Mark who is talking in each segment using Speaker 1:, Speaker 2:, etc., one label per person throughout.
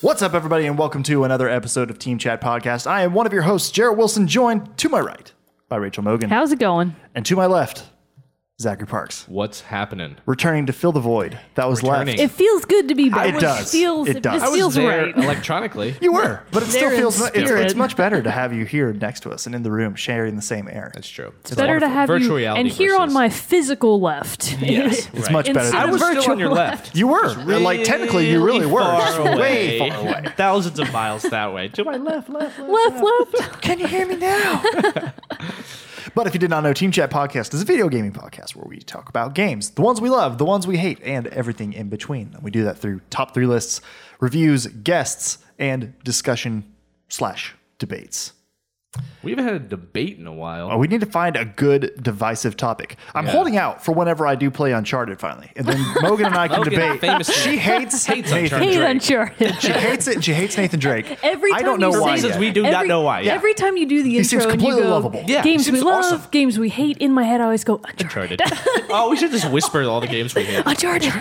Speaker 1: What's up, everybody, and welcome to another episode of Team Chat Podcast. I am one of your hosts, Jarrett Wilson, joined to my right by Rachel Mogan,
Speaker 2: How's it going?
Speaker 1: and to my left, Zachary Parks,
Speaker 3: What's happening?
Speaker 1: returning to fill the void that was
Speaker 3: Returning.
Speaker 1: left.
Speaker 2: It feels good to be back.
Speaker 1: It does.
Speaker 2: Feels,
Speaker 1: It does. I
Speaker 2: This
Speaker 1: was
Speaker 2: feels
Speaker 3: there
Speaker 2: right.
Speaker 3: electronically.
Speaker 1: You were, but it still
Speaker 2: There in
Speaker 1: feels mu- it's,
Speaker 2: spirit.
Speaker 1: it's much better to have you here next to us and in the room sharing the same air.
Speaker 3: That's true.
Speaker 2: It's better to have
Speaker 3: Virtual
Speaker 2: you
Speaker 3: reality
Speaker 2: and here on
Speaker 3: versus-
Speaker 2: my physical left.
Speaker 3: Yes,
Speaker 1: It's
Speaker 3: right.
Speaker 1: much better.
Speaker 2: Instead
Speaker 1: Than
Speaker 3: I was
Speaker 2: Virtual
Speaker 3: still on your
Speaker 2: left.
Speaker 3: left.
Speaker 1: you were like technically you really were
Speaker 3: far
Speaker 1: way
Speaker 3: away,
Speaker 1: far away.
Speaker 3: thousands of miles that way. To my left, left, left.
Speaker 2: left, left.
Speaker 1: Can you hear me now? but if you did not know, Team Chat Podcast is a video gaming podcast where we talk about games, the ones we love, the ones we hate, and everything in between. And we do that through top three lists, reviews, guests, and discussion slash debates.
Speaker 3: We haven't had a debate in a while.
Speaker 1: Uh, We need to find a good divisive topic. I'm
Speaker 3: Yeah.
Speaker 1: holding out for whenever I do play Uncharted finally, and then Mogan and I can
Speaker 3: Logan
Speaker 1: debate.
Speaker 3: famously
Speaker 1: She hates,
Speaker 3: hates
Speaker 1: Nathan.
Speaker 3: Uncharted.
Speaker 2: Hey,
Speaker 3: Drake.
Speaker 2: Uncharted.
Speaker 1: She hates it. and She hates Nathan Drake.
Speaker 2: Every time
Speaker 1: I don't know
Speaker 2: you
Speaker 1: why.
Speaker 2: say
Speaker 3: Reasons
Speaker 1: yet.
Speaker 3: we do not know why, yeah.
Speaker 2: Every time you do the intro,
Speaker 1: seems
Speaker 2: and you
Speaker 1: completely
Speaker 2: go,
Speaker 1: lovable.
Speaker 3: Yeah,
Speaker 2: games
Speaker 3: he
Speaker 2: we
Speaker 3: seems
Speaker 2: love,
Speaker 3: awesome.
Speaker 2: games we hate. In my head, I always go Uncharted.
Speaker 3: Uncharted. oh, we should just whisper all the games we hate.
Speaker 2: Uncharted.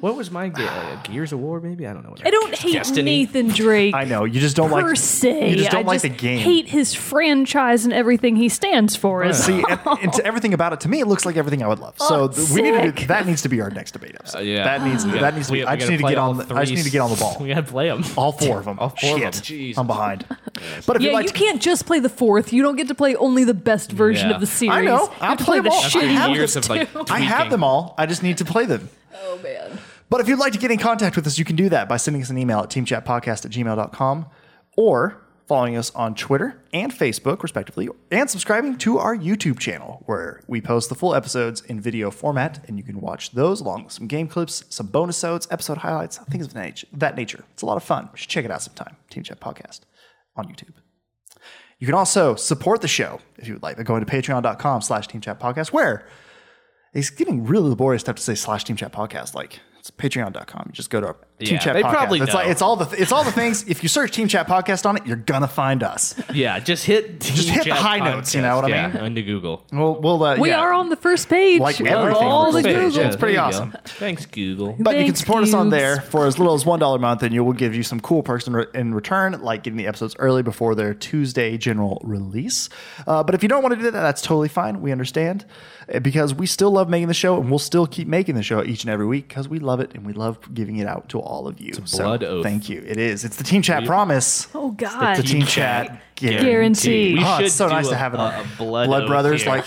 Speaker 3: What was my game? Uh, Gears of War, maybe? I don't know. What
Speaker 2: I don't hate
Speaker 3: Destiny.
Speaker 2: Nathan Drake
Speaker 1: I know you just don't like
Speaker 2: per se.
Speaker 1: You just don't
Speaker 2: I
Speaker 1: like
Speaker 2: just
Speaker 1: the game.
Speaker 2: Hate his franchise and everything he stands for. Is
Speaker 1: See, and, and to everything about it, to me, it looks like everything I would love. So
Speaker 2: Oh,
Speaker 1: th- we need to do
Speaker 2: sick.
Speaker 1: that. Needs to be our next debate episode.
Speaker 3: Uh, yeah.
Speaker 1: that needs
Speaker 3: We
Speaker 1: that
Speaker 3: gotta-
Speaker 1: needs to.
Speaker 3: we-
Speaker 1: be,
Speaker 3: we
Speaker 1: I just
Speaker 3: gotta
Speaker 1: need to
Speaker 3: play
Speaker 1: get
Speaker 3: all
Speaker 1: on. The, I just
Speaker 3: three
Speaker 1: need to get on the ball.
Speaker 3: We gotta play them.
Speaker 1: All four of them. All
Speaker 3: four of
Speaker 1: Shit,
Speaker 3: them. Jesus.
Speaker 1: I'm behind. But if
Speaker 2: yeah,
Speaker 1: you like,
Speaker 2: you can't just play the fourth. You don't get to play only the best version
Speaker 3: Yeah.
Speaker 2: of the series.
Speaker 1: I know.
Speaker 2: You
Speaker 1: I'll
Speaker 2: play,
Speaker 1: play
Speaker 2: the
Speaker 1: them all. I
Speaker 2: shitty
Speaker 1: have
Speaker 2: ones
Speaker 3: years of, like,
Speaker 2: too.
Speaker 1: I have
Speaker 3: tweaking.
Speaker 1: them all. I just need to play them.
Speaker 2: Oh man.
Speaker 1: But if you'd like to get in contact with us, you can do that by sending us an email at teamchatpodcast at gmail.com or following us on Twitter and Facebook, respectively, and subscribing to our YouTube channel where we post the full episodes in video format and you can watch those along with some game clips, some bonus episodes, episode highlights, things of that nat- that nature. It's a lot of fun. You should check it out sometime, Team Chat Podcast on YouTube. You can also support the show if you would like by going to patreon.com slash team chat podcast, where it's getting really laborious to have to say slash team chat podcast. Like it's patreon.com. You just go to team
Speaker 3: Yeah,
Speaker 1: chat
Speaker 3: they
Speaker 1: podcast.
Speaker 3: probably
Speaker 1: it's
Speaker 3: know.
Speaker 1: like it's all the it's all the things. If you search team chat podcast on it, you're gonna find us.
Speaker 3: Yeah, just hit Just
Speaker 1: hit the high notes, you know what I mean?
Speaker 3: Into Google.
Speaker 1: We'll we'll uh,
Speaker 2: We
Speaker 1: yeah.
Speaker 2: are on the first page
Speaker 1: Like
Speaker 2: of
Speaker 1: everything
Speaker 2: all the
Speaker 1: we're saying.
Speaker 2: Google.
Speaker 1: It's pretty
Speaker 3: there you
Speaker 1: awesome.
Speaker 3: go. Thanks, Google.
Speaker 1: But you can
Speaker 2: Thanks,
Speaker 1: support us on
Speaker 2: cubes.
Speaker 1: there for as little as one dollar a month, and you will give you some cool perks in, re- in return, like getting the episodes early before their Tuesday general release. Uh, but if you don't want to do that, that's totally fine. We understand uh, because we still love making the show, and we'll still keep making the show each and every week because we love it and we love giving it out to all of you. so
Speaker 3: blood oath.
Speaker 1: thank you. It is. It's the team chat promise.
Speaker 2: Oh god.
Speaker 1: The team chat
Speaker 2: Guarantee.
Speaker 3: We
Speaker 1: Oh,
Speaker 3: should
Speaker 1: it's so
Speaker 3: do
Speaker 1: nice
Speaker 3: a,
Speaker 1: to have it on.
Speaker 3: a blood,
Speaker 1: Blood
Speaker 3: oath
Speaker 1: Brothers,
Speaker 3: here.
Speaker 1: like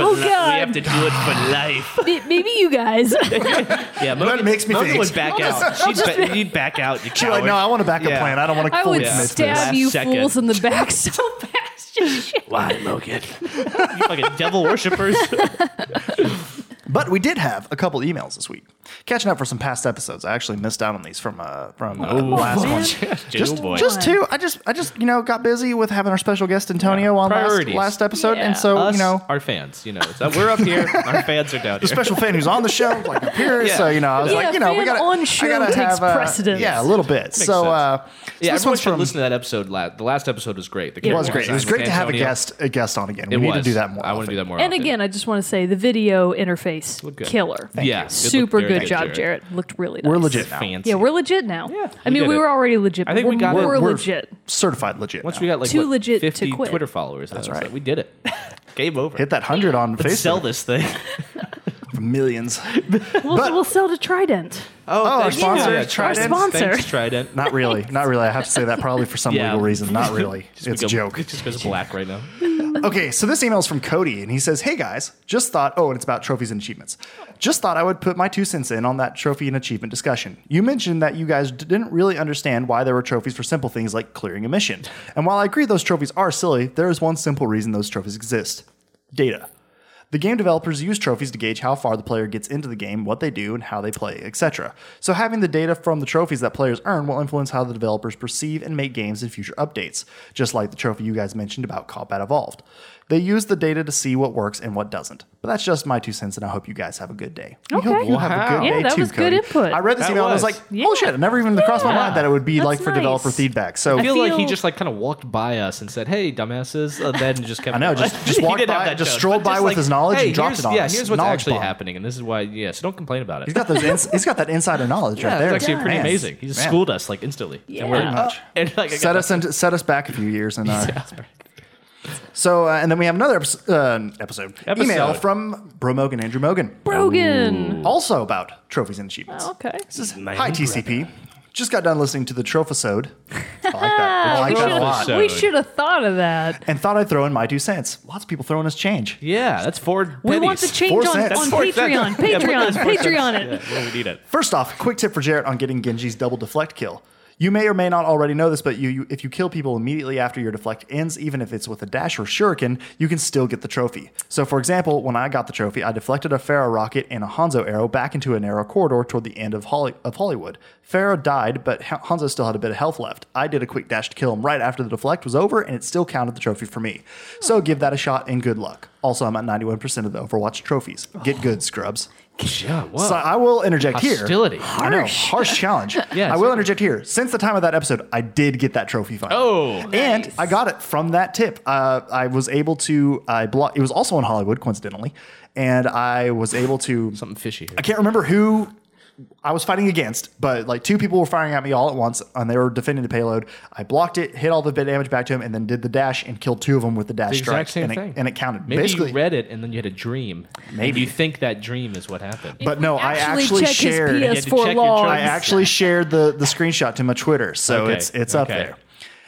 Speaker 2: Oh,
Speaker 3: li-
Speaker 2: God.
Speaker 3: we have to do it for life.
Speaker 2: May- Maybe you guys.
Speaker 3: Yeah, Mogan,
Speaker 1: makes me
Speaker 3: Mogan
Speaker 1: think.
Speaker 3: would back out. She'd, ba- you'd back out. You
Speaker 1: She's like, no, I want a backup
Speaker 3: Yeah.
Speaker 1: plan. I don't want to.
Speaker 2: I would
Speaker 3: Yeah.
Speaker 2: stab
Speaker 3: Last
Speaker 2: you
Speaker 3: second.
Speaker 2: fools in the back so fast.
Speaker 3: Why, Mogan? you fucking devil worshippers.
Speaker 1: But we did have a couple emails this week. Catching up for some past episodes. I actually missed out on these from uh, from uh, the last
Speaker 2: man.
Speaker 1: one. Just,
Speaker 3: oh boy.
Speaker 1: just two. I just I just you know got busy with having our special guest Antonio on last,
Speaker 3: Priorities.
Speaker 1: last episode,
Speaker 2: Yeah.
Speaker 1: and so
Speaker 3: Us,
Speaker 1: you know
Speaker 3: our fans. You know, it's- uh, we're up here. Our fans are down here.
Speaker 1: special fan who's on the show like up here. So you know I was
Speaker 2: Yeah,
Speaker 1: like you know we
Speaker 2: fan
Speaker 1: got
Speaker 2: on show takes precedence.
Speaker 1: Yeah, a little bit. so
Speaker 3: sense.
Speaker 1: uh,
Speaker 3: yeah,
Speaker 1: so this
Speaker 3: everyone
Speaker 1: one's
Speaker 3: should
Speaker 1: from.
Speaker 3: listen to that episode. La- the last episode was great. The
Speaker 1: it
Speaker 3: kid
Speaker 1: was great. It was great to have a
Speaker 3: Antonio.
Speaker 1: guest a guest on again. We
Speaker 3: It
Speaker 1: need to
Speaker 3: was.
Speaker 1: do that more.
Speaker 3: I want
Speaker 1: often.
Speaker 3: to do that more.
Speaker 2: and
Speaker 3: often.
Speaker 2: again, I just want to say the video interface
Speaker 3: good.
Speaker 2: killer.
Speaker 3: yeah, good look-
Speaker 2: Super
Speaker 3: very
Speaker 2: good job,
Speaker 3: Jared.
Speaker 2: Jarrett. Looked really nice.
Speaker 1: We're legit now.
Speaker 3: Fancy.
Speaker 2: Yeah, we're legit now.
Speaker 3: Yeah,
Speaker 2: I
Speaker 3: we
Speaker 2: mean,
Speaker 3: did
Speaker 2: we
Speaker 3: it.
Speaker 2: were already legit.
Speaker 3: I think
Speaker 2: but
Speaker 3: we got it.
Speaker 2: we're more
Speaker 3: We're-
Speaker 1: We're
Speaker 2: legit.
Speaker 1: certified legit.
Speaker 3: Once
Speaker 1: now.
Speaker 3: we got like
Speaker 2: Too
Speaker 3: what,
Speaker 2: legit to
Speaker 3: 50
Speaker 2: quit.
Speaker 3: Twitter followers. That's
Speaker 1: right.
Speaker 3: right. We did it. Game over.
Speaker 1: hit that hundred on
Speaker 3: Let's
Speaker 1: Facebook
Speaker 3: sell this thing.
Speaker 1: for millions.
Speaker 2: We'll,
Speaker 1: But-
Speaker 2: we'll sell to Trident.
Speaker 1: Oh, our
Speaker 3: Oh, thanks,
Speaker 1: sponsor,
Speaker 3: yeah,
Speaker 1: Trident.
Speaker 2: Our sponsor.
Speaker 3: Thanks, Trident.
Speaker 1: Not really. Not really. I have to say that probably for some
Speaker 3: Yeah.
Speaker 1: legal reason. Not really. it's a
Speaker 3: become-
Speaker 1: joke.
Speaker 3: It just goes black right now.
Speaker 1: Okay, so this email is from Cody, and he says, Hey guys, just thought, oh, and it's about trophies and achievements. Just thought I would put my two cents in on that trophy and achievement discussion. You mentioned that you guys d- didn't really understand why there were trophies for simple things like clearing a mission. And while I agree those trophies are silly, there is one simple reason those trophies exist data. The game developers use trophies to gauge how far the player gets into the game, what they do, and how they play, etc. So having the data from the trophies that players earn will influence how the developers perceive and make games in future updates, just like the trophy you guys mentioned about Cop Out Evolved. They use the data to see what works and what doesn't. But that's just my two cents, and I hope you guys have a good day.
Speaker 2: Okay.
Speaker 1: We hope you have a good
Speaker 3: Wow.
Speaker 1: day
Speaker 2: Yeah, that
Speaker 1: too,
Speaker 2: was good
Speaker 1: Cody.
Speaker 2: input.
Speaker 1: I read this
Speaker 3: That
Speaker 1: email and I was
Speaker 3: was.
Speaker 1: like,
Speaker 2: Yeah.
Speaker 1: bullshit, it never even crossed my mind that it would be
Speaker 2: That's
Speaker 1: like for developer
Speaker 2: nice.
Speaker 1: feedback. So
Speaker 3: I feel, like he
Speaker 2: feel-
Speaker 3: just like kind of walked by us and said, "Hey, dumbasses," and then just kept.
Speaker 1: I know,
Speaker 3: going.
Speaker 1: just- just
Speaker 3: He
Speaker 1: walked
Speaker 3: didn't
Speaker 1: by-
Speaker 3: have that
Speaker 1: just
Speaker 3: tone,
Speaker 1: strolled
Speaker 3: but
Speaker 1: by with his knowledge and
Speaker 3: "Hey,
Speaker 1: dropped
Speaker 3: here's-
Speaker 1: it on
Speaker 3: Yeah,
Speaker 1: us.
Speaker 3: here's what's
Speaker 1: Knowledge
Speaker 3: actually
Speaker 1: bomb.
Speaker 3: happening, and this is why. Yeah, so don't complain about it.
Speaker 1: He's got those. ins- he's got that insider knowledge right
Speaker 3: yeah,
Speaker 1: there.
Speaker 3: it's actually pretty
Speaker 1: Man.
Speaker 3: amazing. He just
Speaker 1: Man.
Speaker 3: schooled us like instantly.
Speaker 2: Yeah.
Speaker 3: and we're,
Speaker 2: Pretty
Speaker 1: much.
Speaker 3: uh, and like I
Speaker 1: Set
Speaker 3: got-
Speaker 1: us into, set us back a few years in our
Speaker 3: Yeah.
Speaker 1: so uh, and then we have another episode, uh, episode,
Speaker 3: Episode.
Speaker 1: email from Bro Mogan Andrew Mogan
Speaker 2: Brogan.
Speaker 1: also about trophies and achievements.
Speaker 2: Oh, okay.
Speaker 1: This is
Speaker 3: My
Speaker 1: hi
Speaker 3: own
Speaker 1: TCP. Just got done listening to the Trophosode. I like that. I like that a lot.
Speaker 3: Trophosode.
Speaker 2: We should have thought of that.
Speaker 1: And thought I'd throw in my two cents. Lots of people throwing us change.
Speaker 3: Yeah, that's four.
Speaker 2: We want the
Speaker 3: pennies.
Speaker 2: change
Speaker 1: Four
Speaker 2: on,
Speaker 1: cents.
Speaker 2: on
Speaker 1: That's
Speaker 3: Four cents.
Speaker 2: Patreon.
Speaker 3: Yeah, put
Speaker 2: Patreon.
Speaker 3: those four cents.
Speaker 2: Patreon it.
Speaker 3: Yeah, well, we need it.
Speaker 1: First off, quick tip for Jarrett on getting Genji's double deflect kill. You may or may not already know this, but you, you if you kill people immediately after your deflect ends, even if it's with a dash or shuriken, you can still get the trophy. So, for example, when I got the trophy, I deflected a Pharaoh rocket and a Hanzo arrow back into a narrow corridor toward the end of, Holly, of Hollywood. Pharaoh died, but Ha- Hanzo still had a bit of health left. I did a quick dash to kill him right after the deflect was over, and it still counted the trophy for me. So, give that a shot and good luck. Also, I'm at 91% of the Overwatch trophies. Get good, scrubs.
Speaker 3: Yeah, whoa.
Speaker 1: So uh, I will interject
Speaker 3: Hostility.
Speaker 1: here. I know, harsh challenge.
Speaker 3: Yeah,
Speaker 1: I will
Speaker 3: so-
Speaker 1: interject here. Since the time of that episode, I did get that trophy finally.
Speaker 3: Oh.
Speaker 1: and
Speaker 2: Nice.
Speaker 1: I got it from that tip. Uh, I was able to. I block. It was also in Hollywood, coincidentally, and I was able to.
Speaker 3: something fishy here.
Speaker 1: I can't remember who I was fighting against, but like two people were firing at me all at once, and they were defending the payload. I blocked it, hit all the bit damage back to him, and then did the dash and killed two of them with the dash
Speaker 3: The
Speaker 1: strike,
Speaker 3: exact same
Speaker 1: and,
Speaker 3: thing.
Speaker 1: It, and it counted.
Speaker 3: Maybe
Speaker 1: Basically,
Speaker 3: you read it and then you had a dream. And
Speaker 1: Maybe.
Speaker 3: you think that dream is what happened.
Speaker 1: but no, I actually
Speaker 2: check
Speaker 1: shared.
Speaker 2: his
Speaker 3: You had to
Speaker 2: PS4
Speaker 3: check your
Speaker 2: logs.
Speaker 1: I actually shared the the screenshot to my Twitter, so
Speaker 3: Okay,
Speaker 1: it's it's up
Speaker 3: okay.
Speaker 1: there.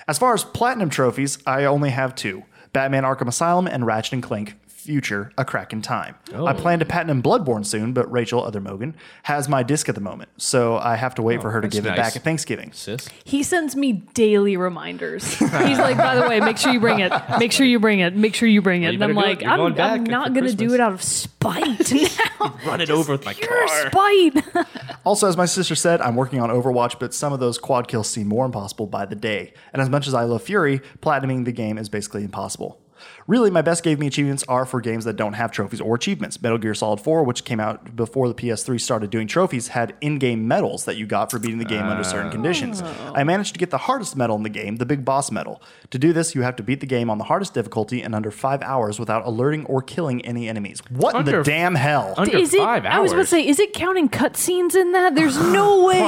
Speaker 1: As far as platinum trophies, I only have two: Batman: Arkham Asylum and Ratchet and Clank. Future, a crack in time.
Speaker 3: Oh.
Speaker 1: I plan to patent Bloodborne soon, but Rachel Other Mogan has my disc at the moment, so I have to wait for her to
Speaker 3: Oh, that's
Speaker 1: give it
Speaker 3: nice.
Speaker 1: back at Thanksgiving.
Speaker 3: Sis,
Speaker 2: He sends me daily reminders. He's like, by the way, make sure you bring it. Make sure you bring it. Make sure you bring it.
Speaker 3: you
Speaker 2: and I'm
Speaker 3: better
Speaker 2: like,
Speaker 3: do it. You're
Speaker 2: I'm,
Speaker 3: going back
Speaker 2: I'm not
Speaker 3: for
Speaker 2: going to do
Speaker 3: Christmas.
Speaker 2: it out of spite now.
Speaker 3: run it over with my
Speaker 2: Pure
Speaker 3: car.
Speaker 2: spite.
Speaker 1: Also, as my sister said, I'm working on Overwatch, but some of those quad kills seem more impossible by the day. And as much as I love Fury, platinuming the game is basically impossible. Really, my best gave me achievements are for games that don't have trophies or achievements. Metal Gear Solid 4, which came out before the PS3 started doing trophies, had in game medals that you got for beating the game under certain conditions. I managed to get the hardest medal in the game, the Big Boss medal. To do this, you have to beat the game on the hardest difficulty in under five hours without alerting or killing any enemies. What in the
Speaker 3: Under-
Speaker 1: damn hell?
Speaker 3: Under
Speaker 2: Is it?
Speaker 3: five hours.
Speaker 2: I was about to say, is it counting cutscenes in that? There's no way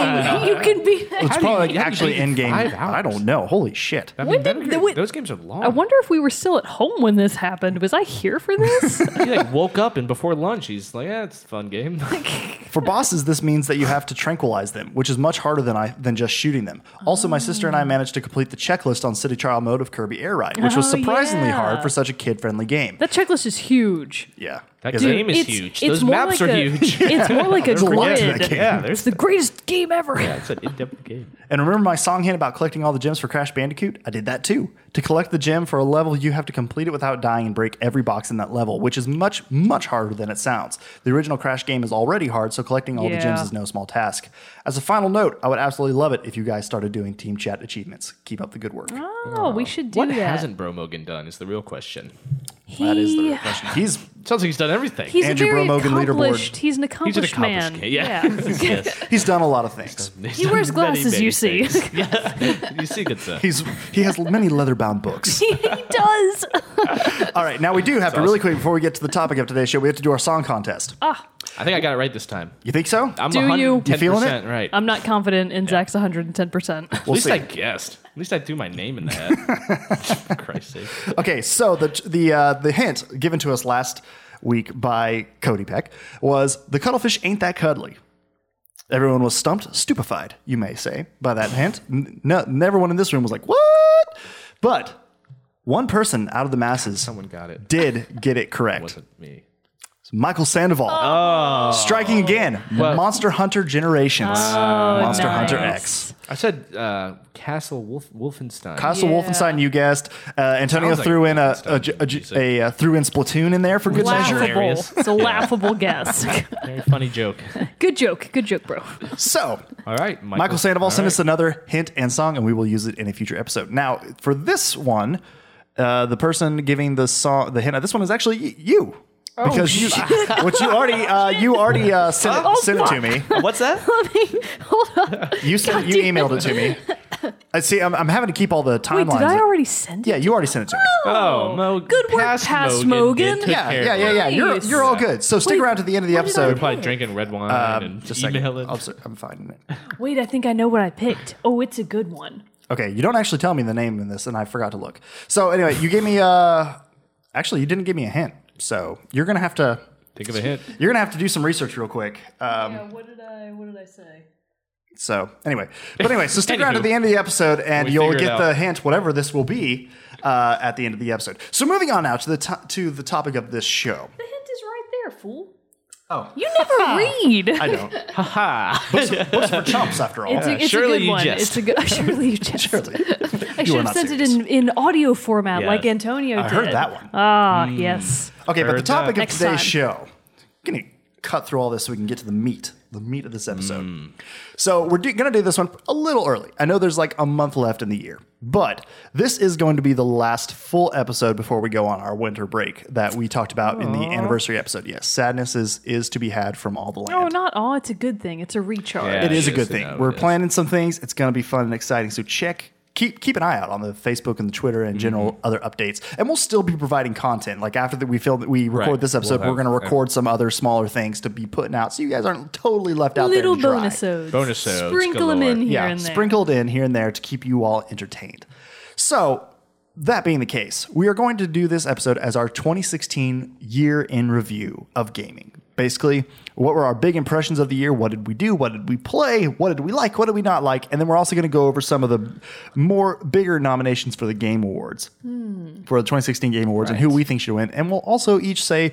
Speaker 2: you can be.
Speaker 1: It's
Speaker 3: How do you-
Speaker 1: probably
Speaker 3: how do you
Speaker 1: actually
Speaker 3: beat
Speaker 1: in game.
Speaker 3: five hours?
Speaker 1: I don't know. Holy shit.
Speaker 3: I mean,
Speaker 2: When
Speaker 3: Metal
Speaker 2: did-
Speaker 3: Gear-
Speaker 2: when-
Speaker 3: those games are long.
Speaker 2: I wonder if we were still at home when this happened. Was I here for this?
Speaker 3: He like woke up and before lunch, he's like, "Yeah, it's a fun game."
Speaker 1: For bosses, this means that you have to tranquilize them, which is much harder than I than just shooting them. Also, my sister and I managed to complete the checklist on City Trial Mode of Kirby Air Ride, which was
Speaker 2: Oh,
Speaker 1: surprisingly
Speaker 2: yeah.
Speaker 1: hard for such a kid-friendly game.
Speaker 2: that checklist is huge.
Speaker 1: Yeah.
Speaker 3: That
Speaker 1: Is it?
Speaker 3: game is huge. Those maps
Speaker 2: like
Speaker 3: are
Speaker 2: a,
Speaker 3: huge.
Speaker 2: It's more like a
Speaker 1: There's a lot to
Speaker 2: grid.
Speaker 1: that game.
Speaker 3: yeah,
Speaker 2: It's
Speaker 3: there's
Speaker 2: the greatest game ever.
Speaker 3: yeah, it's an in-depth game.
Speaker 1: And remember my song hint about collecting all the gems for Crash Bandicoot? I did that too. To collect the gem for a level, you have to complete it without dying and break every box in that level, which is much, much harder than it sounds. The original Crash game is already hard, so collecting all the gems
Speaker 2: Yeah.
Speaker 1: is no small task. As a final note, I would absolutely love it if you guys started doing team chat achievements. Keep up the good work.
Speaker 2: Oh, we should do
Speaker 3: What
Speaker 2: that.
Speaker 3: hasn't Bro Mogan done is the real question.
Speaker 2: he,
Speaker 1: That is the real question. He's
Speaker 3: Sounds like he's done everything.
Speaker 2: He's
Speaker 1: Andrew
Speaker 2: a very
Speaker 1: Bromogan leaderboard.
Speaker 2: accomplished. He's an
Speaker 3: He's an
Speaker 2: accomplished
Speaker 3: accomplished
Speaker 2: man.
Speaker 3: kid. Yeah. Yes.
Speaker 1: he's done a lot of things.
Speaker 2: He wears glasses, you see.
Speaker 3: yeah. You see good stuff.
Speaker 1: He's he has many leather bound books.
Speaker 2: he does.
Speaker 1: All right, now we do have to really quick before we get to the topic of today's show, we have to do our song contest.
Speaker 2: Ah,
Speaker 3: I think I got it right this time.
Speaker 1: You think so?
Speaker 3: I'm
Speaker 2: Do you-
Speaker 3: 110%
Speaker 1: You feeling it?
Speaker 3: right.
Speaker 2: I'm not confident in Zach's 110%.
Speaker 3: At least
Speaker 1: see.
Speaker 3: I guessed. At least I threw my name in the hat. For Christ's sake.
Speaker 1: Okay, so the the uh, the hint given to us last week by Cody Peck was the cuttlefish ain't that cuddly. Everyone was stumped, stupefied, you may say, by that hint. N- No, everyone in this room was like, "What?" But one person out of the masses
Speaker 3: Someone got it.
Speaker 1: did get it correct.
Speaker 3: Wasn't me.
Speaker 1: Michael Sandoval
Speaker 2: Oh.
Speaker 1: striking again. Monster Hunter Generations, Monster Hunter
Speaker 2: Oh, nice.
Speaker 1: X,
Speaker 3: I said uh, Castle Wolf, Wolfenstein.
Speaker 1: Castle
Speaker 2: Yeah.
Speaker 1: Wolfenstein. You guessed. Uh, Antonio
Speaker 3: Sounds like
Speaker 1: threw in a, a,
Speaker 3: Wolfenstein
Speaker 1: a-
Speaker 3: music.
Speaker 1: a- a- threw in Splatoon in there for good measure.
Speaker 2: laughable.
Speaker 3: hilarious.
Speaker 2: It's a laughable guess.
Speaker 3: Very funny joke.
Speaker 2: Good joke. Good joke, bro.
Speaker 1: So,
Speaker 3: All right. Michael,
Speaker 1: Michael Sandoval
Speaker 3: All
Speaker 1: sent
Speaker 3: right.
Speaker 1: us another hint and song, and we will use it in a future episode. Now, for this one, uh, the person giving the song, the hint, of this one is actually y- you.
Speaker 2: Oh,
Speaker 1: because you, which you already, uh, you already uh, sent, it,
Speaker 2: Oh,
Speaker 1: sent it to me.
Speaker 3: What's that?
Speaker 2: Hold on.
Speaker 1: You sent, you
Speaker 2: damn it.
Speaker 1: emailed it. to me. I see. I'm, I'm having to keep all the
Speaker 2: Wait,
Speaker 1: timelines.
Speaker 2: did I already send it?
Speaker 1: yeah, you already sent it to me.
Speaker 3: Oh, Mo.
Speaker 2: Good work, past Mogan.
Speaker 3: Did, took
Speaker 1: yeah,
Speaker 3: care
Speaker 1: yeah,
Speaker 3: of
Speaker 1: yeah,
Speaker 3: it.
Speaker 1: yeah. You're
Speaker 2: Nice.
Speaker 1: you're all good. So stick
Speaker 2: Wait,
Speaker 1: around to the end of the
Speaker 2: what did I
Speaker 1: episode.
Speaker 2: do?
Speaker 3: We're probably drinking red wine and
Speaker 1: Um, Just a second.
Speaker 3: emailing.
Speaker 1: I'll, ser- I'm finding it.
Speaker 2: Wait, I think I know what I picked. Oh, it's a good one.
Speaker 1: Okay, you don't actually tell me the name in this, and I forgot to look. So anyway, you gave me uh, actually you didn't give me a hint. So you're gonna have to
Speaker 3: Think of a hint.
Speaker 1: you're gonna have to do some research real quick. Um,
Speaker 2: yeah, what did I what did I say?
Speaker 1: so anyway, but anyway, so stick around to
Speaker 3: Anywho.
Speaker 1: the end of the episode, and
Speaker 3: We
Speaker 1: you'll
Speaker 3: figure it
Speaker 1: get
Speaker 3: out.
Speaker 1: the hint, whatever this will be, uh, at the end of the episode. So moving on now to the to-, to the topic of this show.
Speaker 2: The hint is right there, fool.
Speaker 1: Oh.
Speaker 2: You never read.
Speaker 1: I don't.
Speaker 3: Haha.
Speaker 1: Books for chumps, after all.
Speaker 2: it's a, it's
Speaker 3: Uh, surely
Speaker 2: a good
Speaker 3: you
Speaker 2: one.
Speaker 3: jest.
Speaker 2: It's a good surely you jest. I
Speaker 1: are
Speaker 2: should have
Speaker 1: not
Speaker 2: sent it
Speaker 1: serious.
Speaker 2: in, in audio format
Speaker 3: Yes.
Speaker 2: like Antonio
Speaker 1: I
Speaker 2: did.
Speaker 1: heard that one.
Speaker 2: Ah,
Speaker 3: Mm.
Speaker 2: yes.
Speaker 1: Okay, but the
Speaker 3: Heard
Speaker 1: topic
Speaker 3: that.
Speaker 1: of
Speaker 2: Next
Speaker 1: today's
Speaker 2: time.
Speaker 1: show, I'm gonna cut through all this so we can get to the meat, the meat of this episode. So we're do- gonna do this one a little early. I know there's like a month left in the year, but this is going to be the last full episode before we go on our winter break that we talked about in the anniversary episode. Yes, sadness is is to be had from all the land.
Speaker 2: No, Oh, not all. It's a good thing. It's a recharge.
Speaker 3: Yeah.
Speaker 1: It is a
Speaker 3: Yes,
Speaker 1: good
Speaker 3: I know
Speaker 1: thing.
Speaker 3: it
Speaker 1: We're
Speaker 3: is.
Speaker 1: planning some things. It's going to be fun and exciting. So check, keep keep an eye out on the Facebook and the Twitter and general
Speaker 3: Mm-hmm.
Speaker 1: other updates. And we'll still be providing content. Like after that, we feel that we record
Speaker 3: Right.
Speaker 1: this episode,
Speaker 3: We'll
Speaker 1: we're going to
Speaker 3: have-
Speaker 1: record some other smaller things to be putting out, so you guys aren't totally left out
Speaker 2: Little
Speaker 1: there. in the dry.
Speaker 2: bonus odes.
Speaker 3: Bonus odes
Speaker 2: Sprinkle them
Speaker 3: galore.
Speaker 2: in here
Speaker 1: yeah,
Speaker 2: and there.
Speaker 1: sprinkled in here and there to keep you all entertained. So. That being the case, we are going to do this episode as our 2016 year in review of gaming. Basically, what were our big impressions of the year? What did we do? What did we play? What did we like? What did we not like? And then we're also going to go over some of the more bigger nominations for the Game Awards,
Speaker 2: Hmm.
Speaker 1: for the 2016 Game Awards, and who we think should win. And we'll also each say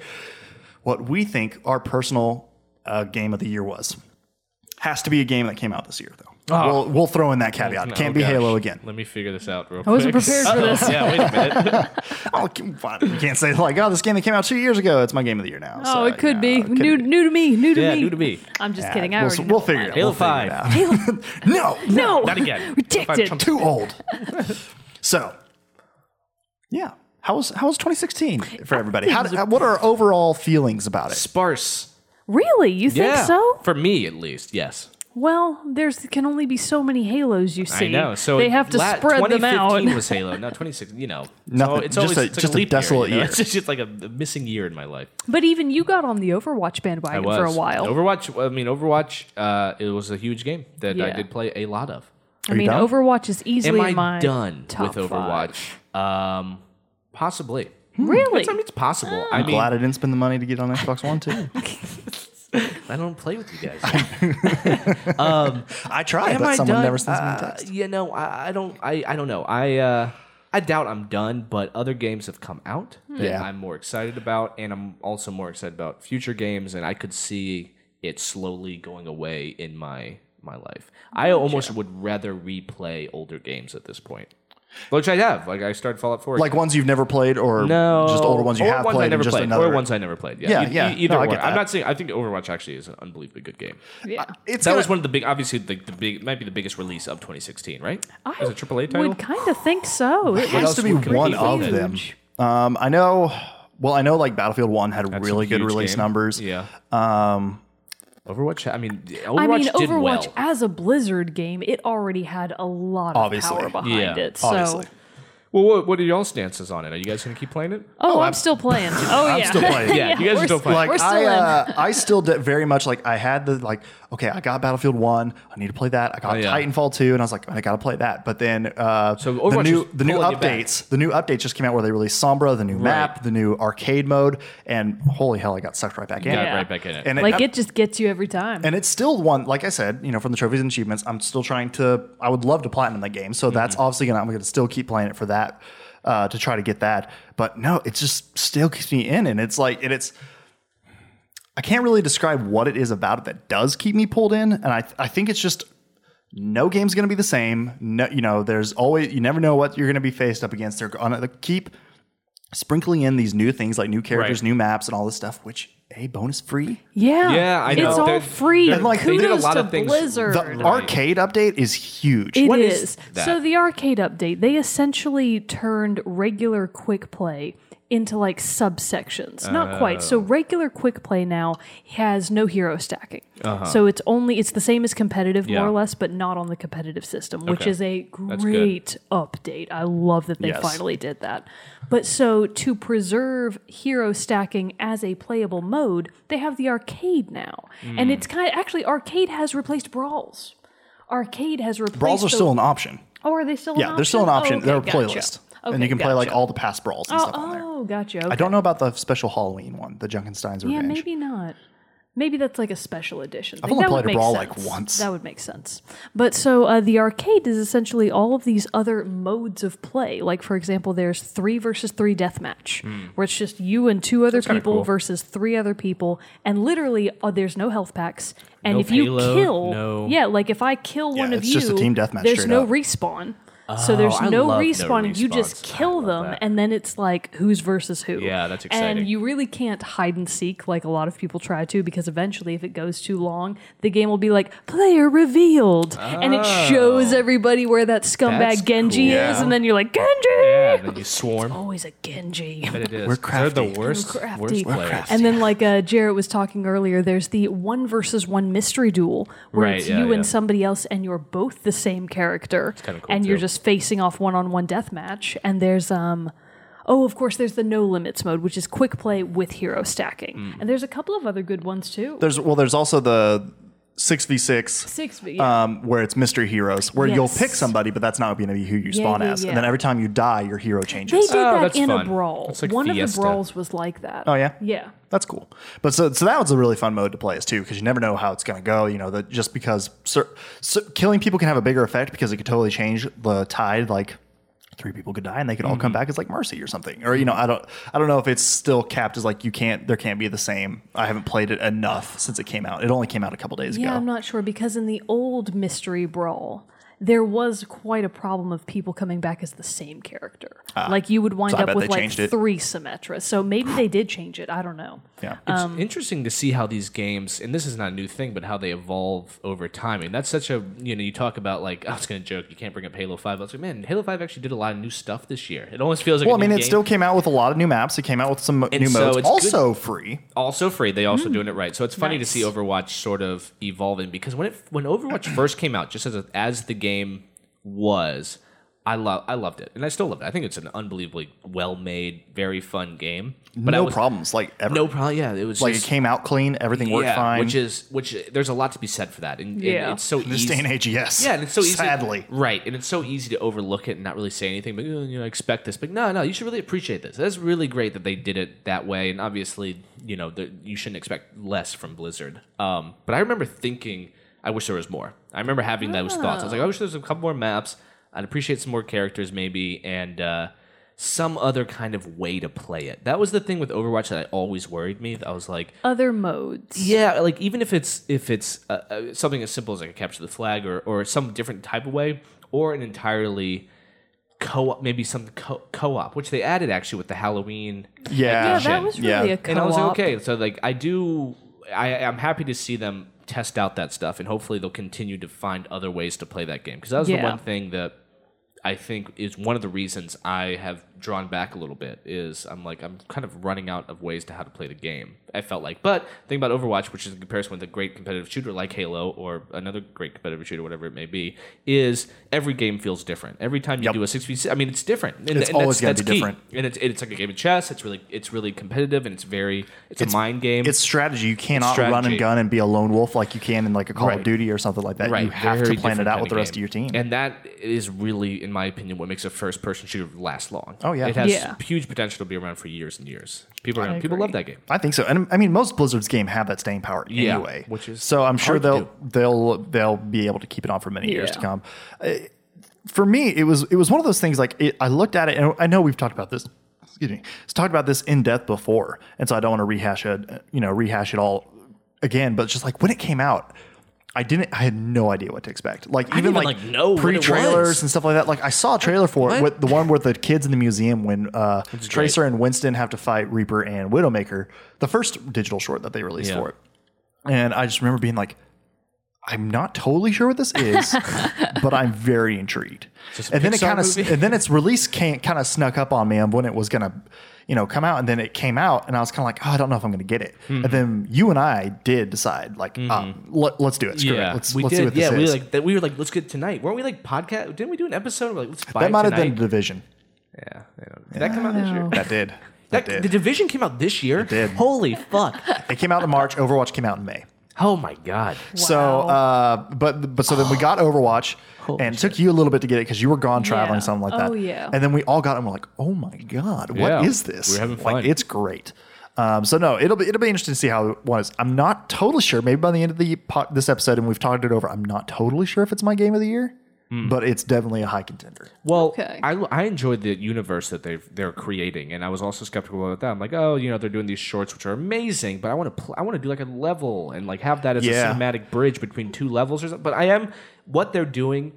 Speaker 1: what we think our personal uh, game of the year was. Has to be a game that came out this year, though.
Speaker 3: Ah.
Speaker 1: We'll, we'll throw in that caveat.
Speaker 3: No,
Speaker 1: Can't
Speaker 3: oh
Speaker 1: be
Speaker 3: gosh.
Speaker 1: Halo again.
Speaker 3: Let me figure this out real quick. Oh,
Speaker 2: I wasn't prepared for this.
Speaker 3: yeah, wait a minute.
Speaker 1: Oh, come on. You can't say like, oh, this game that came out two years ago. It's my game of the year now.
Speaker 2: Oh,
Speaker 1: So,
Speaker 2: it could
Speaker 1: yeah,
Speaker 2: be.
Speaker 1: it could
Speaker 2: new, new to me. New to
Speaker 3: Yeah,
Speaker 2: me.
Speaker 3: new to me.
Speaker 2: I'm just
Speaker 1: Yeah,
Speaker 2: kidding. I
Speaker 1: we'll,
Speaker 2: already
Speaker 1: we'll
Speaker 2: know
Speaker 1: figure it out.
Speaker 3: Halo
Speaker 1: We'll figure it out. no,
Speaker 2: No,
Speaker 3: Not again.
Speaker 2: Rejected.
Speaker 3: If I'm
Speaker 1: too old. so, yeah. How was how was 2016 for everybody? How, did- what are our overall feelings about it?
Speaker 3: Sparse.
Speaker 2: Really? You think
Speaker 3: Yeah.
Speaker 2: so?
Speaker 3: For me, at least, yes.
Speaker 2: Well, there's can only be so many halos. You see,
Speaker 3: I know. So
Speaker 2: they have to
Speaker 3: la-
Speaker 2: spread them out.
Speaker 3: 2015 was Halo. Now 2016, you know.
Speaker 1: Nothing.
Speaker 3: So it's
Speaker 1: Just
Speaker 3: always
Speaker 1: a-
Speaker 3: it's like
Speaker 1: just a
Speaker 3: leap year,
Speaker 1: desolate
Speaker 3: you know?
Speaker 1: year.
Speaker 3: It's just like a a missing year in my life.
Speaker 2: But even you got on the Overwatch
Speaker 3: I
Speaker 2: bandwagon
Speaker 3: was
Speaker 2: for a while.
Speaker 3: Overwatch. I mean, Overwatch. Uh, it was a huge game that I
Speaker 2: Yeah.
Speaker 3: did play a lot of.
Speaker 2: I
Speaker 1: you
Speaker 2: mean,
Speaker 1: done?
Speaker 2: Overwatch is easily
Speaker 3: Am I
Speaker 2: in my
Speaker 3: done
Speaker 2: top
Speaker 3: with
Speaker 2: five.
Speaker 3: Overwatch? Um, possibly.
Speaker 2: Really? Ah.
Speaker 3: I mean, it's possible. I mean,
Speaker 1: Glad I didn't spend the money to get on Xbox One too.
Speaker 3: I don't play with you guys.
Speaker 1: I tried,
Speaker 3: Am
Speaker 1: but
Speaker 3: I
Speaker 1: someone
Speaker 3: done?
Speaker 1: never sends me a
Speaker 3: Uh,
Speaker 1: text.
Speaker 3: You know, I, I don't. I, I don't know. I uh, I doubt I'm done. But other games have come out that
Speaker 1: Hmm. Yeah.
Speaker 3: I'm more excited about, and I'm also more excited about future games. And I could see it slowly going away in my my life. I almost would rather replay older games at this point, which I have. Like I started Fallout Four.
Speaker 1: Like ones you've never played, or
Speaker 3: no,
Speaker 1: just older ones you
Speaker 3: or
Speaker 1: have
Speaker 3: ones
Speaker 1: played,
Speaker 3: I
Speaker 1: and
Speaker 3: never
Speaker 1: just
Speaker 3: played,
Speaker 1: another.
Speaker 3: or ones I never played. Yeah,
Speaker 1: Yeah,
Speaker 3: E-
Speaker 1: yeah.
Speaker 3: e- either
Speaker 1: No, I
Speaker 3: one.
Speaker 1: get
Speaker 3: I'm
Speaker 1: that.
Speaker 3: not saying. I think Overwatch actually is an unbelievably good game.
Speaker 2: Yeah.
Speaker 1: It's
Speaker 3: That
Speaker 1: gonna-
Speaker 3: was one of the big, obviously the, the big, might be the biggest release of 2016, right? As a AAA title.
Speaker 2: would kind of think so. It
Speaker 1: It
Speaker 2: was
Speaker 1: has to be
Speaker 3: would
Speaker 1: one
Speaker 3: compete
Speaker 1: of
Speaker 3: with it?
Speaker 1: them. Um, I know. Well, I know like Battlefield One had
Speaker 3: That's a
Speaker 1: really good
Speaker 3: huge
Speaker 1: release
Speaker 3: game.
Speaker 1: numbers.
Speaker 3: Yeah. Um, Overwatch. I mean, Overwatch
Speaker 2: I mean,
Speaker 3: did
Speaker 2: Overwatch
Speaker 3: well.
Speaker 2: as a Blizzard game, it already had a lot of
Speaker 1: Obviously.
Speaker 2: power behind
Speaker 3: Yeah,
Speaker 2: it. So,
Speaker 1: obviously.
Speaker 3: Well, what, what are y'all stances on it? Are you guys gonna keep playing it?
Speaker 2: oh, I'm, still playing. Oh yeah,
Speaker 1: still playing.
Speaker 3: Yeah, you guys are
Speaker 2: we're
Speaker 3: still
Speaker 2: s-
Speaker 3: playing.
Speaker 1: Like
Speaker 2: we're still
Speaker 1: I,
Speaker 2: in.
Speaker 1: uh, I still did very much like I had the like. Okay, I got Battlefield One. I need to play that. I got
Speaker 3: Oh, yeah.
Speaker 1: Titanfall Two, and I was like, I gotta play that. But then uh,
Speaker 3: So
Speaker 1: the
Speaker 3: Overwatch
Speaker 1: new
Speaker 3: is
Speaker 1: the new
Speaker 3: pulling you back.
Speaker 1: updates, the new updates just came out where they released Sombra, the new map, the new arcade mode, and holy hell, I got sucked right back in.
Speaker 3: Got
Speaker 2: Yeah.
Speaker 3: right back in it.
Speaker 1: And
Speaker 2: like it just gets you every time.
Speaker 1: and it's still one like i said you know from the trophies and achievements i'm still trying to i would love to platinum that game so that's obviously gonna i'm gonna still keep playing it for that uh, to try to get that but no it just still keeps me in and it's like and it's i can't really describe what it is about it that does keep me pulled in and i, I think it's just no game's going to be the same. No, you know, there's always you never know what you're going to be faced up against. They're going to keep sprinkling in these new things like new characters,
Speaker 3: Right.
Speaker 1: new maps, and all this stuff. Which hey, bonus free.
Speaker 2: yeah,
Speaker 3: Yeah, I know.
Speaker 2: It's all
Speaker 3: They're-
Speaker 2: free.
Speaker 1: And, like, they
Speaker 2: Kudos
Speaker 1: did a
Speaker 3: lot
Speaker 2: to
Speaker 3: of things-
Speaker 2: Blizzard.
Speaker 1: The arcade update is huge.
Speaker 2: It is
Speaker 3: What is that?
Speaker 2: So the arcade update, they essentially turned regular quick play into like subsections. Not quite.
Speaker 3: Oh.
Speaker 2: So regular quick play now has no hero stacking. So it's only it's the same as competitive more
Speaker 3: Uh-huh. Yeah.
Speaker 2: or less, but not on the competitive system, which
Speaker 3: Okay.
Speaker 2: is a
Speaker 3: That's good.
Speaker 2: great update. I love that they
Speaker 1: Yes.
Speaker 2: finally did that. But so to preserve hero stacking as a playable mode, they have the arcade now. And
Speaker 3: Mm.
Speaker 2: it's kind of actually arcade has replaced brawls. Arcade has replaced
Speaker 1: Brawls are
Speaker 2: the-
Speaker 1: still an option.
Speaker 2: Oh, are they still?
Speaker 1: Yeah,
Speaker 2: an
Speaker 1: there's still an option.
Speaker 2: Oh,
Speaker 1: They're a
Speaker 2: okay, gotcha.
Speaker 1: playlist, and
Speaker 2: Okay,
Speaker 1: you can play like
Speaker 2: gotcha.
Speaker 1: all the past brawls and stuff on there.
Speaker 2: Oh, oh, gotcha. Okay.
Speaker 1: I don't know about the special Halloween one, the Junkenstein's
Speaker 2: Yeah,
Speaker 1: Revenge.
Speaker 2: maybe not. Maybe that's like a special edition. I've
Speaker 1: only
Speaker 2: that would
Speaker 1: played a
Speaker 2: make
Speaker 1: Brawl,
Speaker 2: sense.
Speaker 1: like, once.
Speaker 2: That would make sense. But so uh, the arcade is essentially all of these other modes of play. Like for example, there's three versus three deathmatch, where it's just you and two other
Speaker 3: kinda
Speaker 2: people
Speaker 3: cool.
Speaker 2: versus three other people, and literally uh, there's no health packs. And
Speaker 3: No
Speaker 2: if you
Speaker 3: payload,
Speaker 2: kill,
Speaker 3: no-
Speaker 2: yeah, like if I kill one of
Speaker 1: it's
Speaker 2: you,
Speaker 1: just a team deathmatch
Speaker 2: there's
Speaker 1: straight
Speaker 2: no
Speaker 1: up.
Speaker 2: respawn. So there's
Speaker 3: I
Speaker 2: no
Speaker 3: love no
Speaker 2: respawn. you just
Speaker 3: respawns. I
Speaker 2: kill
Speaker 3: love
Speaker 2: them,
Speaker 3: that.
Speaker 2: and then it's like who's versus who.
Speaker 3: Yeah, that's
Speaker 2: And
Speaker 3: exciting.
Speaker 2: you really can't hide and seek like a lot of people try to because eventually, if it goes too long, the game will be like player revealed, and it shows everybody where that scumbag
Speaker 3: Oh. That's
Speaker 2: Genji
Speaker 3: cool.
Speaker 2: is,
Speaker 3: Yeah.
Speaker 2: and then you're like Genji.
Speaker 3: Yeah, and then you swarm.
Speaker 2: Always a Genji.
Speaker 3: It is.
Speaker 1: We're
Speaker 3: They're
Speaker 1: crafty.
Speaker 3: the worst,
Speaker 2: crafty.
Speaker 3: worst
Speaker 2: We're
Speaker 3: players.
Speaker 1: crafty.
Speaker 2: And then, like uh, Jarrett was talking earlier, there's the one versus one mystery duel where
Speaker 3: Right,
Speaker 2: it's
Speaker 3: yeah,
Speaker 2: you
Speaker 3: yeah.
Speaker 2: and somebody else, and you're both the same character,
Speaker 3: kinda cool,
Speaker 2: and you're
Speaker 3: too.
Speaker 2: just facing off one on one death match. And there's um, oh, of course, there's the no limits mode, which is quick play with hero stacking,
Speaker 3: Mm.
Speaker 2: and there's a couple of other good ones too.
Speaker 1: There's well, there's also the six v six.
Speaker 2: Six, but yeah.
Speaker 1: Um, where it's mystery heroes, where you'll
Speaker 2: Yes.
Speaker 1: pick somebody, but that's not going to be who you spawn
Speaker 2: yeah,
Speaker 1: as.
Speaker 2: yeah.
Speaker 1: And then every time you die, your hero
Speaker 2: they
Speaker 1: changes.
Speaker 2: did that
Speaker 3: Oh, that's
Speaker 2: in a
Speaker 3: fun.
Speaker 2: brawl.
Speaker 3: It's like
Speaker 2: one of the
Speaker 3: Fiesta.
Speaker 2: brawls was like that.
Speaker 1: oh yeah,
Speaker 2: yeah.
Speaker 1: that's cool. But so, so that was a really fun mode to play as too, because you never know how it's going to go. You know that just because cer cer- killing people can have a bigger effect because it could totally change the tide. Like three people could die and they could all come
Speaker 3: Mm-hmm.
Speaker 1: back as like mercy or something. Or you know, I don't, I don't know if it's still capped as like you can't. There can't be the same. I haven't played it enough since it came out. It only came out a couple days
Speaker 2: Yeah,
Speaker 1: ago.
Speaker 2: I'm not sure because in the old mystery brawl, there was quite a problem of people coming back as the same character. like you would wind
Speaker 1: Ah, So I
Speaker 2: up
Speaker 1: bet
Speaker 2: with
Speaker 1: they
Speaker 2: like
Speaker 1: changed it.
Speaker 2: three Symmetra. So maybe they did change it. I don't know.
Speaker 1: yeah.
Speaker 3: It's
Speaker 2: Um,
Speaker 3: interesting to see how these games, and this is not a new thing, but how they evolve over time. And that's such a you know you talk about like I was gonna joke you can't bring up Halo Five. I was like man, Halo Five actually did a lot of new stuff this year. It almost feels like
Speaker 1: Well,
Speaker 3: a
Speaker 1: I mean,
Speaker 3: new
Speaker 1: it
Speaker 3: game.
Speaker 1: still came out with a lot of new maps. It came out with some new
Speaker 3: so
Speaker 1: modes,
Speaker 3: it's
Speaker 1: also free.
Speaker 3: also free. They also doing it right. So it's funny
Speaker 2: Hmm. Nice.
Speaker 3: to see Overwatch sort of evolving because when it when Overwatch first came out, just as a, as the game was, I love I loved it and I still love it. I think it's an unbelievably well made, very fun game. But I
Speaker 1: no
Speaker 3: was,
Speaker 1: problems, like ever.
Speaker 3: No problem. Yeah, it was
Speaker 1: like
Speaker 3: just-
Speaker 1: it came out clean. Everything worked
Speaker 3: yeah,
Speaker 1: fine.
Speaker 3: which is which. There's a lot to be said for that, and, and
Speaker 2: Yeah.
Speaker 3: it's so
Speaker 1: In this
Speaker 3: easy.
Speaker 1: day and age, yes.
Speaker 3: Yeah, and it's so easy.
Speaker 1: Sadly,
Speaker 3: right, and it's so easy to overlook it and not really say anything. But "Oh, you know, expect this. But no, no, you should really appreciate this. That's really great that they did it that way. And obviously, you know, the, you shouldn't expect less from Blizzard. Um, but I remember thinking, I wish there was more. I remember having those thoughts. I was like, I wish there was a couple more maps. I'd appreciate some more characters, maybe, and uh, some other kind of way to play it. That was the thing with Overwatch that I always worried me. I was like,
Speaker 2: Other modes.
Speaker 3: yeah, like even if it's if it's uh, uh, something as simple as like a capture the flag or or some different type of way or an entirely co-op maybe some co- co-op which they added actually with the Halloween
Speaker 1: yeah,
Speaker 2: Yeah, that was really
Speaker 1: Yeah.
Speaker 2: a co-op.
Speaker 3: and I was like okay so like I do I I'm happy to see them test out that stuff and hopefully they'll continue to find other ways to play that game because that was
Speaker 2: Yeah.
Speaker 3: the one thing that I think is one of the reasons I have drawn back a little bit is I'm like I'm kind of running out of ways to how to play the game. I felt like, but think about Overwatch, which is in comparison with a great competitive shooter like Halo or another great competitive shooter, whatever it may be, is every game feels different. Every time you
Speaker 1: Yep.
Speaker 3: do a six v six, I mean it's different. And,
Speaker 1: It's
Speaker 3: and
Speaker 1: always
Speaker 3: that's-
Speaker 1: gonna be
Speaker 3: that's
Speaker 1: different.
Speaker 3: key. And it's it's like a game of chess. It's really it's really competitive and it's very it's, a mind game.
Speaker 1: It's strategy. You cannot run and
Speaker 3: strategy.
Speaker 1: gun and be a lone wolf like you can in like a Call of
Speaker 3: Right.
Speaker 1: Duty or something like that.
Speaker 3: Right.
Speaker 1: You have to
Speaker 3: very
Speaker 1: plan it
Speaker 3: different
Speaker 1: out
Speaker 3: kinda
Speaker 1: with the rest of
Speaker 3: game.
Speaker 1: your team.
Speaker 3: And that is really, in my opinion, what makes a first person shooter last long.
Speaker 1: Oh, yeah.
Speaker 3: It has
Speaker 2: Yeah.
Speaker 3: huge potential to be around for years and years. People are
Speaker 2: I
Speaker 3: gonna, people
Speaker 2: agree.
Speaker 3: love that game.
Speaker 1: I think so, and I mean most Blizzard's game have that staying power
Speaker 3: Yeah,
Speaker 1: anyway,
Speaker 3: which is
Speaker 1: so I'm sure
Speaker 3: hard to
Speaker 1: they'll
Speaker 3: do.
Speaker 1: they'll they'll be able to keep it on for many years to
Speaker 2: Yeah.
Speaker 1: come. Uh, For me, it was it was one of those things like it, I looked at it, and I know we've talked about this. Excuse me, it's talked about this in depth before, and so I don't want to rehash it, you know, rehash it all again. But just like when it came out. I didn't. I had no idea what to expect. Like even,
Speaker 3: even,
Speaker 1: like,
Speaker 3: like, know what it
Speaker 1: pre-trailers
Speaker 3: was.
Speaker 1: and stuff like that. Like I saw a trailer for it,
Speaker 3: What?
Speaker 1: with the one with the kids in the museum when uh, Tracer and Winston have to fight Reaper and Widowmaker, the first digital short that they released
Speaker 3: Yeah.
Speaker 1: for it. And I just remember being like, I'm not totally sure what this is, but I'm very intrigued.
Speaker 3: this a
Speaker 1: And then it
Speaker 3: Pixar
Speaker 1: kind of,
Speaker 3: movie?
Speaker 1: and then its release kind of snuck up on me on when it was gonna you know, come out. And then it came out, and I was kind of like, oh, I don't know if I'm going to get it. And
Speaker 3: Hmm.
Speaker 1: then you and I did decide, like, uh, let, us do it. Screw
Speaker 3: yeah,
Speaker 1: it. Let's,
Speaker 3: we
Speaker 1: let's
Speaker 3: did.
Speaker 1: see what
Speaker 3: yeah,
Speaker 1: this
Speaker 3: we
Speaker 1: is.
Speaker 3: like that. We were like, let's get tonight. Weren't we like podcast? Didn't we do an episode? We're like, let's buy
Speaker 1: that
Speaker 3: it
Speaker 1: might have
Speaker 3: tonight?
Speaker 1: been the division.
Speaker 3: Yeah, I don't- did that come out this year?
Speaker 2: No.
Speaker 1: That did. That,
Speaker 3: That,
Speaker 1: did.
Speaker 3: The division came out this year.
Speaker 1: did.
Speaker 3: Holy fuck!
Speaker 1: it came out in March. Overwatch came out in May.
Speaker 3: Oh my god.
Speaker 1: So,
Speaker 2: Wow.
Speaker 1: uh, but but so then we got Overwatch,
Speaker 3: Holy
Speaker 1: and it took you a little bit to get it because you were gone traveling,
Speaker 2: Yeah.
Speaker 1: something like that.
Speaker 2: Oh, yeah.
Speaker 1: And then we all got it, and we're like, oh my god, what
Speaker 3: Yeah.
Speaker 1: is this?
Speaker 3: We're having
Speaker 1: Like,
Speaker 3: fun.
Speaker 1: it's great. Um, so no, it'll be it'll be interesting to see how it was. I'm not totally sure. Maybe by the end of the po- this episode, and we've talked it over. I'm not totally sure if it's my game of the year,
Speaker 3: Hmm.
Speaker 1: but it's definitely a high contender.
Speaker 3: Well,
Speaker 2: Okay.
Speaker 3: I, I enjoyed the universe that they they're creating, and I was also skeptical about that. I'm like, oh, you know, they're doing these shorts, which are amazing, but I want to pl- I want to do like a level and like have that as
Speaker 1: Yeah.
Speaker 3: a cinematic bridge between two levels or something. But I am what they're doing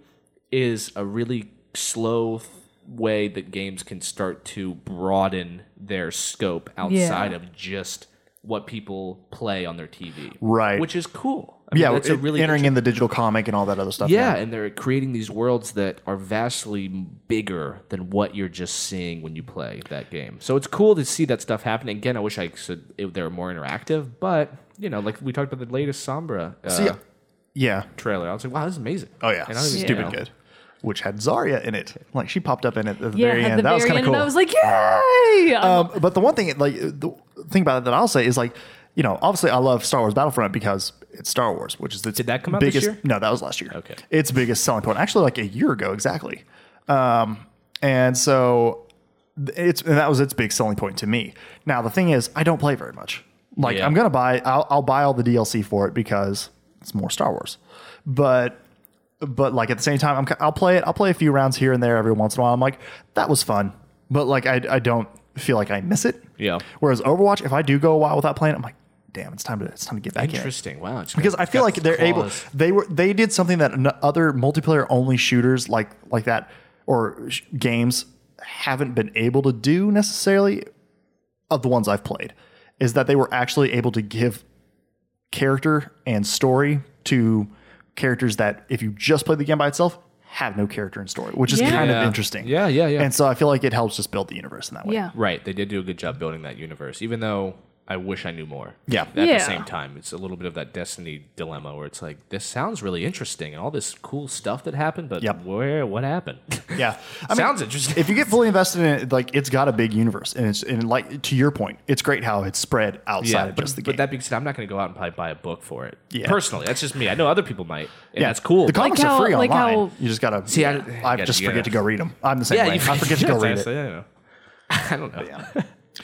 Speaker 3: is a really slow th- way that games can start to broaden their scope outside of just what people play on their TV,
Speaker 1: Right.
Speaker 3: Which is cool. I
Speaker 1: yeah,
Speaker 3: that's
Speaker 1: it's entering in the digital comic and all that other stuff.
Speaker 3: yeah, and they're creating these worlds that are vastly bigger than what you're just seeing when you play that game. So it's cool to see that stuff happen. Again, I wish I said it, they were more interactive, but you know, like we talked about the latest Sombra uh,
Speaker 1: See, yeah.
Speaker 3: trailer, I was like, wow, this is amazing.
Speaker 1: Oh yeah,
Speaker 3: And I don't even
Speaker 1: stupid
Speaker 3: know.
Speaker 1: good. "Oh." Which had Zarya in it. Like she popped up in it at the
Speaker 2: yeah,
Speaker 1: very
Speaker 2: at
Speaker 1: end.
Speaker 2: the
Speaker 1: that was
Speaker 2: very
Speaker 1: kind
Speaker 2: end,
Speaker 1: of cool.
Speaker 2: and I was like, yay! I'm
Speaker 1: um, but the one thing, like the thing about it that I'll say is like, you know, obviously I love Star Wars Battlefront because it's Star Wars, which is its
Speaker 3: Did that come out this
Speaker 1: biggest,
Speaker 3: year?
Speaker 1: No, that was last year.
Speaker 3: Okay.
Speaker 1: its biggest selling point, actually, like a year ago exactly. Um, and so th- it's and that was its big selling point to me. Now the thing is, I don't play very much. Like
Speaker 3: Yeah.
Speaker 1: I'm gonna buy, I'll, I'll buy all the DLC for it because it's more Star Wars. But but like at the same time, I'm, ki- I'll play it. I'll play a few rounds here and there every once in a while. I'm like, that was fun, but like I, I don't feel like I miss it.
Speaker 3: Yeah.
Speaker 1: Whereas Overwatch, if I do go a while without playing, it, I'm like, damn, it's time to it's time to get back in.
Speaker 3: Interesting. Wow. it's
Speaker 1: Because
Speaker 3: got-
Speaker 1: I feel
Speaker 3: got
Speaker 1: like they're able.
Speaker 3: claws.
Speaker 1: They were they did something that n- other multiplayer only shooters like like that or sh- games haven't been able to do necessarily. Of the ones I've played, is that they were actually able to give character and story to characters that if you just play the game by itself have no character and story, which is
Speaker 2: Yeah.
Speaker 1: kind of
Speaker 3: Yeah.
Speaker 1: interesting.
Speaker 3: Yeah, yeah, yeah.
Speaker 1: And so I feel like it helps just build the universe in that way.
Speaker 2: yeah.
Speaker 3: Right. They did do a good job building that universe, even though I wish I knew more.
Speaker 1: Yeah.
Speaker 3: At
Speaker 2: Yeah.
Speaker 3: the same time, it's a little bit of that destiny dilemma where it's like, this sounds really interesting and all this cool stuff that happened, but
Speaker 1: Yep.
Speaker 3: where what happened?
Speaker 1: Yeah. I
Speaker 3: Sounds interesting.
Speaker 1: If you get fully invested in it, like it's got a big universe, and it's and like to your point, it's great how it's spread outside of
Speaker 3: but,
Speaker 1: just the
Speaker 3: but
Speaker 1: game.
Speaker 3: that being said, I'm not going to go out and probably buy a book for it.
Speaker 1: Yeah.
Speaker 3: Personally, that's just me. I know other people might, and
Speaker 1: yeah,
Speaker 3: that's cool.
Speaker 1: The
Speaker 3: but-
Speaker 1: comics
Speaker 2: Like
Speaker 1: are
Speaker 2: how-
Speaker 1: free
Speaker 2: like
Speaker 1: online.
Speaker 2: how-
Speaker 1: you just gotta.
Speaker 3: See, I-
Speaker 1: I,
Speaker 3: you gotta-
Speaker 1: just
Speaker 3: you
Speaker 1: forget
Speaker 3: gotta-
Speaker 1: to go read them. I'm the same way.
Speaker 3: you-
Speaker 1: I forget to go
Speaker 3: yes,
Speaker 1: read
Speaker 3: I
Speaker 1: it.
Speaker 3: say, I don't know. I don't know.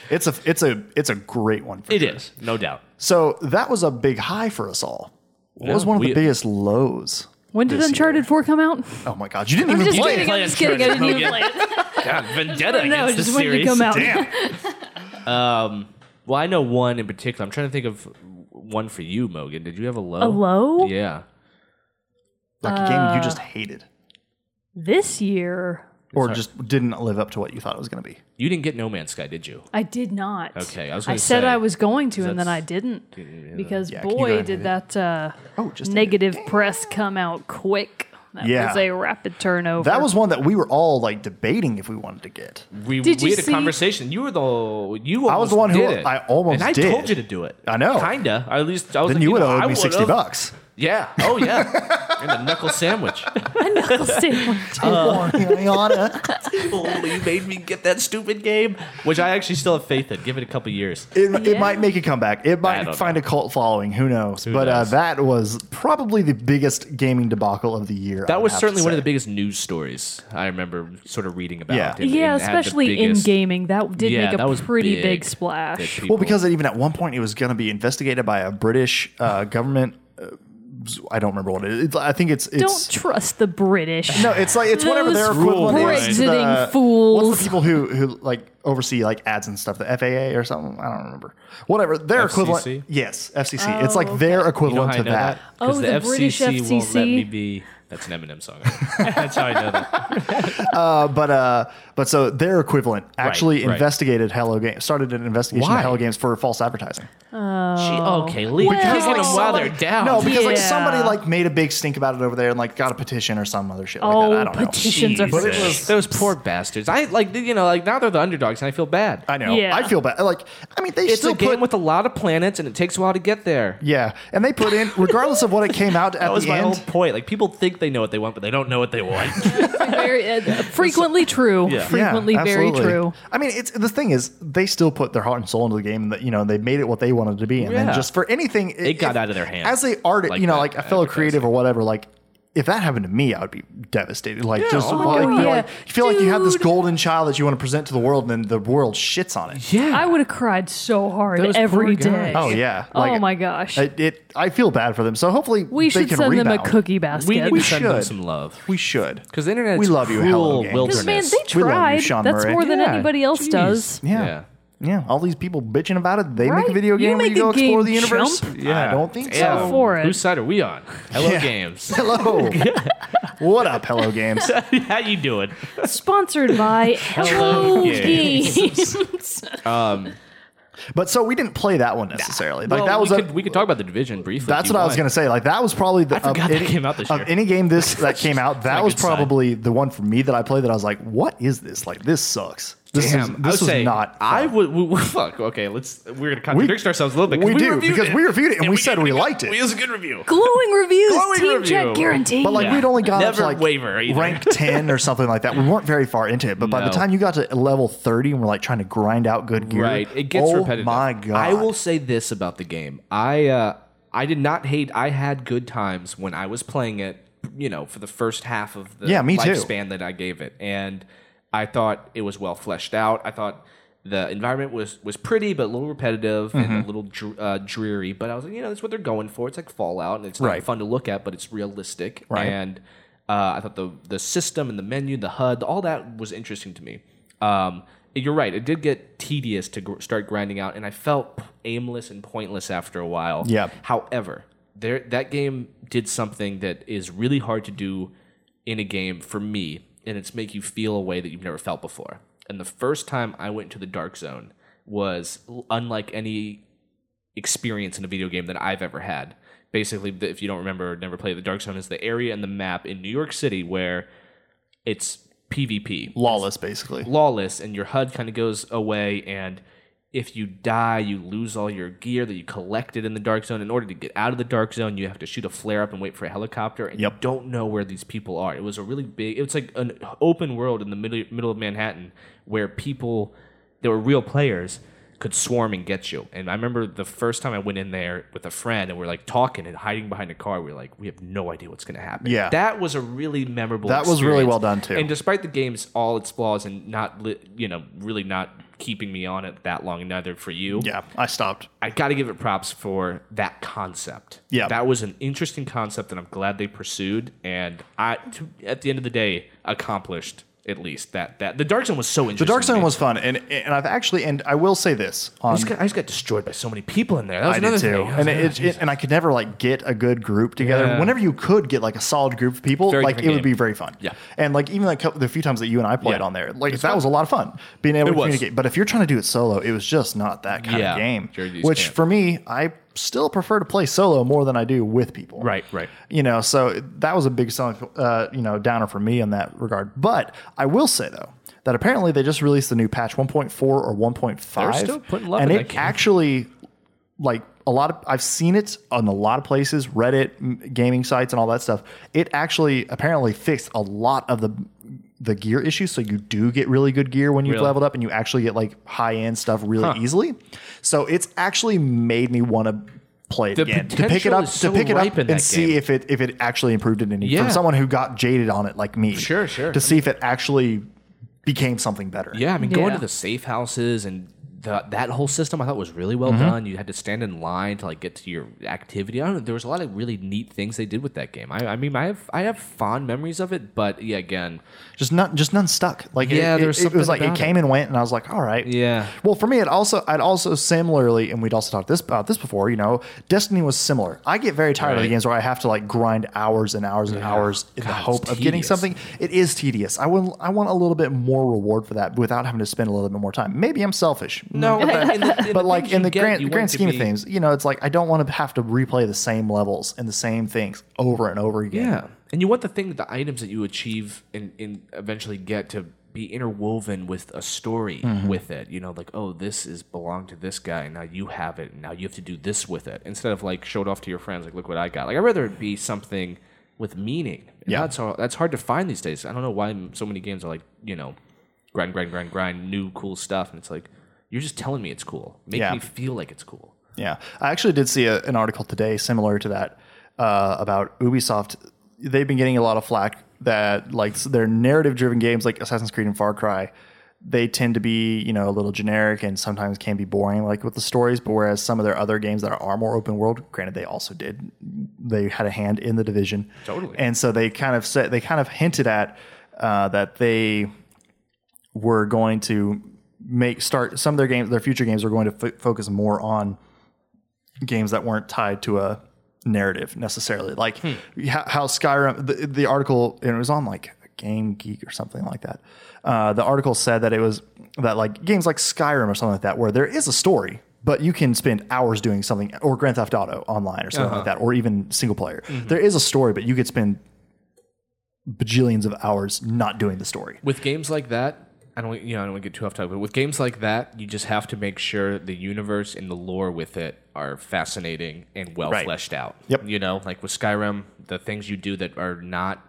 Speaker 1: It's a it's a it's a great one. For
Speaker 3: It
Speaker 1: sure.
Speaker 3: is, no doubt.
Speaker 1: So that was a big high for us all. What was
Speaker 3: Yeah,
Speaker 1: one of the
Speaker 3: we-
Speaker 1: biggest lows?
Speaker 2: When did
Speaker 1: this
Speaker 2: Uncharted 4 come out?
Speaker 1: Oh my god, you didn't
Speaker 2: I'm
Speaker 1: even
Speaker 2: just
Speaker 1: play. it.
Speaker 2: kidding. I'm
Speaker 3: play
Speaker 2: just kidding. I didn't even play it.
Speaker 3: God, vendetta
Speaker 2: No,
Speaker 3: against
Speaker 2: just
Speaker 3: the
Speaker 2: when did
Speaker 3: series.
Speaker 2: it come out?
Speaker 1: Damn.
Speaker 3: Well, I know one in particular. I'm trying to think of one for you, Mogan. Did you have a low?
Speaker 2: A low?
Speaker 3: Yeah.
Speaker 1: Like a game you just hated
Speaker 2: This year,
Speaker 1: or just didn't live up to what you thought it was going to be.
Speaker 3: You didn't get No Man's Sky, did you?
Speaker 2: I did not.
Speaker 3: Okay, I was
Speaker 2: I
Speaker 3: gonna
Speaker 2: said
Speaker 3: say,
Speaker 2: I was going to, and then I
Speaker 3: that's-
Speaker 2: didn't because
Speaker 1: Yeah, can you go ahead
Speaker 2: boy
Speaker 1: and do
Speaker 2: did that uh,
Speaker 1: Oh, just a
Speaker 2: negative press come out quick. That
Speaker 1: Yeah.
Speaker 2: was a rapid turnover.
Speaker 1: That was one that we were all like debating if we wanted to get.
Speaker 3: We,
Speaker 2: Did
Speaker 3: we
Speaker 2: you
Speaker 3: had
Speaker 2: see-
Speaker 3: a conversation. You were the you.
Speaker 1: I was the
Speaker 3: almost
Speaker 1: one who-
Speaker 3: did it.
Speaker 1: I almost
Speaker 3: and I
Speaker 1: did.
Speaker 3: told you to do it.
Speaker 1: I know.
Speaker 3: Kinda. Or at least I was.
Speaker 1: Then
Speaker 3: like,
Speaker 1: you would
Speaker 3: know,
Speaker 1: have owed
Speaker 3: I
Speaker 1: me
Speaker 3: would've.
Speaker 1: sixty bucks.
Speaker 3: Yeah. Oh yeah. and a knuckle sandwich.
Speaker 1: Uh,
Speaker 3: Oh, you made me get that stupid game, which I actually still have faith in. Give it a couple years.
Speaker 1: It, it
Speaker 2: Yeah.
Speaker 1: might make a comeback. It
Speaker 3: I
Speaker 1: might
Speaker 3: don't
Speaker 1: find a cult following. Who knows? but uh,
Speaker 3: knows?
Speaker 1: that was probably the biggest gaming debacle of the year. I
Speaker 3: That
Speaker 1: would
Speaker 3: was
Speaker 1: have to
Speaker 3: certainly one of
Speaker 1: say.
Speaker 3: the biggest news stories I remember sort of reading about.
Speaker 1: Yeah.
Speaker 3: and-
Speaker 2: yeah,
Speaker 3: and had the
Speaker 2: especially
Speaker 3: biggest-
Speaker 2: in gaming, that did
Speaker 3: Yeah,
Speaker 2: make
Speaker 3: that
Speaker 2: a
Speaker 3: was
Speaker 2: pretty
Speaker 3: big
Speaker 2: big, splash.
Speaker 3: that
Speaker 1: Well,
Speaker 3: people-
Speaker 1: because even at one point it was going to be investigated by a British uh, government. Uh, I don't remember what it is. It's- I think it's it's
Speaker 2: Don't trust the British.
Speaker 1: No, it's like it's whatever their
Speaker 2: Those
Speaker 1: equivalent is. to
Speaker 2: Brexiting
Speaker 1: the-
Speaker 2: fools.
Speaker 1: What's the people who who like oversee like ads and stuff? The FAA or something? I don't remember. Whatever their
Speaker 3: FCC?
Speaker 1: equivalent. Yes, FCC. it's like their
Speaker 3: You know
Speaker 1: equivalent
Speaker 3: how I
Speaker 1: to
Speaker 3: know
Speaker 1: that.
Speaker 3: that? 'Cause
Speaker 2: Oh, the British
Speaker 3: won't let
Speaker 2: FCC.
Speaker 3: me be That's an Eminem song.
Speaker 4: That's how I know that.
Speaker 1: but uh, but so their equivalent actually
Speaker 3: right.
Speaker 1: investigated Hello Games, started an investigation
Speaker 3: Why?
Speaker 1: of Hello Games for false advertising.
Speaker 3: Gee, okay, leave
Speaker 2: Well,
Speaker 3: kicking them while they're down.
Speaker 1: No, because like
Speaker 2: Yeah.
Speaker 1: somebody like made a big stink about it over there and like got a petition or some other shit like that. I
Speaker 2: Oh,
Speaker 1: don't know.
Speaker 2: petitions are
Speaker 1: But it
Speaker 2: free.
Speaker 1: was-
Speaker 3: those poor bastards. I like you know like now they're the underdogs and I feel bad.
Speaker 1: I know.
Speaker 2: Yeah.
Speaker 1: I feel bad. Like I mean, they
Speaker 3: it's
Speaker 1: still
Speaker 3: a game
Speaker 1: put
Speaker 3: with a lot of planets and it takes a while to get there.
Speaker 1: yeah, and they put in regardless of what it came out at
Speaker 3: That was
Speaker 1: the
Speaker 3: my
Speaker 1: end.
Speaker 3: whole point. Like people think they know what they want, but they don't know what they want.
Speaker 2: Very, uh, frequently true.
Speaker 1: Yeah,
Speaker 2: Frequently very
Speaker 1: absolutely.
Speaker 2: true.
Speaker 1: I mean, it's the thing is they still put their heart and soul into the game, and that you know they made it what they wanted to be, and
Speaker 3: Yeah.
Speaker 1: then just for anything, it,
Speaker 3: got out of their hands,
Speaker 1: As they art,
Speaker 3: like
Speaker 1: you know,
Speaker 3: that
Speaker 1: like a fellow creative or whatever, like. If that happened to me, I would be devastated. Like, just
Speaker 3: oh my
Speaker 1: like,
Speaker 2: God.
Speaker 1: you feel, like, you feel like you have this
Speaker 2: Dude.
Speaker 1: golden child that you want to present to the world, and then the world shits on it.
Speaker 3: yeah,
Speaker 2: I would have cried so hard
Speaker 3: Those poor
Speaker 2: every
Speaker 3: guys.
Speaker 2: day.
Speaker 1: Oh yeah.
Speaker 2: oh my gosh.
Speaker 1: It, it. I feel bad for them. So hopefully
Speaker 2: we
Speaker 1: they
Speaker 2: should
Speaker 1: can
Speaker 2: send them a
Speaker 1: rebound.
Speaker 2: cookie basket.
Speaker 3: we need
Speaker 1: We
Speaker 3: to send them
Speaker 1: should.
Speaker 3: some love
Speaker 1: We should.
Speaker 3: because the internet.
Speaker 1: We love you, Hello
Speaker 3: cruel
Speaker 1: Games.
Speaker 2: Because
Speaker 3: wilderness.
Speaker 2: man, they
Speaker 1: We love you,
Speaker 2: tried.
Speaker 1: Sean
Speaker 2: That's
Speaker 1: Murray.
Speaker 2: more than
Speaker 3: Yeah,
Speaker 2: anybody else
Speaker 3: jeez.
Speaker 2: does.
Speaker 1: Yeah.
Speaker 3: Yeah.
Speaker 1: yeah. all these people bitching about it. They make
Speaker 2: Right?
Speaker 1: a video
Speaker 2: You
Speaker 1: game where
Speaker 2: make
Speaker 1: you go
Speaker 2: a game
Speaker 1: explore the universe.
Speaker 2: jump?
Speaker 1: Yeah, I don't think
Speaker 3: Yeah.
Speaker 1: so.
Speaker 2: All for it.
Speaker 3: Whose side are we on? Hello
Speaker 1: Yeah.
Speaker 3: Games.
Speaker 1: Hello. what up, Hello Games?
Speaker 3: How you doing?
Speaker 2: Sponsored by Hello
Speaker 3: Games.
Speaker 2: Games.
Speaker 1: But so we didn't play that one necessarily. Like
Speaker 3: Well,
Speaker 1: that was
Speaker 3: we,
Speaker 1: a,
Speaker 3: could, we could talk about the division briefly.
Speaker 1: that's what I was gonna say. Like that was probably the
Speaker 3: forgot
Speaker 1: of
Speaker 3: that
Speaker 1: any,
Speaker 3: came out this
Speaker 1: of
Speaker 3: year.
Speaker 1: any game this that came out. That
Speaker 3: a
Speaker 1: was
Speaker 3: good sign.
Speaker 1: probably the one for me that I played that I was like, what is this? Like this sucks. This
Speaker 3: Damn,
Speaker 1: is
Speaker 3: I would
Speaker 1: this was
Speaker 3: say,
Speaker 1: not.
Speaker 3: I
Speaker 1: fun.
Speaker 3: would. We, we- fuck. Okay, let's. We're gonna contradict ourselves a little bit.
Speaker 1: we,
Speaker 3: 'cause
Speaker 1: do
Speaker 3: reviewed
Speaker 1: because
Speaker 3: it.
Speaker 1: we reviewed it and, we, said
Speaker 3: gave
Speaker 1: we
Speaker 3: it a-
Speaker 1: liked
Speaker 3: It
Speaker 1: it.
Speaker 3: was a good review.
Speaker 2: Glowing reviews.
Speaker 3: Glowing
Speaker 2: Team
Speaker 3: review.
Speaker 2: check guaranteed.
Speaker 1: But like
Speaker 3: Yeah.
Speaker 1: we'd only got up to
Speaker 3: Never
Speaker 1: like
Speaker 3: waver either.
Speaker 1: rank ten or something like that. We weren't very far into it, but by the
Speaker 3: No.
Speaker 1: time you got to level thirty and we're like trying to grind out good gear,
Speaker 3: Right. It gets
Speaker 1: oh
Speaker 3: repetitive.
Speaker 1: My God,
Speaker 3: I will say this about the game. I uh, I did not hate. I had good times when I was playing it. You know, for the first half of the
Speaker 1: Yeah, me too.
Speaker 3: lifespan that I gave it, and I thought it was well fleshed out. I thought the environment was was pretty, but a little repetitive
Speaker 1: Mm-hmm.
Speaker 3: and a little dr- uh, dreary. But I was like, you know, that's what they're going for. It's like Fallout, and it's not
Speaker 1: Right.
Speaker 3: fun to look at, but it's realistic.
Speaker 1: Right.
Speaker 3: And uh, I thought the the system and the menu, the HUD, all that was interesting to me. Um, you're right; it did get tedious to gr- start grinding out, and I felt aimless and pointless after a while.
Speaker 1: Yeah.
Speaker 3: However, there that game did something that is really hard to do in a game for me, and it's make you feel a way that you've never felt before. And the first time I went to the dark zone was l- unlike any experience in a video game that I've ever had. Basically, the- if you don't remember, or never played the Dark Zone is the area and the map in New York City where it's PvP,
Speaker 1: lawless basically.
Speaker 3: lawless, and your HUD kind of goes away. And if you die, you lose all your gear that you collected in the Dark Zone. In order to get out of the Dark Zone, you have to shoot a flare up and wait for a helicopter. And you
Speaker 1: Yep.
Speaker 3: don't know where these people are. It was a really big. It was like an open world in the middle middle of Manhattan where people there were real players could swarm and get you. And I remember the first time I went in there with a friend and we're like talking and hiding behind a car. We are like, we have no idea what's going to happen.
Speaker 1: Yeah.
Speaker 3: that was a really memorable.
Speaker 1: That was really
Speaker 3: experience.
Speaker 1: well done, too.
Speaker 3: And despite the game's all its flaws and not li- you know really not keeping me on it that long, neither for you.
Speaker 1: Yeah, I stopped.
Speaker 3: I got to give it props for that concept.
Speaker 1: Yeah.
Speaker 3: that was an interesting concept, and I'm glad they pursued. And I, to, at the end of the day, accomplished at least that. That the Dark Zone was so interesting.
Speaker 1: The Dark
Speaker 3: to
Speaker 1: Zone
Speaker 3: me.
Speaker 1: was fun, and and I've actually and I will say this
Speaker 3: I
Speaker 1: on
Speaker 3: just, got, I just got destroyed by so many people in there. That was
Speaker 1: I
Speaker 3: another
Speaker 1: did too,
Speaker 3: thing. I was
Speaker 1: and
Speaker 3: like, "Oh,
Speaker 1: it, it and I could never like get a good group together.
Speaker 3: Yeah.
Speaker 1: Whenever you could get like a solid group of people,
Speaker 3: Very
Speaker 1: like it
Speaker 3: different
Speaker 1: would
Speaker 3: game.
Speaker 1: be very fun.
Speaker 3: Yeah.
Speaker 1: and like even like couple, the few times that you and I played
Speaker 3: Yeah.
Speaker 1: on there, like that was a lot of fun being able to
Speaker 3: was.
Speaker 1: communicate. But if you're trying to do it solo, it was just not that kind
Speaker 3: Yeah.
Speaker 1: of game.
Speaker 3: Jerseys
Speaker 1: Which
Speaker 3: can't.
Speaker 1: for me, I still prefer to play solo more than I do with people.
Speaker 3: Right, right.
Speaker 1: You know, so that was a big selling, uh, you know, downer for me in that regard. But I will say though. That apparently they just released the new patch 1.4 or 1.5,
Speaker 3: still putting love
Speaker 1: and
Speaker 3: in
Speaker 1: it
Speaker 3: that game.
Speaker 1: actually like a lot of I've seen it on a lot of places, Reddit, m- gaming sites, and all that stuff. It actually apparently fixed a lot of the the gear issues, so you do get really good gear when you've
Speaker 3: Really?
Speaker 1: leveled up, and you actually get like high end stuff really easily. So it's actually made me want to play it
Speaker 3: The
Speaker 1: again to pick it
Speaker 3: potential
Speaker 1: up
Speaker 3: is
Speaker 1: to
Speaker 3: so
Speaker 1: pick it up
Speaker 3: ripe in
Speaker 1: and
Speaker 3: that
Speaker 1: see
Speaker 3: game.
Speaker 1: if it if it actually improved it any
Speaker 3: Yeah.
Speaker 1: from someone who got jaded on it like me.
Speaker 3: Sure, sure.
Speaker 1: To see if it actually became something better.
Speaker 3: Yeah, I mean, going
Speaker 2: Yeah.
Speaker 3: to the safe houses and the, that whole system I thought was really
Speaker 1: Mm-hmm.
Speaker 3: well done. You had to stand in line to like get to your activity. I don't know. There was a lot of really neat things they did with that game. I, I mean, I have I have fond memories of it, but yeah, again,
Speaker 1: just not just none stuck. Like it-
Speaker 3: Yeah,
Speaker 1: it,
Speaker 3: there's
Speaker 1: it, was
Speaker 3: something
Speaker 1: like it
Speaker 3: about
Speaker 1: came and went, and I was like, all right,
Speaker 3: Yeah.
Speaker 1: Well, for me, it also I'd also similarly, and we'd also talked this about this before. You know, Destiny was similar. I get very tired of the
Speaker 3: Right.
Speaker 1: games where I have to like grind hours and hours and hours in the
Speaker 3: God, it's
Speaker 1: hope of getting
Speaker 3: tedious.
Speaker 1: something. It is tedious. I want I want a little bit more reward for that without having to spend a little bit more time. Maybe I'm selfish.
Speaker 3: no, but, in the- in
Speaker 1: But
Speaker 3: the
Speaker 1: like
Speaker 3: things
Speaker 1: in
Speaker 3: you
Speaker 1: the
Speaker 3: get, you
Speaker 1: grand
Speaker 3: want
Speaker 1: grand
Speaker 3: to
Speaker 1: scheme
Speaker 3: be-
Speaker 1: of things, you know, it's like I don't want to have to replay the same levels and the same things over and over again.
Speaker 3: Yeah, and you want the thing, the items that you achieve and, and eventually get to be interwoven with a story
Speaker 1: Mm-hmm.
Speaker 3: with it. You know, like oh, this is belonged to this guy. Now you have it. and Now you have to do this with it instead of like show it off to your friends. Like look what I got. Like I'd rather it be something with meaning. And
Speaker 1: Yeah.
Speaker 3: that's all, that's hard to find these days. I don't know why so many games are like you know, grind, grind, grind, grind, new cool stuff, and it's like you're just telling me it's cool. Make
Speaker 1: Yeah.
Speaker 3: me feel like it's cool.
Speaker 1: Yeah, I actually did see a, an article today similar to that uh, about Ubisoft. They've been getting a lot of flack that like s- their narrative-driven games like Assassin's Creed and Far Cry, they tend to be you know a little generic and sometimes can be boring like with the stories. But whereas some of their other games that are more open world, granted they also did they had a hand in the division
Speaker 3: Totally.
Speaker 1: and so they kind of said they kind of hinted at uh, that they were going to make start some of their games their future games are going to f- focus more on games that weren't tied to a narrative necessarily like how, how skyrim the, the article and it was on like game geek or something like that uh, the article said that it was that like games like skyrim or something like that where there is a story but you can spend hours doing something or grand theft auto online or something like that or even single player There is a story but you could spend bajillions of hours not doing the story
Speaker 3: with games like that, I don't, you know, I don't want to get too off topic, but with games like that, you just have to make sure the universe and the lore with it are fascinating and well
Speaker 1: Right.
Speaker 3: fleshed out.
Speaker 1: Yep.
Speaker 3: You know, like with Skyrim, the things you do that are not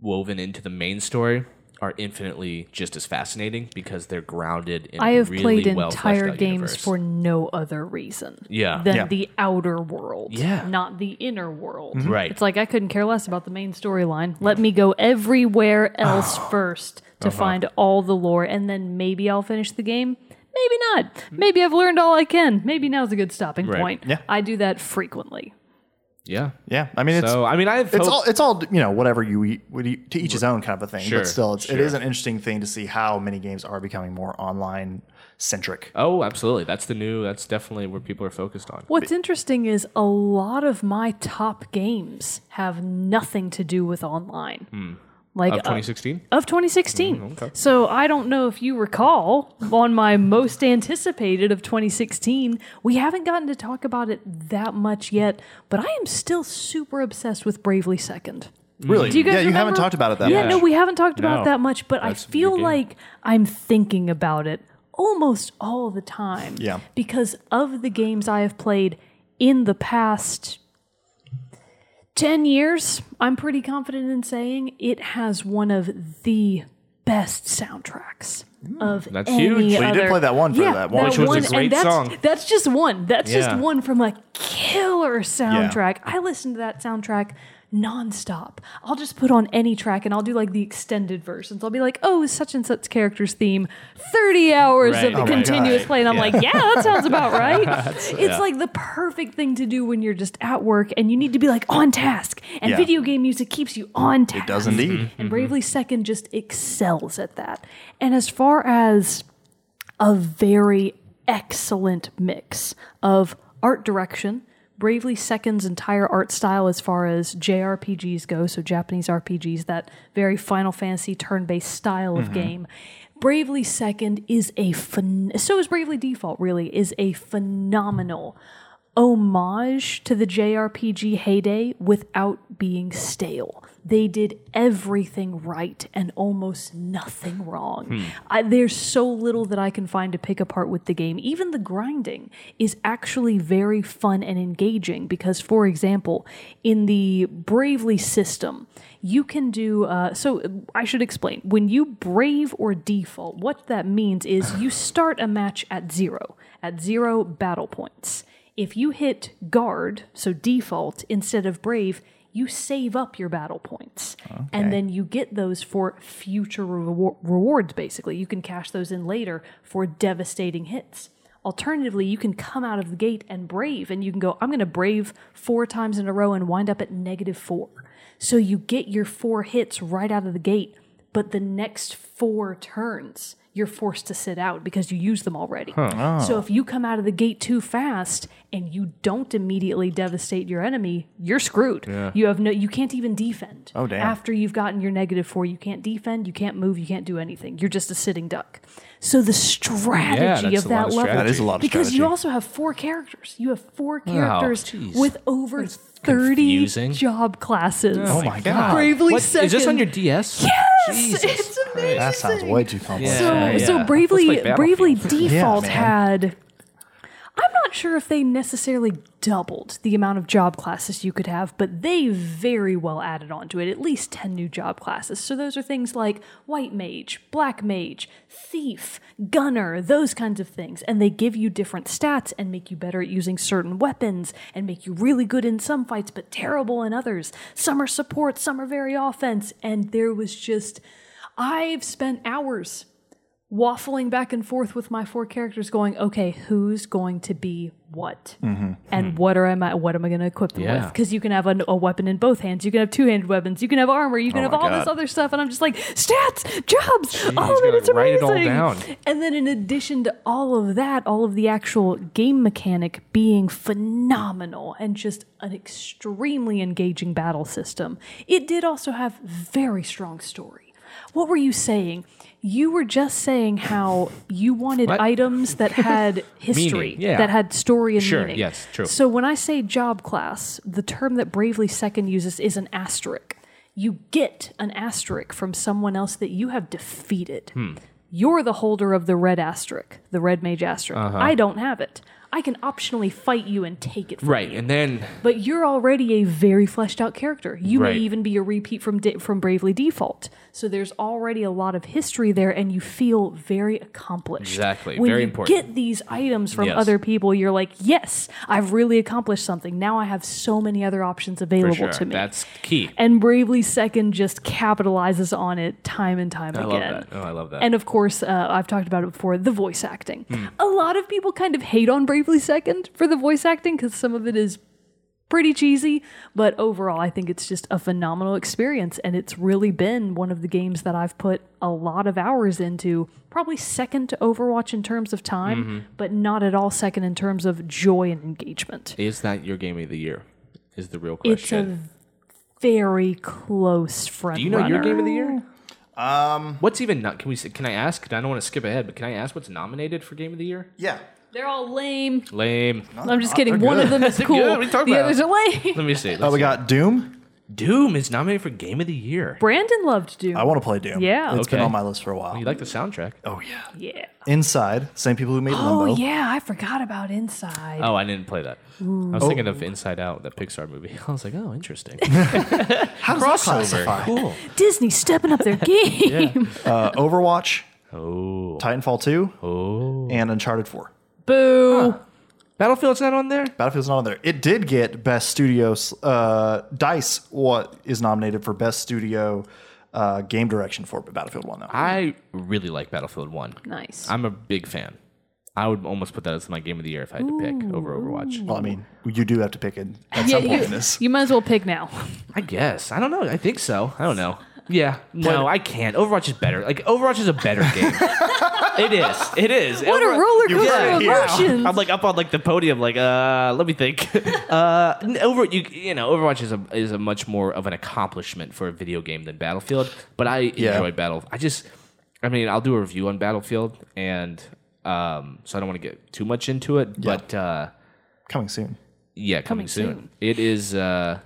Speaker 3: woven into the main story are infinitely just as fascinating because they're grounded in
Speaker 2: I have
Speaker 3: really
Speaker 2: played
Speaker 3: well-fleshed
Speaker 2: entire
Speaker 3: out
Speaker 2: games
Speaker 3: universe.
Speaker 2: for no other reason
Speaker 3: Yeah.
Speaker 2: than
Speaker 1: Yeah.
Speaker 2: the outer world,
Speaker 3: Yeah. Mm-hmm.
Speaker 2: not the inner world.
Speaker 3: Right.
Speaker 2: It's like I couldn't care less about the main storyline. Let me go everywhere else first to
Speaker 3: Uh-huh.
Speaker 2: find all the lore, and then maybe I'll finish the game. Maybe not. Maybe I've learned all I can. Maybe now's a good stopping
Speaker 3: Right.
Speaker 2: point.
Speaker 1: Yeah.
Speaker 2: I do that frequently.
Speaker 3: Yeah.
Speaker 1: yeah i mean it's
Speaker 3: So, I mean, I have
Speaker 1: it's
Speaker 3: hope-
Speaker 1: all it's all you know whatever you eat what you- to each his own kind of a thing
Speaker 3: Sure,
Speaker 1: but still it's, it
Speaker 3: sure.
Speaker 1: is an interesting thing to see how many games are becoming more online centric
Speaker 3: Oh, absolutely. That's the new, that's definitely where people are focused on.
Speaker 2: What's interesting is a lot of my top games have nothing to do with online.
Speaker 3: Hmm.
Speaker 2: Like
Speaker 3: Of
Speaker 2: uh,
Speaker 3: 2016?
Speaker 2: of 2016. So I don't know if you recall on my most anticipated of 2016. We haven't gotten to talk about it that much yet, but I am still super obsessed with Bravely Second.
Speaker 3: Mm.
Speaker 1: really
Speaker 2: Do you guys
Speaker 1: yeah you haven't
Speaker 2: remember-
Speaker 1: talked about it that
Speaker 2: yeah,
Speaker 1: much
Speaker 2: no, we haven't talked about it
Speaker 3: No.
Speaker 2: that much, but I
Speaker 3: That's a good
Speaker 2: feel
Speaker 3: game.
Speaker 2: like I'm thinking about it almost all the time.
Speaker 1: Yeah.
Speaker 2: Because of the games I have played in the past 10 years, I'm pretty confident in saying it has one of the best soundtracks of
Speaker 3: That's
Speaker 2: any
Speaker 3: huge. Well, you did
Speaker 2: other-
Speaker 1: play that one for
Speaker 2: yeah,
Speaker 1: that one. Which
Speaker 3: was a
Speaker 2: one-
Speaker 3: great
Speaker 2: and that's,
Speaker 3: song.
Speaker 2: That's just one. That's just
Speaker 3: Yeah.
Speaker 2: one from a killer soundtrack. I listen to that soundtrack nonstop. I'll just put on any track and I'll do like the extended versions. I'll be like, oh, such and such character's theme, 30 hours
Speaker 3: Right.
Speaker 2: of the
Speaker 3: Oh my
Speaker 2: continuous
Speaker 1: God.
Speaker 2: play. And I'm like, yeah, that sounds about right. it's like the perfect thing to do when you're just at work and you need to be like on task. And
Speaker 1: Yeah.
Speaker 2: video game music keeps you on task.
Speaker 1: it does indeed
Speaker 2: And Bravely Second just excels at that. And as far as a very excellent mix of art direction, Bravely Second's entire art style as far as JRPGs go, so Japanese RPGs, that very Final Fantasy turn based style
Speaker 1: Mm-hmm.
Speaker 2: of game. Bravely Second is a phen- so is Bravely Default really is a phenomenal homage to the JRPG heyday without being stale. They did everything right and almost nothing wrong. I, there's so little that I can find to pick apart with the game. Even the grinding is actually very fun and engaging because, for example, in the Bravely system, you can do uh, so. uh, I should explain when you brave or default, what that means is you start a match at zero, at zero battle points. If you hit guard, so default, instead of brave, you save up your battle points and then you get those for future rewar- rewards basically you can cash those in later for devastating hits alternatively you can come out of the gate and brave and you can go i'm going to brave four times in a row and wind up at negative four so you get your four hits right out of the gate but the next four turns you're forced to sit out because you used them already.
Speaker 3: oh.
Speaker 2: So if you come out of the gate too fast and you don't immediately devastate your enemy, you're screwed. You have no you can't even defend.
Speaker 1: Oh, damn.
Speaker 2: After you've gotten your negative 4, you can't defend, you can't move, you can't do anything. You're just a sitting duck. So the strategy
Speaker 3: that's
Speaker 2: of
Speaker 3: a lot
Speaker 2: that
Speaker 3: of
Speaker 2: level
Speaker 3: strategy. That
Speaker 1: is a lot of
Speaker 2: because
Speaker 1: strategy.
Speaker 2: you also have four characters. You have four characters
Speaker 3: jeez.
Speaker 2: with over 30
Speaker 3: confusing.
Speaker 2: job classes.
Speaker 1: Oh my god.
Speaker 2: Bravely
Speaker 3: What-
Speaker 2: second.
Speaker 3: is this on your DS?
Speaker 2: Yes,
Speaker 3: Jesus
Speaker 2: it's amazing.
Speaker 1: That sounds way too complex.
Speaker 2: So,
Speaker 3: Yeah,
Speaker 2: so
Speaker 3: yeah.
Speaker 2: bravely,
Speaker 3: Let's play
Speaker 2: bravely
Speaker 1: Yeah,
Speaker 2: default
Speaker 1: man.
Speaker 2: had. I'm not sure if they necessarily doubled the amount of job classes you could have, but they very well added on to it at least 10 new job classes. So those are things like white mage, black mage, thief, gunner, those kinds of things. And they give you different stats and make you better at using certain weapons and make you really good in some fights but terrible in others. Some are support, some are very offense. And there was just. I've spent hours waffling back and forth with my four characters going okay who's going to be what and what are am i what am i going to equip them
Speaker 3: Mm-hmm. Hmm. Yeah.
Speaker 2: with because you can have an, a weapon in both hands you can have two-handed weapons you can have armor you can
Speaker 3: Oh
Speaker 2: have
Speaker 1: my
Speaker 2: all this
Speaker 1: God.
Speaker 2: other stuff and i'm just like stats jobs all of it
Speaker 3: gotta
Speaker 2: it's amazing
Speaker 3: write it all down.
Speaker 2: and then in addition to all of that all of the actual game mechanic being phenomenal and just an extremely engaging battle system it did also have very strong story what were you saying? You were just saying how you wanted
Speaker 3: What?
Speaker 2: items that had history,
Speaker 3: Meaning, yeah.
Speaker 2: that had story and
Speaker 3: Sure,
Speaker 2: meaning.
Speaker 3: yes, true.
Speaker 2: So when I say job class, the term that Bravely Second uses is an asterisk. You get an asterisk from someone else that you have defeated.
Speaker 3: Hmm.
Speaker 2: You're the holder of the red asterisk, the red mage asterisk.
Speaker 3: Uh-huh.
Speaker 2: I don't have it. I can optionally fight you and take it from
Speaker 3: Right,
Speaker 2: you
Speaker 3: and then
Speaker 2: but you're already a very fleshed out character. You
Speaker 3: Right.
Speaker 2: may even be a repeat from da- from Bravely Default. So there's already a lot of history there, and you feel very accomplished.
Speaker 3: Exactly.
Speaker 2: when
Speaker 3: Very
Speaker 2: you
Speaker 3: important.
Speaker 2: Get these items from
Speaker 3: Yes.
Speaker 2: other people. You're like, yes, I've really accomplished something. Now I have so many other options
Speaker 3: for
Speaker 2: available
Speaker 3: sure,
Speaker 2: to me.
Speaker 3: that's key.
Speaker 2: and Bravely Second just capitalizes on it time and time
Speaker 3: I love
Speaker 2: again.
Speaker 3: that. Oh, I love that. Hmm.
Speaker 2: And of course, uh, I've talked about it before the voice acting. A lot of people kind of hate on Bravely Second for the voice acting because some of it is pretty cheesy, but overall, I think it's just a phenomenal experience. And it's really been one of the games that I've put a lot of hours into, probably second to Overwatch in terms of time,
Speaker 3: Mm-hmm.
Speaker 2: but not at all second in terms of joy and engagement.
Speaker 3: is that your game of the year? Is the real
Speaker 2: It's
Speaker 3: question.
Speaker 2: a very close friend.
Speaker 3: Do you know
Speaker 2: runner.
Speaker 3: your game of the year? Um, what's even not? Can we? s- Can I ask? I don't want to skip ahead, but can I ask what's nominated for game of the year?
Speaker 1: Yeah.
Speaker 2: They're all lame.
Speaker 3: Lame.
Speaker 2: I'm just kidding. One of them is
Speaker 3: Oh, They're
Speaker 2: cool.
Speaker 3: good. What are you talking
Speaker 2: the
Speaker 3: about?
Speaker 2: others are lame.
Speaker 3: Let me see. Let's
Speaker 1: Oh, we
Speaker 3: see.
Speaker 1: got Doom.
Speaker 3: Doom is nominated for game of the year.
Speaker 2: Brandon loved Doom.
Speaker 1: I want to play Doom.
Speaker 2: Yeah.
Speaker 1: it's been
Speaker 3: Okay.
Speaker 1: on my list for a while.
Speaker 3: You like the soundtrack?
Speaker 1: Oh yeah.
Speaker 2: yeah.
Speaker 1: Inside, same people who made
Speaker 2: Oh
Speaker 1: Limbo.
Speaker 2: yeah, I forgot about Inside.
Speaker 3: Oh, I didn't play that. Oh. I was thinking of Inside Out, that Pixar movie. I was like, oh, interesting.
Speaker 1: How does that classify?
Speaker 3: cool.
Speaker 2: Disney stepping up their game.
Speaker 1: Uh, Overwatch,
Speaker 3: Oh,
Speaker 1: Titanfall 2, and Uncharted 4.
Speaker 2: Boo.
Speaker 3: Battlefield's not on there.
Speaker 1: Battlefield's not on there. It did get Best Studio. Uh, Dice what is nominated for Best Studio uh, Game Direction for, but Battlefield won though.
Speaker 3: I really like Battlefield One.
Speaker 2: Nice.
Speaker 3: I'm a big fan. I would almost put that as my game of the year if I had to pick over Overwatch.
Speaker 1: well, I mean, you do have to pick it at
Speaker 2: yeah,
Speaker 1: some point in
Speaker 2: you,
Speaker 1: this.
Speaker 2: you might as well pick now.
Speaker 3: I guess. I don't know. I think so. I don't know. Yeah. No, I can't. Overwatch is better. Like Overwatch is a better game. it is. It is.
Speaker 2: What a
Speaker 3: Overwatch-
Speaker 2: roller coaster
Speaker 3: Yeah.
Speaker 2: of emotions.
Speaker 3: I'm like up on like the podium, like uh, let me think. uh, n- over you, you know, Overwatch is a is a much more of an accomplishment for a video game than Battlefield. But I
Speaker 1: Yeah.
Speaker 3: enjoy Battle. I just, I mean, I'll do a review on Battlefield, and um, so I don't want to get too much into it. But uh,
Speaker 1: Coming soon.
Speaker 3: yeah, coming, soon. It is. Uh,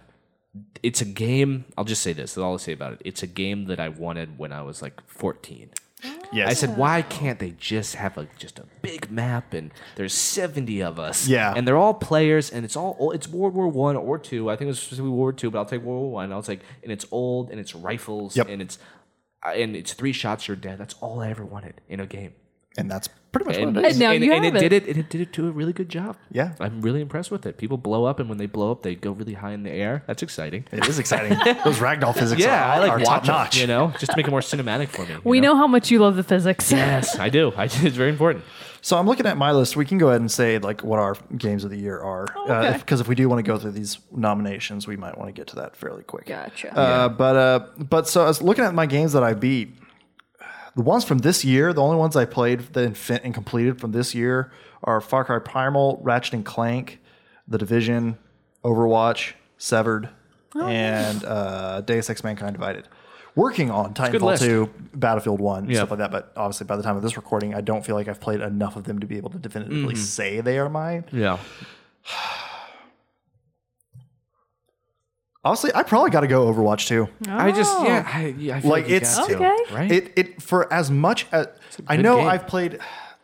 Speaker 3: it's a game. I'll just say this. That's all I'll say about it. It's a game that I wanted when I was like 14.
Speaker 1: Yes.
Speaker 3: I said, why can't they just have like just a big map and there's 70 of us?
Speaker 1: Yeah.
Speaker 3: and they're all players and it's all it's World War One or two. I think it was supposed to be World War Two, but I'll take World War One. I was like, and it's old and it's uh, rifles
Speaker 1: Yep.
Speaker 3: and it's and it's three shots you're dead. That's all I ever wanted in a game.
Speaker 1: and that's pretty much
Speaker 3: And,
Speaker 1: what it is.
Speaker 2: now
Speaker 3: and-
Speaker 2: you
Speaker 3: and
Speaker 2: have
Speaker 3: it
Speaker 2: it.
Speaker 3: did it. and It did it to a really good job.
Speaker 1: Yeah.
Speaker 3: I'm really impressed with it. People blow up, and when they blow up, they go really high in the air. That's exciting.
Speaker 1: It is exciting. Those ragdoll physics
Speaker 3: Yeah,
Speaker 1: are,
Speaker 3: I like
Speaker 1: top
Speaker 3: watch 'em,
Speaker 1: notch.
Speaker 3: You know, just to make it more cinematic for me. you
Speaker 2: We know how much you love the physics.
Speaker 3: Yes, I do. I do. It's very important.
Speaker 1: So I'm looking at my list. We can go ahead and say like what our games of the year are,
Speaker 3: Oh,
Speaker 1: because
Speaker 2: okay.
Speaker 1: if, 'cause if we do want to go through these nominations, we might want to get to that fairly quick.
Speaker 2: Gotcha.
Speaker 1: Uh, but uh, but so I was looking at my games that I beat. The ones from this year, the only ones I played that and fin- and completed from this year are Far Cry Primal, Ratchet and Clank, The Division, Overwatch, Severed,
Speaker 3: Oh,
Speaker 1: and uh, Deus Ex: Mankind Divided. Working on
Speaker 3: good
Speaker 1: Titanfall
Speaker 3: list.
Speaker 1: Two, Battlefield One,
Speaker 3: Yeah.
Speaker 1: stuff like that. But obviously, by the time of this recording, I don't feel like I've played enough of them to be able to definitively
Speaker 3: Mm-hmm.
Speaker 1: say they are mine.
Speaker 3: Yeah.
Speaker 1: Honestly, I probably got to go Overwatch Two.
Speaker 3: I just
Speaker 2: Oh.
Speaker 3: yeah. I, yeah, I feel
Speaker 1: Like,
Speaker 3: you
Speaker 1: it's-
Speaker 3: got to,
Speaker 2: Okay.
Speaker 3: right.
Speaker 1: It it for as much as I
Speaker 3: good
Speaker 1: know
Speaker 3: game.
Speaker 1: I've played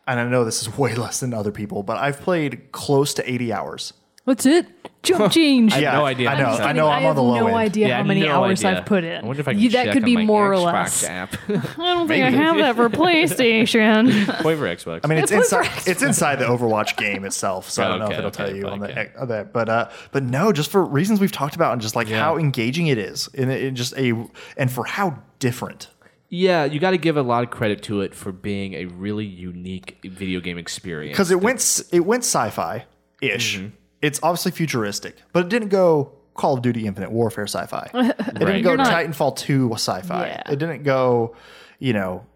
Speaker 1: and I know this is way less than other people, but I've played close to 80 hours.
Speaker 2: What's it? Jump change.
Speaker 3: Yeah, no idea.
Speaker 1: I know.
Speaker 3: I'm
Speaker 1: I,
Speaker 3: just kidding.
Speaker 1: know I'm
Speaker 2: have
Speaker 1: on the low
Speaker 2: no
Speaker 1: end.
Speaker 2: idea
Speaker 3: Yeah,
Speaker 2: how many
Speaker 3: no
Speaker 2: hours
Speaker 3: idea.
Speaker 2: I've put in.
Speaker 3: I wonder if I can
Speaker 2: You-
Speaker 3: check
Speaker 2: that could
Speaker 3: on
Speaker 2: be
Speaker 3: my
Speaker 2: more
Speaker 3: Xbox
Speaker 2: or less.
Speaker 3: app.
Speaker 2: I don't think I have that for PlayStation.
Speaker 3: Point for Xbox.
Speaker 1: I mean, it's inside. It's inside the Overwatch game itself, so I don't know
Speaker 3: Okay,
Speaker 1: if it'll
Speaker 3: okay,
Speaker 1: tell you on the
Speaker 3: okay.
Speaker 1: ex- that. But uh, but no, just for reasons we've talked about, and just like how engaging it is, and it, it just a and for how different.
Speaker 3: yeah, you got to give a lot of credit to it for being a really unique video game experience.
Speaker 1: because it went s- it went sci-fi ish.
Speaker 3: Mm-hmm.
Speaker 1: It's obviously futuristic, but it didn't go Call of Duty Infinite Warfare sci-fi. It didn't
Speaker 3: Right.
Speaker 1: go
Speaker 3: You're
Speaker 2: not-
Speaker 1: Titanfall two sci-fi.
Speaker 2: Yeah.
Speaker 1: It didn't go, you know,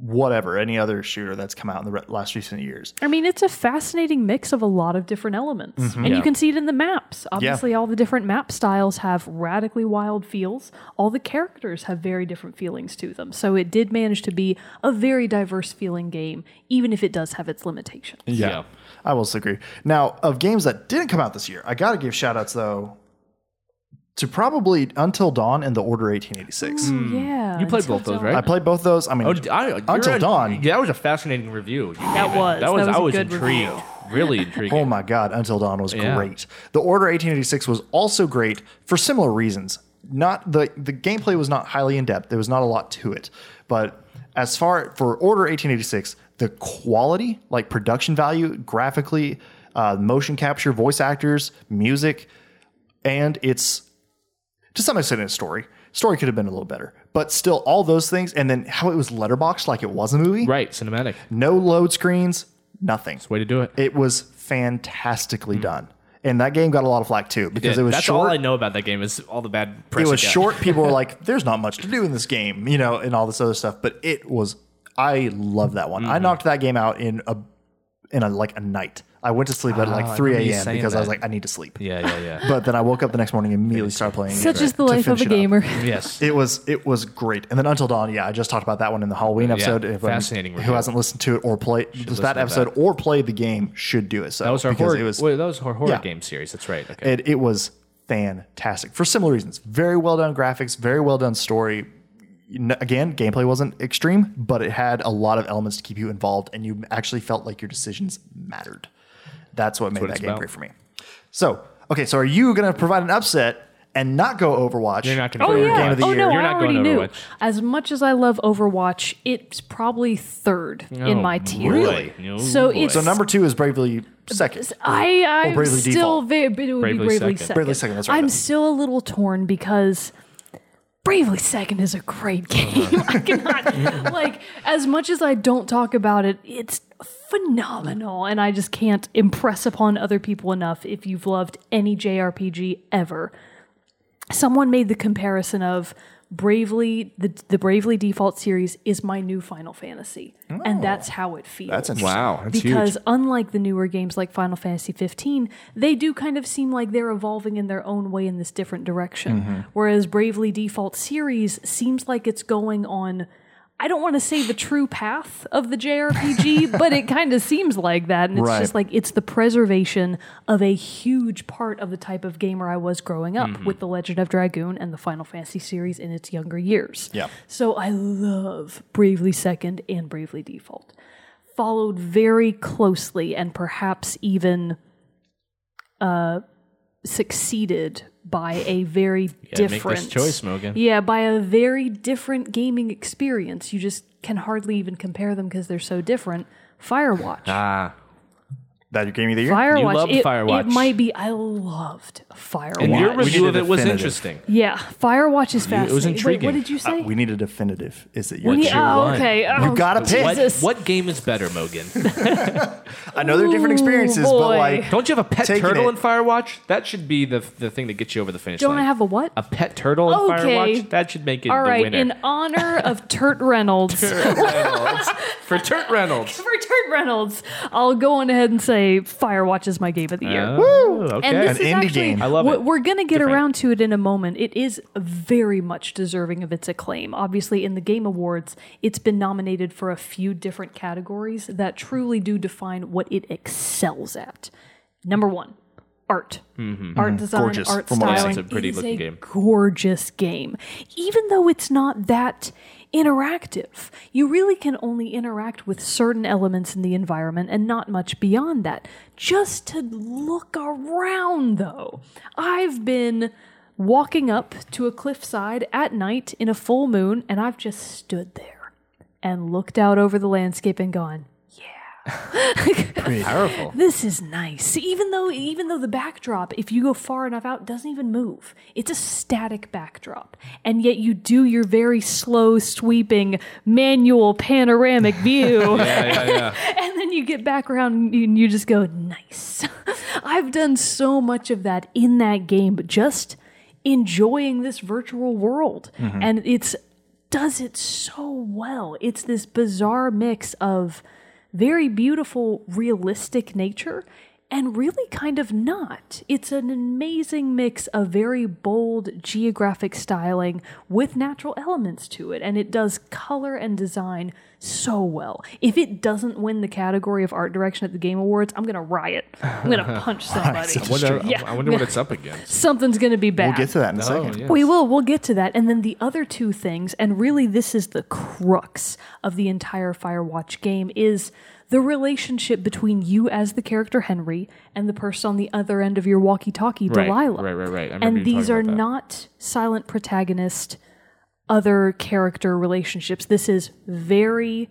Speaker 1: whatever any other shooter that's come out in the re- last recent years.
Speaker 2: I mean, it's a fascinating mix of a lot of different elements. And
Speaker 3: Mm-hmm. Yeah.
Speaker 2: you can see it in the maps. Obviously, all the different map styles have radically wild feels. All the characters have very different feelings to them. So it did manage to be a very diverse feeling game, even if it does have its limitations.
Speaker 3: yeah.
Speaker 1: I will agree. Now, of games that didn't come out this year, I got to give shout outs though to probably Until Dawn and The Order 1886.
Speaker 2: Yeah.
Speaker 3: You played
Speaker 2: until
Speaker 3: both those,
Speaker 2: dawn.
Speaker 3: right?
Speaker 1: I played both those. I mean,
Speaker 3: Mm. Oh, d- I- you're
Speaker 1: Until
Speaker 3: a-
Speaker 1: Dawn.
Speaker 3: Yeah, that was a fascinating review. That
Speaker 2: was.
Speaker 3: That was.
Speaker 2: That was
Speaker 3: I
Speaker 2: a
Speaker 3: was
Speaker 2: good
Speaker 3: intrigued. Really intrigued.
Speaker 1: Oh my God, Until Dawn was
Speaker 3: Yeah.
Speaker 1: great. The Order 1886 was also great for similar reasons. Not the the gameplay was not highly in depth. There was not a lot to it, but as far for Order 1886, the quality, like production value, graphically, uh, motion capture, voice actors, music, and it's to some extent its story. Story could have been a little better, but still all those things, and then how it was letterboxed like it was a movie.
Speaker 3: Right, cinematic.
Speaker 1: No load screens, nothing
Speaker 3: Way to do it.
Speaker 1: it was fantastically done. And that game got a lot of flack too because it was
Speaker 3: Hmm. That's all
Speaker 1: short.
Speaker 3: I know about that game is all the bad press.
Speaker 1: it was
Speaker 3: got.
Speaker 1: short. People were like, "There's not much to do in this game," you know, and all this other stuff. But it was. I love that one. I
Speaker 3: Mm-hmm.
Speaker 1: knocked that game out in a in a like a night. I went to sleep at like 3
Speaker 3: Ah, remember you
Speaker 1: a.m.
Speaker 3: saying
Speaker 1: because I was
Speaker 3: that.
Speaker 1: like, I need to sleep.
Speaker 3: Yeah, yeah, yeah.
Speaker 1: But then I woke up the next morning and immediately started playing.
Speaker 2: Such
Speaker 1: it
Speaker 2: is the
Speaker 1: to
Speaker 2: life of
Speaker 1: finish
Speaker 2: a
Speaker 1: it up.
Speaker 2: gamer.
Speaker 3: yes.
Speaker 1: It was it was great, and then Until Dawn, yeah, I just talked about that one in the Halloween episode. If, um,
Speaker 3: fascinating
Speaker 1: Who
Speaker 3: review.
Speaker 1: hasn't listened to it or played
Speaker 3: listen
Speaker 1: that
Speaker 3: to
Speaker 1: episode or played the game should do it. So
Speaker 3: That was our
Speaker 1: because
Speaker 3: horror.
Speaker 1: it was
Speaker 3: wait, that was our horror
Speaker 1: Yeah.
Speaker 3: game series. That's right. Okay.
Speaker 1: and it was fantastic for similar reasons. Very well done graphics, very well done story. N- Again, gameplay wasn't extreme, but it had a lot of elements to keep you involved, and you actually felt like your decisions mattered. That's what made
Speaker 3: what
Speaker 1: that
Speaker 3: it's
Speaker 1: game
Speaker 3: about.
Speaker 1: great for me. So, okay, so are you going to provide an upset and not go Overwatch?
Speaker 3: You're not gonna
Speaker 1: for
Speaker 3: go
Speaker 2: Oh
Speaker 1: your
Speaker 2: yeah!
Speaker 3: Overwatch.
Speaker 1: game of the
Speaker 2: oh
Speaker 1: year?
Speaker 2: no!
Speaker 3: You're
Speaker 2: I
Speaker 3: not
Speaker 2: already
Speaker 3: going
Speaker 2: knew.
Speaker 3: Overwatch.
Speaker 2: As much as I love Overwatch, it's probably third in my tier.
Speaker 3: Really? No
Speaker 2: So
Speaker 3: Oh, boy.
Speaker 2: it's
Speaker 3: So
Speaker 1: So number two is Bravely Second.
Speaker 2: I I'm
Speaker 1: Bravely
Speaker 2: still
Speaker 1: Default.
Speaker 2: very but it would
Speaker 3: Bravely
Speaker 2: be bravely
Speaker 3: Second.
Speaker 2: second.
Speaker 1: Bravely Second, that's right.
Speaker 2: I'm still a little torn because Bravely Second is a great game. I cannot like as much as I don't talk about it, it's phenomenal and I just can't impress upon other people enough if you've loved any JRPG ever. Someone made the comparison of Bravely the the Bravely Default series is my new Final Fantasy. And that's how it feels
Speaker 1: Oh. That's interesting.
Speaker 3: wow, that's
Speaker 2: because
Speaker 3: huge.
Speaker 2: unlike the newer games like Final Fantasy 15, they do kind of seem like they're evolving in their own way in this different direction. Whereas Bravely Default series seems like it's going on I don't want to say the true path of the JRPG, but it kind of seems like that and it's
Speaker 1: Right.
Speaker 2: just like it's the preservation of a huge part of the type of gamer I was growing up with The Legend of Dragoon and the Final Fantasy series in its younger years.
Speaker 1: Yeah.
Speaker 2: So I love Bravely Second and Bravely Default followed very closely and perhaps even uh, succeeded by a very
Speaker 3: make this
Speaker 2: different
Speaker 3: choice, Mogan.
Speaker 2: Yeah, by a very different gaming experience. You just can hardly even compare them because they're so different. Firewatch.
Speaker 3: Ah,
Speaker 1: That your game of the year?
Speaker 2: Firewatch.
Speaker 3: loved
Speaker 2: it,
Speaker 3: Firewatch.
Speaker 2: It might be. I loved Firewatch.
Speaker 3: and your
Speaker 1: We
Speaker 3: review
Speaker 1: did
Speaker 3: of it was
Speaker 1: definitive.
Speaker 3: interesting.
Speaker 2: yeah, Firewatch is fascinating.
Speaker 3: it was
Speaker 2: Wait, what
Speaker 3: intriguing.
Speaker 2: did you say?
Speaker 1: Uh, we need a definitive. Is it
Speaker 3: What's
Speaker 1: your
Speaker 2: Yeah,
Speaker 3: your
Speaker 2: oh,
Speaker 3: one?
Speaker 2: okay. Oh,
Speaker 1: You gotta pick.
Speaker 3: What,
Speaker 2: Jesus.
Speaker 3: what game is better, Mogan?
Speaker 1: I know they're different experiences, but
Speaker 2: Ooh, Oh, boy.
Speaker 1: like
Speaker 3: Don't you have a pet
Speaker 1: Taking
Speaker 3: turtle
Speaker 1: it.
Speaker 3: in Firewatch? That should be the the thing that gets you over the finish
Speaker 2: Don't
Speaker 3: line.
Speaker 2: I have a what?
Speaker 3: a pet turtle in
Speaker 2: Okay.
Speaker 3: Firewatch? That should make it
Speaker 2: All
Speaker 3: the
Speaker 2: right,
Speaker 3: winner.
Speaker 2: in honor of Turt Reynolds.
Speaker 3: Turt Reynolds. For Turt Reynolds.
Speaker 2: For Turt Reynolds, I'll go on ahead and say Firewatch is my game of the year.
Speaker 3: Woo! Oh, Okay.
Speaker 2: And this
Speaker 1: An
Speaker 2: is
Speaker 1: indie
Speaker 2: actually,
Speaker 1: game. I
Speaker 3: love
Speaker 2: we're,
Speaker 3: it.
Speaker 2: We're gonna get
Speaker 3: Different.
Speaker 2: around to it in a moment. It is very much deserving of its acclaim. Obviously, in the Game Awards, it's been nominated for a few different categories that truly do define what it excels at. Number one, art,
Speaker 3: Mm-hmm.
Speaker 2: art design,
Speaker 1: Gorgeous,
Speaker 2: art
Speaker 1: from what I've
Speaker 2: styling.
Speaker 1: seen.
Speaker 3: It's a pretty
Speaker 2: Mm-hmm. It is
Speaker 3: looking
Speaker 2: a
Speaker 3: game.
Speaker 2: Gorgeous game, even though it's not that interactive. You really can only interact with certain elements in the environment and not much beyond that. Just to look around, though, I've been walking up to a cliffside at night in a full moon, and I've just stood there and looked out over the landscape and gone,
Speaker 3: Powerful.
Speaker 2: this is nice. Even though even though the backdrop, if you go far enough out, doesn't even move. It's a static backdrop. And yet you do your very slow sweeping manual panoramic view. and then you get back around and you just go, nice. I've done so much of that in that game, but just enjoying this virtual world. And it's does it so well. It's this bizarre mix of very beautiful, realistic nature and really kind of not. It's an amazing mix of very bold geographic styling with natural elements to it, and it does color and design so well. If it doesn't win the category of art direction at the Game Awards, I'm gonna riot. I'm gonna punch somebody.
Speaker 1: so-
Speaker 3: Wonder,
Speaker 2: Yeah.
Speaker 3: I wonder what it's up against.
Speaker 2: Something's gonna be bad.
Speaker 1: we'll get to that in
Speaker 3: Oh,
Speaker 1: a second.
Speaker 2: We will. We'll get to that. And then the other two things, and really this is the crux of the entire Firewatch game, is the relationship between you as the character Henry and the person on the other end of your walkie talkie,
Speaker 3: Right,
Speaker 2: Delilah.
Speaker 3: right, right, right. I remember you
Speaker 2: And these
Speaker 3: talking
Speaker 2: are
Speaker 3: about that.
Speaker 2: not silent protagonist, other character relationships. This is very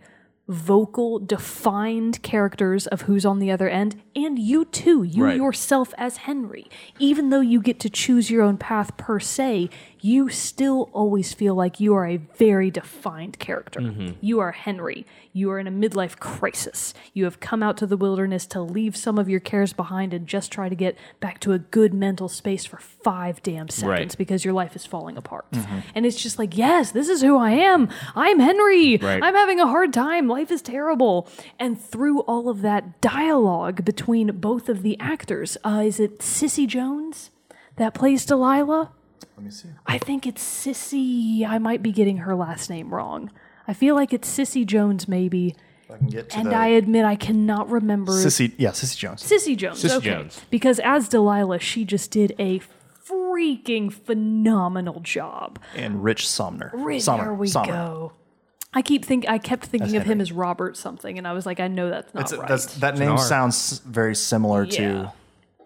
Speaker 2: vocal, defined characters of who's on the other end, and you too, you
Speaker 3: Right.
Speaker 2: yourself as Henry. Even though you get to choose your own path per se, you still always feel like you are a very defined character.
Speaker 3: Mm-hmm.
Speaker 2: You are Henry. You are in a midlife crisis. You have come out to the wilderness to leave some of your cares behind and just try to get back to a good mental space for five damn seconds
Speaker 3: Right.
Speaker 2: because your life is falling apart. And it's just like, yes, this is who I am. I'm Henry.
Speaker 3: Right.
Speaker 2: I'm having a hard time. Life is terrible. And through all of that dialogue between both of the actors, uh, is it Sissy Jones that plays Delilah?
Speaker 1: Let me see.
Speaker 2: I think it's Sissy. I might be getting her last name wrong. I feel like it's Sissy Jones, maybe.
Speaker 1: If I can get to
Speaker 2: And
Speaker 1: the
Speaker 2: I admit I cannot remember.
Speaker 1: Sissy. Yeah, Sissy Jones.
Speaker 2: Sissy Jones.
Speaker 3: Sissy
Speaker 2: okay.
Speaker 3: Jones.
Speaker 2: Because as Delilah, she just did a freaking phenomenal job.
Speaker 1: and Rich Somner.
Speaker 2: Rich,
Speaker 1: Sommer,
Speaker 2: there we
Speaker 1: Sommer.
Speaker 2: go. I keep think I kept thinking of
Speaker 1: Henry.
Speaker 2: him as Robert something, and I was like, I know that's not
Speaker 1: That's-
Speaker 2: right.
Speaker 1: that's- that name
Speaker 3: R.
Speaker 1: sounds very similar
Speaker 2: Yeah.
Speaker 1: to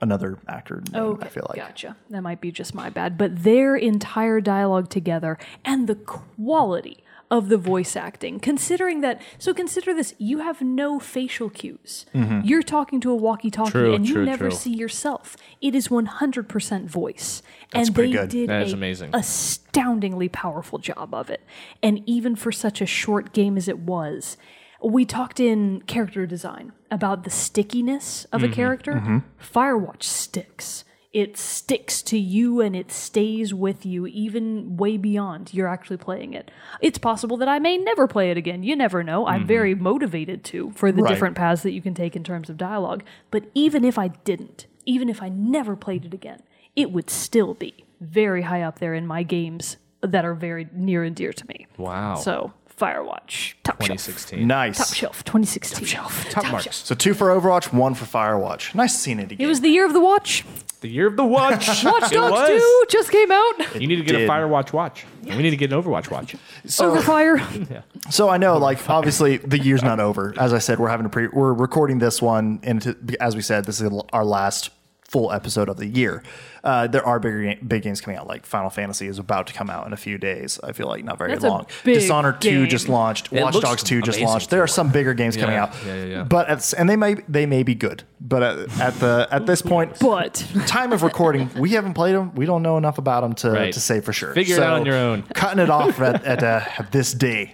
Speaker 1: another actor. Name, I feel like
Speaker 2: Gotcha. That might be just my bad. But their entire dialogue together and the quality of the voice acting, considering that, so consider this you have no facial cues.
Speaker 1: Mm-hmm.
Speaker 2: You're talking to a walkie talkie
Speaker 3: True,
Speaker 2: and you
Speaker 3: true,
Speaker 2: never
Speaker 3: true.
Speaker 2: see yourself. It is 100% voice. and they
Speaker 1: pretty good.
Speaker 2: did
Speaker 3: That is
Speaker 2: a
Speaker 3: amazing.
Speaker 2: astoundingly powerful job of it. And even for such a short game as it was, we talked in character design about the stickiness of a character. Firewatch sticks. It sticks to you and it stays with you even way beyond you're actually playing it. It's possible that I may never play it again. You never know. I'm very motivated to for the
Speaker 1: Right.
Speaker 2: different paths that you can take in terms of dialogue. But even if I didn't, even if I never played it again, it would still be very high up there in my games that are very near and dear to me.
Speaker 3: Wow.
Speaker 2: So Firewatch, top shelf,
Speaker 3: 2016.
Speaker 2: top
Speaker 1: nice.
Speaker 2: shelf, 2016. Top shelf.
Speaker 3: Top marks.
Speaker 1: So two for Overwatch, one for Firewatch. Nice seeing it
Speaker 2: It
Speaker 1: again.
Speaker 2: was the year of the watch.
Speaker 3: The year of the watch.
Speaker 2: Watch
Speaker 3: It
Speaker 2: Dogs
Speaker 3: was.
Speaker 2: 2 just came out.
Speaker 3: You need to get
Speaker 1: did.
Speaker 3: a Firewatch watch. And we need to get an Overwatch watch.
Speaker 1: so,
Speaker 2: Overfire.
Speaker 1: so I know, like obviously, the year's not over. As I said, we're having a pre. We're recording this one, and to, as we said, this is our last full episode of the year. Uh, there are bigger ga- big games coming out, like Final Fantasy is about to come out in a few days. I feel like not very
Speaker 2: That's a
Speaker 1: long.
Speaker 2: big
Speaker 1: Dishonored two
Speaker 2: game.
Speaker 1: just launched. Watch
Speaker 3: looks
Speaker 1: Dogs two just
Speaker 3: amazing
Speaker 1: launched. There are
Speaker 3: too.
Speaker 1: some bigger games coming
Speaker 3: Yeah,
Speaker 1: out.
Speaker 3: yeah, yeah, yeah.
Speaker 1: But at, s- and they may they may be good. But at, at the at this point,
Speaker 2: But
Speaker 1: time of recording, we haven't played them. We don't know enough about them to,
Speaker 3: Right.
Speaker 1: to say for sure.
Speaker 3: Figure it out on your own.
Speaker 1: Cutting it off at, at uh, this day.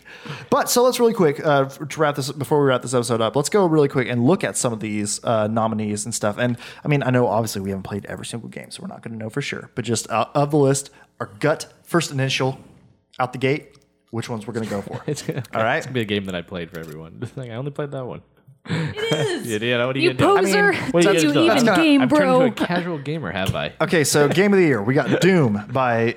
Speaker 1: But so let's really quick uh, f- to wrap this before we wrap this episode up. Let's go really quick and look at some of these uh, nominees and stuff. And I mean, I know obviously we haven't played every single game, so we're not going to know for sure. But just uh, of the list, our gut first initial out the gate, which ones we're going to go for? All right.
Speaker 3: It's gonna be a game that I played for everyone. Like, I only played that one. It is. yeah, what are you,
Speaker 2: you
Speaker 3: gonna do?
Speaker 2: poser,
Speaker 3: What are
Speaker 2: did you
Speaker 3: gonna do?
Speaker 2: even
Speaker 3: I've-
Speaker 2: game,
Speaker 3: I've
Speaker 2: bro?
Speaker 3: turned into a casual gamer, have I?
Speaker 1: Okay, so game of the year, we got Doom by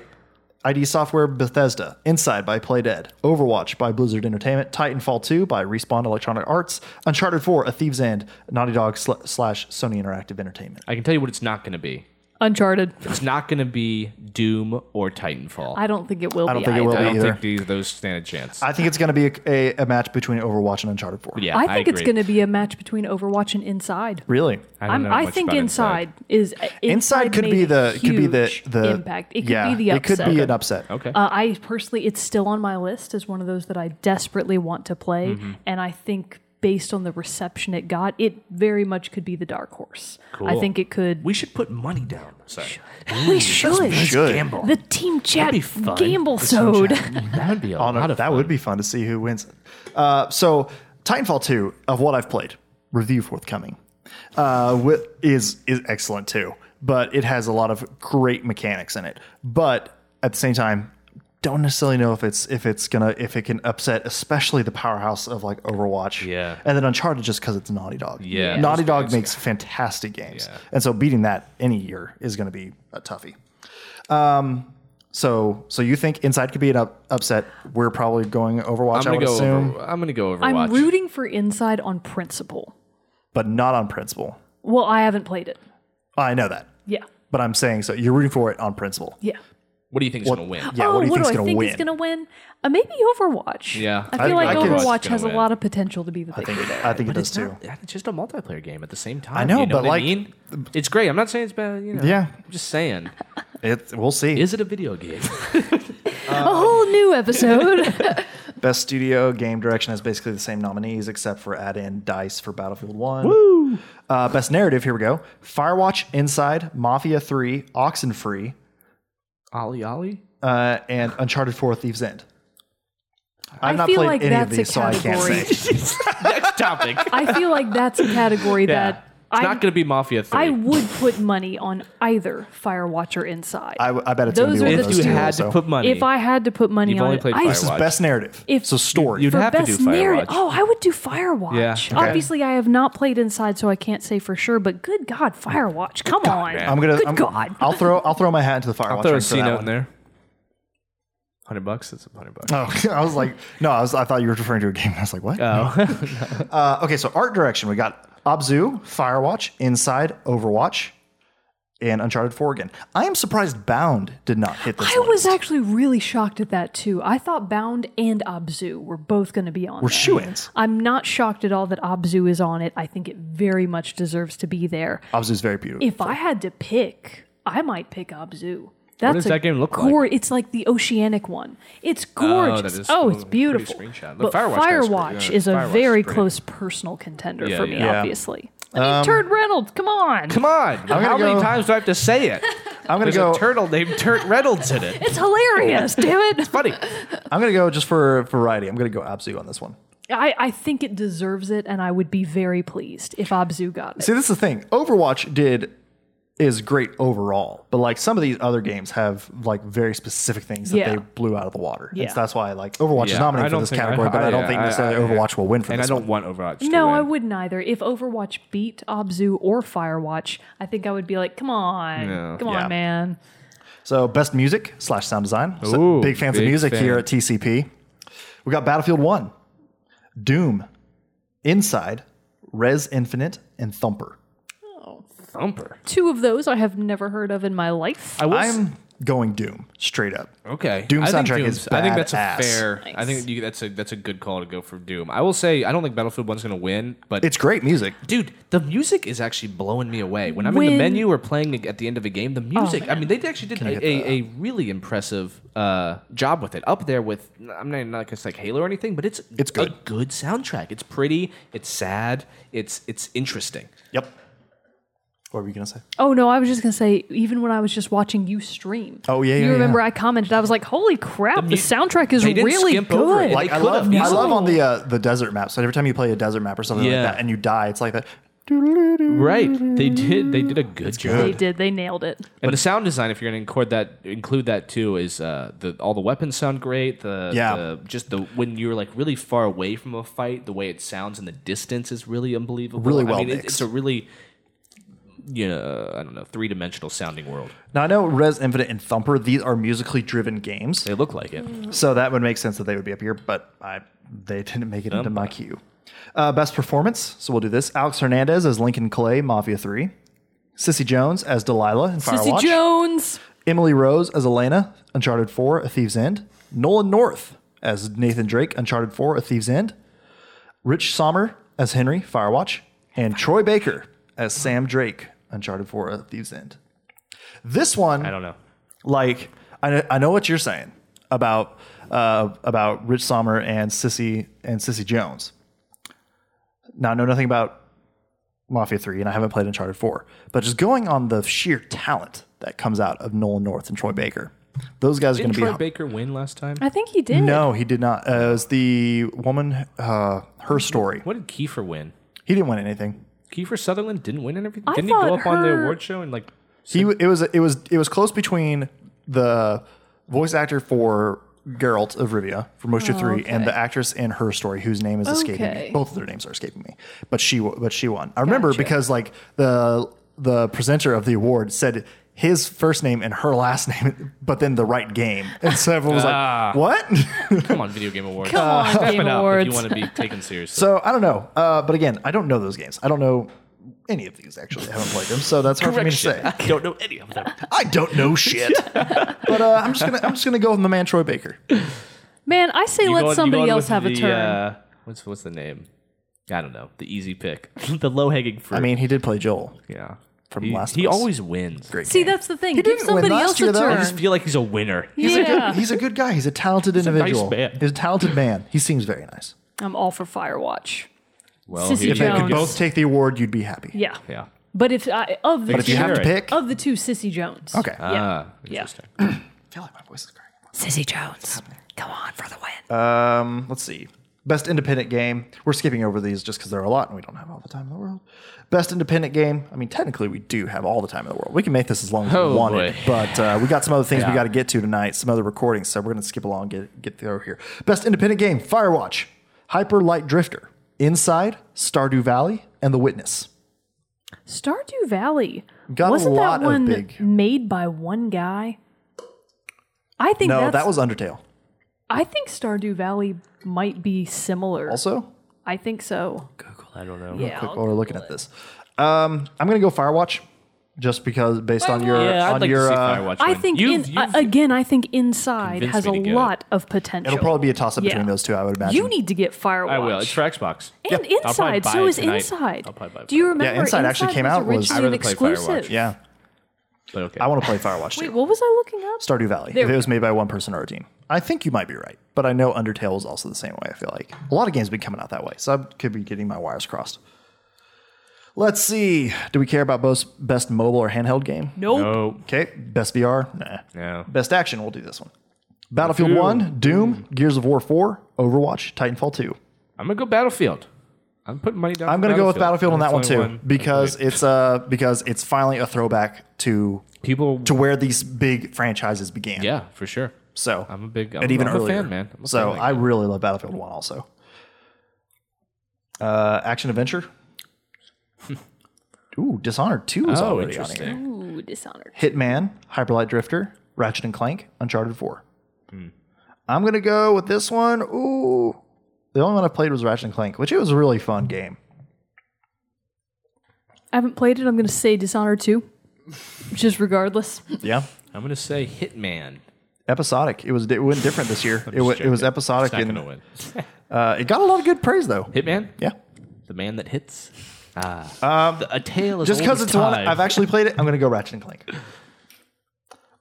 Speaker 1: ID Software Bethesda, Inside by Playdead, Overwatch by Blizzard Entertainment, Titanfall 2 by Respawn Electronic Arts, Uncharted 4, A Thieves End, Naughty Dog sl- slash Sony Interactive Entertainment.
Speaker 3: I can tell you what it's not gonna be.
Speaker 2: Uncharted.
Speaker 3: It's not gonna be Doom or Titanfall.
Speaker 2: I don't think it will
Speaker 1: I don't
Speaker 2: be.
Speaker 1: think it will
Speaker 2: either.
Speaker 3: I don't
Speaker 1: either.
Speaker 3: think these, those stand a chance.
Speaker 1: I think it's going to be a, a, a match between Overwatch and Uncharted 4.
Speaker 3: yeah,
Speaker 2: I think it's
Speaker 3: agree.
Speaker 2: going to be a match between Overwatch and Inside.
Speaker 1: Really?
Speaker 3: I, don't
Speaker 2: I'm,
Speaker 3: know
Speaker 2: I
Speaker 3: much
Speaker 2: think
Speaker 3: about
Speaker 2: inside, is uh,
Speaker 1: Inside could
Speaker 2: made
Speaker 1: be
Speaker 2: a
Speaker 1: the could be the
Speaker 2: huge
Speaker 1: the
Speaker 2: impact. It could
Speaker 1: yeah,
Speaker 2: be the upset.
Speaker 1: It could be an upset.
Speaker 3: Okay.
Speaker 2: Uh, I personally, it's still on my list as one of those that I desperately want to play,
Speaker 3: Mm-hmm.
Speaker 2: and I think based on the reception it got, it very much could be the dark horse. I
Speaker 3: Cool.
Speaker 2: think it could.
Speaker 3: we should put money down. Sorry.
Speaker 2: we should.
Speaker 1: Should.
Speaker 2: The team chat
Speaker 3: be fun.
Speaker 2: gamble sode.
Speaker 3: That'd be a
Speaker 1: Oh, no,
Speaker 3: lot of
Speaker 1: that
Speaker 3: fun.
Speaker 1: would be fun to see who wins. Uh, so Titanfall 2, of what I've played, review forthcoming, uh, wi- is is excellent too. But it has a lot of great mechanics in it. But at the same time, don't necessarily know if it's if it's gonna if it can upset, especially the powerhouse of like Overwatch.
Speaker 3: Yeah.
Speaker 1: And then Uncharted just because it's Naughty Dog.
Speaker 3: Yeah.
Speaker 1: Naughty Dog makes fantastic games,
Speaker 3: Yeah.
Speaker 1: and so beating that any year is going to be a toughie. So, so you think Inside could be an up, upset? We're probably going Overwatch,
Speaker 3: I'm
Speaker 1: I
Speaker 3: gonna
Speaker 1: would
Speaker 3: go.
Speaker 1: assume,
Speaker 3: Over, I'm gonna go Overwatch.
Speaker 2: I'm rooting for Inside on principle.
Speaker 1: but not on principle.
Speaker 2: Well, I haven't played it.
Speaker 1: I know that,
Speaker 2: Yeah.
Speaker 1: but I'm saying so. You're rooting for it on principle.
Speaker 2: Yeah.
Speaker 3: what do you think's gonna win?
Speaker 1: Yeah.
Speaker 2: oh,
Speaker 1: what do you
Speaker 2: what
Speaker 1: think's
Speaker 2: do I
Speaker 1: gonna
Speaker 2: think
Speaker 1: win?
Speaker 2: is going to win? Uh, maybe Overwatch.
Speaker 3: Yeah.
Speaker 2: I
Speaker 3: I-
Speaker 2: feel
Speaker 1: I
Speaker 2: like
Speaker 1: think it's
Speaker 2: Overwatch
Speaker 3: gonna
Speaker 2: has a
Speaker 3: win.
Speaker 2: lot of potential to be the big winner.
Speaker 1: I think it does
Speaker 3: It's
Speaker 1: too.
Speaker 3: not, it's just a multiplayer game at the same time.
Speaker 1: know,
Speaker 3: you know
Speaker 1: but
Speaker 3: what
Speaker 1: like-
Speaker 3: I mean? it's great. I'm not saying it's bad. You know,
Speaker 1: Yeah.
Speaker 3: I'm just saying,
Speaker 1: It, we'll see.
Speaker 3: is it a video game?
Speaker 2: a whole new episode.
Speaker 1: Best studio game direction has basically the same nominees except for add in Dice for Battlefield One. Uh, best narrative. Here we go. Firewatch, Inside, Mafia Three, Oxenfree,
Speaker 3: Ollie Ollie.
Speaker 1: uh, and Uncharted Four: Thieves End. I've
Speaker 2: I
Speaker 1: not
Speaker 2: feel
Speaker 1: played
Speaker 2: like
Speaker 1: any of
Speaker 2: that's a
Speaker 1: these, so I can't
Speaker 2: category.
Speaker 1: say.
Speaker 3: Next topic.
Speaker 2: I feel like that's a category
Speaker 3: yeah,
Speaker 2: that
Speaker 3: it's
Speaker 2: I,
Speaker 3: not gonna be Mafia Three.
Speaker 2: I would put money on either Firewatch or Inside.
Speaker 1: I, I bet it's gonna
Speaker 2: Those
Speaker 1: be one of
Speaker 2: are the
Speaker 1: those
Speaker 3: if you
Speaker 1: two
Speaker 3: had
Speaker 1: also.
Speaker 3: to put money,
Speaker 2: if I had to put money
Speaker 3: You've
Speaker 2: on
Speaker 3: only
Speaker 2: it,
Speaker 3: played
Speaker 2: I,
Speaker 1: This is
Speaker 3: Firewatch.
Speaker 1: best narrative.
Speaker 2: If-
Speaker 1: so story.
Speaker 3: you'd
Speaker 2: for
Speaker 3: have to
Speaker 2: best
Speaker 3: do
Speaker 2: narrative,
Speaker 3: Firewatch.
Speaker 2: oh, I would do Firewatch.
Speaker 3: Yeah, okay.
Speaker 2: Obviously, I have not played Inside, so I can't say for sure. But good God, Firewatch! Come on,
Speaker 3: man.
Speaker 1: I'm gonna.
Speaker 2: Good
Speaker 1: I'm,
Speaker 2: God.
Speaker 1: I'll throw. I'll throw my hat into the fire.
Speaker 3: I'll throw a C note in there. Hundred bucks. That's a hundred bucks.
Speaker 1: Oh, I was like, no, I was. I thought you were referring to a game. I was like, what?
Speaker 3: Oh,
Speaker 1: Uh, okay, so art direction. We got Abzu, Firewatch, Inside, Overwatch, and Uncharted Four again. I am surprised Bound did not hit this.
Speaker 2: I
Speaker 1: list.
Speaker 2: was actually really shocked at that too. I thought Bound and Abzu were both going to be on.
Speaker 1: We're
Speaker 2: there.
Speaker 1: shoo-ins.
Speaker 2: I'm not shocked at all that Abzu is on it. I think it very much deserves to be there.
Speaker 1: Abzu's very beautiful.
Speaker 2: If I had to pick, I might pick Abzu. That's
Speaker 3: does
Speaker 2: a
Speaker 3: that game look like?
Speaker 2: gor- It's like the oceanic one. It's
Speaker 3: that
Speaker 2: gorgeous. Oh,
Speaker 3: is
Speaker 2: it's
Speaker 3: a pretty
Speaker 2: beautiful.
Speaker 3: screenshot. The
Speaker 2: But
Speaker 3: Firewatch
Speaker 2: Firewatch,
Speaker 3: guy's pretty- yeah,
Speaker 2: is a
Speaker 3: Firewatch is
Speaker 2: very
Speaker 3: pretty.
Speaker 2: close personal contender
Speaker 3: Yeah,
Speaker 2: for me,
Speaker 3: yeah. Um,
Speaker 1: Yeah.
Speaker 2: obviously. I mean, Turd Reynolds, come on.
Speaker 3: come on! How
Speaker 1: go-
Speaker 3: many times do I have to say it?
Speaker 1: I'm gonna
Speaker 3: There's
Speaker 1: go.
Speaker 3: a turtle named Turt Reynolds in it.
Speaker 2: It's hilarious, damn it.
Speaker 3: Funny.
Speaker 1: I'm gonna go just for variety. I'm gonna go Abzu on this one.
Speaker 2: I, I think it deserves it, and I would be very pleased if Abzu got it.
Speaker 1: See, this is the thing. Overwatch did is great overall, but like some of these other games have like very specific things that
Speaker 2: Yeah.
Speaker 1: they blew out of the water. And
Speaker 2: Yeah.
Speaker 1: that's why like Overwatch
Speaker 3: Yeah,
Speaker 1: is
Speaker 3: I
Speaker 1: nominated for
Speaker 3: don't
Speaker 1: this
Speaker 3: think- I-
Speaker 1: category, but I,
Speaker 3: I-
Speaker 1: don't
Speaker 3: yeah,
Speaker 1: think
Speaker 3: I-
Speaker 1: necessarily
Speaker 3: I-
Speaker 1: Overwatch will win for
Speaker 3: and I
Speaker 1: this.
Speaker 3: don't want Overwatch. to
Speaker 2: no,
Speaker 3: win.
Speaker 2: I wouldn't either. If Overwatch beat Abzu or Firewatch, I think I would be like, come on,
Speaker 3: Yeah.
Speaker 2: come
Speaker 1: Yeah.
Speaker 2: on, man.
Speaker 1: So best music slash sound design. So
Speaker 3: Ooh,
Speaker 1: big fans
Speaker 3: big
Speaker 1: of music
Speaker 3: fan.
Speaker 1: here at TCP. We got Battlefield One, Doom, Inside, Res Infinite, and Thumper.
Speaker 3: Thumper.
Speaker 2: Two of those I have never heard of in my life.
Speaker 3: I will,
Speaker 1: I'm-
Speaker 3: I'm,
Speaker 1: going Doom straight up.
Speaker 3: Okay.
Speaker 1: Doom
Speaker 3: I think
Speaker 1: soundtrack
Speaker 3: Doom's-
Speaker 1: is
Speaker 3: I think that's
Speaker 1: badass.
Speaker 3: a fair. I
Speaker 2: Nice.
Speaker 3: think you, that's a that's a good call to go for Doom. I will say I don't think Battlefield One's going to win, but
Speaker 1: It's great music.
Speaker 3: dude, the music is actually blowing me away. When I'm in the
Speaker 2: When-
Speaker 3: menu or playing at the end of a game, the music. I mean, they actually did
Speaker 1: get
Speaker 3: a, a, a really impressive uh, job with it. Up there with I'm not not gonna say like Halo or anything, but it's
Speaker 1: It's good.
Speaker 3: a good soundtrack. It's pretty. It's sad. It's it's interesting.
Speaker 1: Yep. What were you gonna say?
Speaker 2: Oh no, I was just gonna say. Even when I was just watching you stream,
Speaker 1: Oh, yeah,
Speaker 2: you
Speaker 1: yeah,
Speaker 2: remember
Speaker 1: yeah.
Speaker 2: I commented. I was like, "Holy crap, the,
Speaker 3: mu-
Speaker 2: soundtrack is
Speaker 3: They didn't
Speaker 2: really
Speaker 3: skip
Speaker 2: good."
Speaker 3: over it.
Speaker 1: Like
Speaker 3: Like-
Speaker 1: I
Speaker 3: could've
Speaker 1: love, I
Speaker 3: easily.
Speaker 1: love on the uh, the desert map. So every time you play a desert map or something
Speaker 3: Yeah.
Speaker 1: like that, and you die, it's like that.
Speaker 3: Right. They did. They did a good job.
Speaker 2: they did. They nailed it.
Speaker 3: And the sound design, if you're going to include that, include that too, is uh, the all the weapons sound great. The,
Speaker 1: Yeah.
Speaker 3: the- just the when you're like really far away from a fight, the way it sounds in the distance is really unbelievable.
Speaker 1: Really
Speaker 3: I
Speaker 1: well
Speaker 3: mean, it-
Speaker 1: mixed.
Speaker 3: it's a really, you know, I don't know, three dimensional sounding world.
Speaker 1: Now I know Res Infinite and Thumper; these are musically driven games,
Speaker 3: They look like it.
Speaker 1: so that would make sense that they would be up here. But I, they didn't make it into my queue. Uh, best performance. So we'll do this: Alex Hernandez as Lincoln Clay, Mafia Three; Sissy Jones as Delilah in
Speaker 2: Sissy
Speaker 1: Firewatch;
Speaker 2: Jones.
Speaker 1: Emily Rose as Elena, Uncharted 4, A Thief's End. Nolan North as Nathan Drake, Uncharted 4, A Thief's End. Rich Sommer as Henry, Firewatch. And Troy Baker as Sam Drake, Uncharted 4, A Thief's End. This one
Speaker 3: I don't know.
Speaker 1: like I know, I know what you're saying about uh, about Rich Sommer and Sissy and Sissy Jones. Now I know nothing about Mafia Three, and I haven't played Uncharted Four, but just going on the sheer talent that comes out of Nolan North and Troy Baker, those guys are going
Speaker 3: Didn't
Speaker 1: to be.
Speaker 3: Troy Baker win last time?
Speaker 2: I think he did.
Speaker 1: no, he did not. Uh, it was the woman, uh, her story.
Speaker 3: What did Kiefer win?
Speaker 1: He didn't win anything.
Speaker 3: Kiefer Sutherland didn't win anything.
Speaker 2: I
Speaker 3: Didn't he go
Speaker 2: thought
Speaker 3: up on the
Speaker 2: her-
Speaker 3: award show and like?
Speaker 1: He it was it was it was close between the voice actor for Geralt of Rivia from Witcher Three and the actress in her story whose name is escaping me.
Speaker 2: Oh, Okay.
Speaker 1: Both of their names are escaping me, but she w- but she won. I remember
Speaker 2: Gotcha.
Speaker 1: because like the the presenter of the award said his first name and her last name, but then the right game, and so everyone was
Speaker 3: Ah.
Speaker 1: like, "What?"
Speaker 3: Come on, video game awards.
Speaker 2: Come on,
Speaker 3: Step
Speaker 2: Game
Speaker 3: it up if you
Speaker 2: Awards.
Speaker 3: want to be taken seriously.
Speaker 1: so I don't know, uh, but again, I don't know those games. I don't know any of these actually. I haven't played them, so that's hard for me to say.
Speaker 3: I don't know any of them.
Speaker 1: I don't know shit. but uh, I'm just gonna I'm just gonna go with my man Troy Baker.
Speaker 2: man, I say
Speaker 3: You
Speaker 2: let
Speaker 3: go- you
Speaker 2: somebody
Speaker 3: go
Speaker 2: else
Speaker 3: with
Speaker 2: have a
Speaker 3: the,
Speaker 2: turn.
Speaker 3: uh, what's what's the name? I don't know. The easy pick, the low hanging fruit.
Speaker 1: I mean, he did play Joel.
Speaker 3: yeah.
Speaker 1: from
Speaker 3: he,
Speaker 1: Last
Speaker 3: he
Speaker 1: of Us.
Speaker 3: always wins. Great.
Speaker 2: See, that's the thing. Give
Speaker 1: didn't win
Speaker 2: somebody
Speaker 1: last
Speaker 2: else
Speaker 1: year,
Speaker 2: a
Speaker 1: though.
Speaker 3: I
Speaker 2: turn.
Speaker 3: just feel like he's a winner.
Speaker 1: He's, a
Speaker 2: yeah,
Speaker 1: good, he's a good guy. He's a talented
Speaker 3: a nice
Speaker 1: individual.
Speaker 3: man.
Speaker 1: He's a talented man. He seems very nice.
Speaker 2: I'm all for Firewatch.
Speaker 3: Well,
Speaker 2: Sissy
Speaker 1: If they could
Speaker 2: Jones.
Speaker 1: both take the award, you'd be happy.
Speaker 2: Yeah,
Speaker 3: Yeah.
Speaker 2: but if I, of the
Speaker 1: But if you
Speaker 2: two,
Speaker 1: have to
Speaker 3: Sure.
Speaker 1: pick,
Speaker 2: of the two, Sissy Jones.
Speaker 1: okay.
Speaker 2: Yeah.
Speaker 3: Ah,
Speaker 2: Yeah. Uh,
Speaker 3: interesting.
Speaker 1: I feel like my voice is crying.
Speaker 2: Sissy Jones, come on for the win.
Speaker 1: Um, let's see. Best independent game. We're skipping over these just because there are a lot and we don't have all the time in the world. Best independent game. I mean, technically, we do have all the time in the world. We can make this as long as
Speaker 3: Oh,
Speaker 1: we wanted,
Speaker 3: boy.
Speaker 1: but uh, we got some other things we
Speaker 3: Yeah.
Speaker 1: got to get to tonight, some other recordings. So we're going to skip along, get get through here. Best independent game: Firewatch, Hyper Light Drifter, Inside, Stardew Valley, and The Witness.
Speaker 2: Stardew Valley.
Speaker 1: Got a
Speaker 2: Wasn't
Speaker 1: lot of
Speaker 2: that one
Speaker 1: big-
Speaker 2: made by one guy? I think
Speaker 1: No,
Speaker 2: that's,
Speaker 1: that was Undertale.
Speaker 2: I think Stardew Valley might be similar.
Speaker 1: Also,
Speaker 2: I think so.
Speaker 3: Google. I don't know.
Speaker 2: Yeah.
Speaker 1: while we're looking at this, um, I'm going to go Firewatch, just because based on your
Speaker 3: Yeah, I'd
Speaker 1: on
Speaker 3: like
Speaker 1: your
Speaker 3: to see
Speaker 1: uh,
Speaker 3: Firewatch.
Speaker 2: I
Speaker 3: win.
Speaker 2: think
Speaker 3: You've-
Speaker 2: in,
Speaker 3: you've-
Speaker 2: uh, again, I think Inside
Speaker 3: convinced
Speaker 2: has a
Speaker 3: me to get it.
Speaker 2: lot of potential.
Speaker 1: It'll probably be a toss up
Speaker 2: Yeah.
Speaker 1: between those two, I would imagine.
Speaker 2: you need to get Firewatch.
Speaker 3: I will. It's for Xbox.
Speaker 2: And
Speaker 3: I'll probably
Speaker 2: Inside.
Speaker 3: buy
Speaker 2: So
Speaker 3: it
Speaker 2: is
Speaker 3: tonight.
Speaker 2: Inside.
Speaker 3: I'll probably buy it
Speaker 2: Do you
Speaker 3: tonight.
Speaker 2: remember?
Speaker 1: Yeah, Inside actually came out was-
Speaker 2: Was
Speaker 1: I'd
Speaker 2: originally an
Speaker 3: rather play Firewatch.
Speaker 2: exclusive.
Speaker 1: yeah,
Speaker 3: But okay.
Speaker 1: I want to play Firewatch
Speaker 2: Wait,
Speaker 1: too.
Speaker 2: what was I looking up?
Speaker 1: Stardew Valley.
Speaker 2: There
Speaker 1: if
Speaker 2: we
Speaker 1: it was made by one person or a team, I think you might be right. But I know Undertale was also the same way. I feel like a lot of games have been coming out that way, so I could be getting my wires crossed. Let's see. Do we care about both best mobile or handheld game?
Speaker 2: Nope.
Speaker 3: No.
Speaker 1: Okay. Best VR? Nah.
Speaker 3: No.
Speaker 1: Best action? We'll do this one. Battlefield One, Doom, Gears of War Four, Overwatch, Titanfall Two.
Speaker 3: I'm gonna go Battlefield. I'm putting money down.
Speaker 1: I'm
Speaker 3: for
Speaker 1: gonna go with Battlefield on that one
Speaker 3: That's the
Speaker 1: too
Speaker 3: only I
Speaker 1: because
Speaker 3: played.
Speaker 1: it's uh because it's finally a throwback to
Speaker 3: people.
Speaker 1: to where these big franchises began.
Speaker 3: Yeah, for sure.
Speaker 1: So
Speaker 3: I'm a big. I'm,
Speaker 1: and even
Speaker 3: I'm a
Speaker 1: earlier,
Speaker 3: fan, man. I'm a
Speaker 1: so
Speaker 3: fan.
Speaker 1: I really love Battlefield One also. Uh, action adventure. Ooh, Dishonored Two is
Speaker 3: Oh,
Speaker 1: already on here.
Speaker 3: interesting.
Speaker 2: Ooh, Dishonored.
Speaker 1: Hitman, Hyperlight Drifter, Ratchet and Clank, Uncharted Four.
Speaker 3: Hmm.
Speaker 1: I'm gonna go with this one. Ooh, the only one I played was Ratchet and Clank, which it was a really fun game.
Speaker 2: I haven't played it. I'm going to say Dishonored 2. just regardless.
Speaker 1: Yeah.
Speaker 3: I'm gonna say Hitman.
Speaker 1: Episodic. It was it went different this year. it, wa-
Speaker 3: Just
Speaker 1: it was
Speaker 3: joking.
Speaker 1: episodic
Speaker 3: It's not gonna
Speaker 1: and
Speaker 3: win.
Speaker 1: uh, it got a lot of good praise though.
Speaker 3: Hitman.
Speaker 1: Yeah.
Speaker 3: The man that hits. Ah. Um, a tale is
Speaker 1: Just because it's one I've
Speaker 3: actually.
Speaker 1: actually played it, I'm gonna go Ratchet and Clank.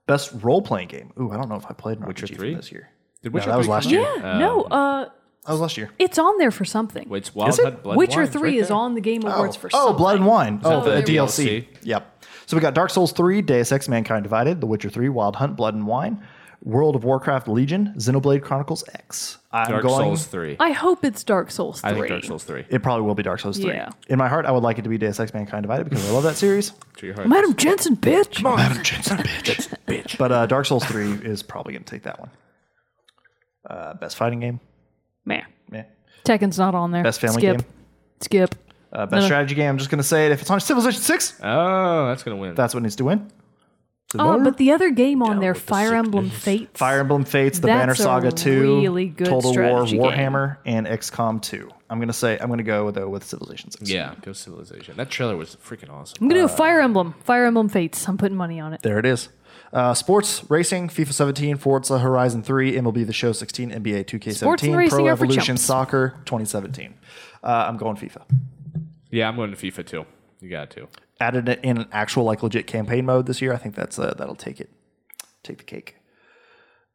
Speaker 1: Best role playing game. Ooh, I don't know if I played an
Speaker 3: Witcher
Speaker 1: RPG from
Speaker 3: 3?
Speaker 1: this year.
Speaker 3: Did
Speaker 1: No, that was last year.
Speaker 2: Yeah. no. Uh,
Speaker 1: That was last year.
Speaker 2: it's on there for something.
Speaker 3: Wait, it's Wild
Speaker 1: Is it?
Speaker 3: Hunt Blood
Speaker 2: Witcher
Speaker 3: Wine's
Speaker 2: Three
Speaker 3: right
Speaker 2: is
Speaker 3: there.
Speaker 2: on the Game Awards for
Speaker 1: Oh,
Speaker 2: something.
Speaker 1: Blood and Wine. Oh,
Speaker 2: there
Speaker 1: the
Speaker 2: we go.
Speaker 1: DLC. Yep. So we got Dark Souls 3, Deus Ex Mankind Divided, The Witcher 3, Wild Hunt, Blood and Wine, World of Warcraft Legion, Xenoblade Chronicles X. I'm
Speaker 3: Dark
Speaker 1: going
Speaker 3: Souls Three.
Speaker 2: I hope it's Dark Souls Three.
Speaker 3: I think Dark Souls Three.
Speaker 1: It probably will be Dark Souls 3.
Speaker 2: Yeah.
Speaker 1: In my heart, I would like it to be Deus Ex Mankind Divided because I love that series.
Speaker 3: To your heart.
Speaker 2: Madam Jensen, bitch.
Speaker 1: Madam Jensen, bitch. bitch. But uh, Dark Souls 3 is probably going to take that one. Uh, best fighting game.
Speaker 2: Man,
Speaker 1: Meh.
Speaker 2: Tekken's not on there.
Speaker 1: Best family
Speaker 2: Skip.
Speaker 1: game.
Speaker 2: Skip.
Speaker 1: Uh, best
Speaker 2: no.
Speaker 1: strategy game. I'm just going to say it. If it's on Civilization 6,
Speaker 3: Oh, that's gonna win.
Speaker 1: that's what needs to win.
Speaker 2: Oh, but the other game on there,
Speaker 3: with the
Speaker 2: Fire Emblem Fates.
Speaker 1: Fire Emblem Fates, The
Speaker 2: That's
Speaker 1: Banner
Speaker 2: a
Speaker 1: Saga 2,
Speaker 2: really good
Speaker 1: Total War,
Speaker 2: strategy game.
Speaker 1: Warhammer, and XCOM 2. I'm going to say, I'm going to go, though, with Civilization 6.
Speaker 3: yeah, go Civilization. That trailer was freaking awesome.
Speaker 2: I'm gonna do
Speaker 1: Uh,
Speaker 2: Fire Emblem. Fire Emblem Fates. I'm putting money on it.
Speaker 1: There it is. Uh, sports, racing, FIFA 17, Forza Horizon 3, MLB The Show 16, NBA 2K17,
Speaker 2: and racing
Speaker 1: Pro
Speaker 2: are for
Speaker 1: Evolution
Speaker 2: chumps.
Speaker 1: Soccer 2017. Uh, I'm going FIFA.
Speaker 3: Yeah, I'm going to FIFA too. You got to.
Speaker 1: Added it in an actual, like, legit campaign mode this year. I think that's uh, that'll take it. Take the cake.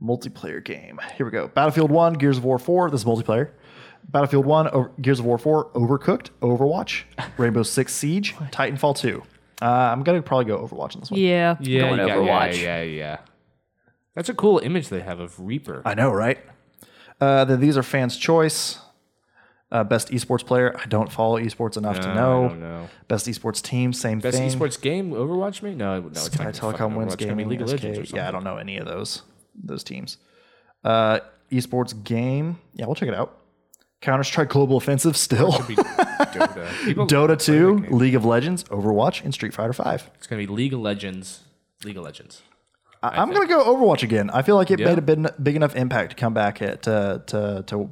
Speaker 1: Multiplayer game. Here we go. Battlefield 1, Gears of War 4. This is multiplayer. Battlefield 1, o- Gears of War 4, Overcooked, Overwatch, Rainbow Six Siege, Titanfall 2. Uh, I'm going to probably go Overwatch on this one.
Speaker 2: Yeah.
Speaker 3: Yeah,
Speaker 2: Going
Speaker 3: you got-
Speaker 2: Overwatch.
Speaker 3: yeah, yeah, yeah. That's a cool image they have of Reaper.
Speaker 1: I know, right? Uh, the, these are fans' choice. Uh, best esports player. I don't follow esports enough to know.
Speaker 3: I don't know.
Speaker 1: Best esports team. Same
Speaker 3: Oh, Best
Speaker 1: thing.
Speaker 3: esports game, Overwatch, me? No, no, it's not
Speaker 1: Sky
Speaker 3: gonna be fucking
Speaker 1: Telecom wins
Speaker 3: Overwatch. It's gonna be
Speaker 1: gaming.
Speaker 3: League of
Speaker 1: SK.
Speaker 3: Legends or something.
Speaker 1: yeah, I don't know any of those those teams. Uh, esports game. Yeah, we'll check it out. Counter Strike Global Offensive still.
Speaker 3: Dota. uh, People-
Speaker 1: Dota 2, League of Legends, Overwatch, and Street Fighter 5.
Speaker 3: It's gonna be League of Legends. League of Legends.
Speaker 1: I, am going to go Overwatch again. I feel like it
Speaker 3: Yeah.
Speaker 1: made a big, big enough impact to come back at, uh, to, to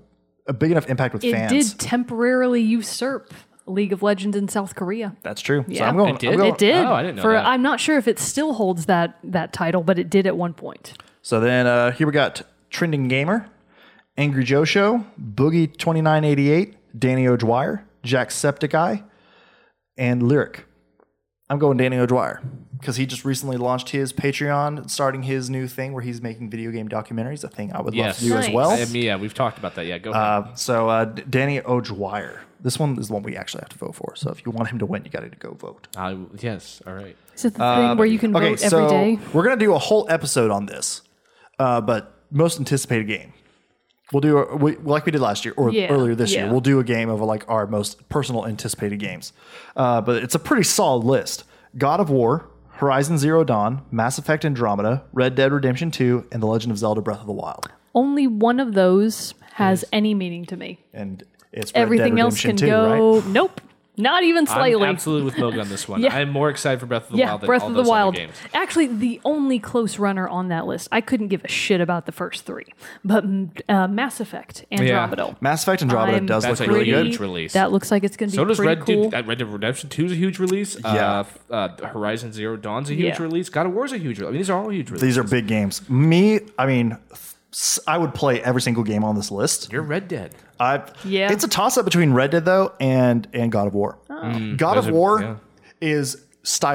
Speaker 1: a big enough impact with
Speaker 2: It
Speaker 1: fans.
Speaker 2: did temporarily usurp League of Legends in South Korea.
Speaker 1: That's true. So
Speaker 2: Yeah.
Speaker 1: I'm going,
Speaker 3: It
Speaker 1: I'm
Speaker 3: did?
Speaker 1: going-
Speaker 2: It did.
Speaker 3: Oh, I didn't know
Speaker 2: For
Speaker 3: that.
Speaker 2: I'm not sure if it still holds that that title, but it did at one point.
Speaker 1: So then uh, here we got Trending Gamer, Angry Joe Show, Boogie2988, Danny O'Dwyer, Jacksepticeye, and Lyric. I'm going Danny O'Dwyer because he just recently launched his Patreon, starting his new thing where he's making video game documentaries, a thing I would love
Speaker 3: Yes.
Speaker 1: to do as
Speaker 2: Nice.
Speaker 1: well.
Speaker 3: I mean, yeah, we've talked about that. Yeah, go ahead.
Speaker 1: Uh, so uh, D- Danny O'Dwyer. This one is the one we actually have to vote for. So if you want him to win, you got to go vote.
Speaker 3: I, yes, all right.
Speaker 2: Is it the
Speaker 1: Uh,
Speaker 2: thing where you can vote every day?
Speaker 1: we're gonna do a whole episode on this, uh, but most anticipated game. We'll do a, we, like we did last year or
Speaker 2: Yeah,
Speaker 1: earlier this year.
Speaker 2: yeah.
Speaker 1: We'll do a game of like our most personal anticipated games, uh, but it's a pretty solid list: God of War, Horizon Zero Dawn, Mass Effect Andromeda, Red Dead Redemption Two, and The Legend of Zelda: Breath of the Wild.
Speaker 2: Only one of those has any meaning to me.
Speaker 1: And it's Red
Speaker 2: Everything
Speaker 1: Dead
Speaker 2: else can
Speaker 1: Uh, Redemption 2,
Speaker 2: go.
Speaker 1: Right?
Speaker 2: Nope. Not even
Speaker 3: I'm
Speaker 2: slightly.
Speaker 3: absolutely with Moga on this one.
Speaker 2: Yeah.
Speaker 3: I'm more excited for Breath of the
Speaker 2: yeah,
Speaker 3: Wild than
Speaker 2: Breath
Speaker 3: all
Speaker 2: of the
Speaker 3: those other
Speaker 2: Wild.
Speaker 3: games.
Speaker 2: Actually, the only close runner on that list. I couldn't give a shit about the first three, but mm, uh, Mass Effect Andromeda.
Speaker 1: Mass Effect Andromeda
Speaker 2: I'm
Speaker 1: does
Speaker 3: That's
Speaker 1: look
Speaker 3: a
Speaker 1: really
Speaker 3: huge
Speaker 1: good.
Speaker 2: pretty-
Speaker 3: release.
Speaker 2: That looks like it's going to be
Speaker 3: So does
Speaker 2: pretty
Speaker 3: Red,
Speaker 2: cool.
Speaker 3: Dead, uh, Red Dead Redemption 2 is a huge release.
Speaker 1: Yeah.
Speaker 3: Uh, f- uh, Horizon Zero Dawn's a huge
Speaker 2: Yeah.
Speaker 3: release. God of War's a huge release. I mean, these are all huge releases.
Speaker 1: These are big games. Me, I mean, s- I would play every single game on this list.
Speaker 3: You're Red Dead.
Speaker 1: I
Speaker 2: Yeah.
Speaker 1: It's a toss up between Red Dead though and and God of War. God
Speaker 3: those
Speaker 1: of
Speaker 3: are-
Speaker 1: War
Speaker 3: Hmm. yeah.
Speaker 1: is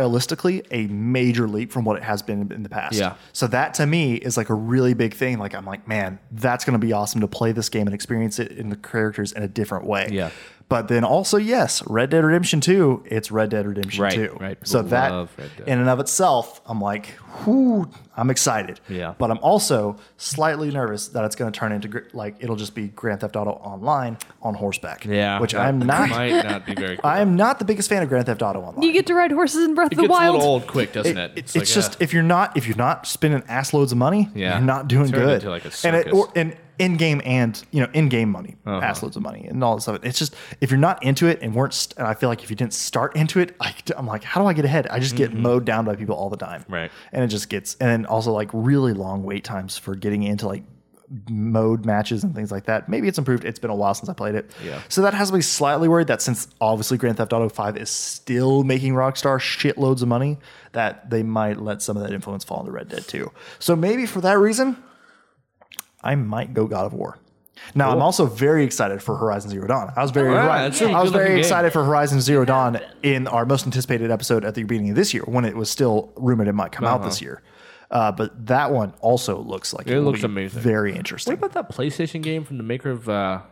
Speaker 1: stylistically a major leap from what it has been in the past.
Speaker 3: Yeah.
Speaker 1: So that to me is like a really big thing. Like I'm like, man, that's gonna be awesome to play this game and experience it in the characters in a different way.
Speaker 3: Yeah.
Speaker 1: But then also, yes, Red Dead Redemption 2, it's Red Dead Redemption
Speaker 3: Right,
Speaker 1: 2.
Speaker 3: right.
Speaker 1: So
Speaker 3: People
Speaker 1: that
Speaker 3: love Red Dead.
Speaker 1: in and of itself, I'm like, whoo, I'm excited.
Speaker 3: Yeah.
Speaker 1: But I'm also slightly nervous that it's going to turn into gr- like it'll just be Grand Theft Auto Online on horseback. Which
Speaker 3: That
Speaker 1: I'm not.
Speaker 3: Might not be very cool.
Speaker 1: I am not the biggest fan of Grand Theft Auto Online.
Speaker 2: you get to ride horses in Breath
Speaker 3: it
Speaker 2: of the
Speaker 3: gets a little
Speaker 2: Wild.
Speaker 3: old quick, doesn't it? uh,
Speaker 1: It- it's just if you're not if you're not spending ass loads of money,
Speaker 3: Yeah.
Speaker 1: you're not doing
Speaker 3: Turn it
Speaker 1: good.
Speaker 3: into like a
Speaker 1: and it,
Speaker 3: circus. Uh-huh.
Speaker 1: or and in game and you know in game money, ass loads of money and all this stuff. It's just if you're not into it and weren't, st- and I feel like if you didn't start into it, I, am like, how do I get ahead? I just get
Speaker 3: Mm-hmm.
Speaker 1: mowed down by people all the time,
Speaker 3: Right.
Speaker 1: And it just gets and then also like really long wait times for getting into like mode matches and things like that. Maybe it's improved. It's been a while since I played it.
Speaker 3: Yeah.
Speaker 1: So that has me slightly worried that since obviously Grand Theft Auto 5 is still making Rockstar shitloads of money, that they might let some of that influence fall into Red Dead 2. So maybe for that reason, I might go God of War. Now I'm also very excited for Horizon Zero Dawn. I was very
Speaker 3: Alright, that's a
Speaker 1: I was
Speaker 3: good-looking
Speaker 1: very
Speaker 3: game.
Speaker 1: excited for Horizon Zero Dawn in our most anticipated episode at the beginning of this year when it was still rumored it might come out this year. Uh, but that one also looks like it, will
Speaker 3: Uh-huh. looks
Speaker 1: be
Speaker 3: amazing.
Speaker 1: Very interesting.
Speaker 3: What about that PlayStation game from the maker of uh,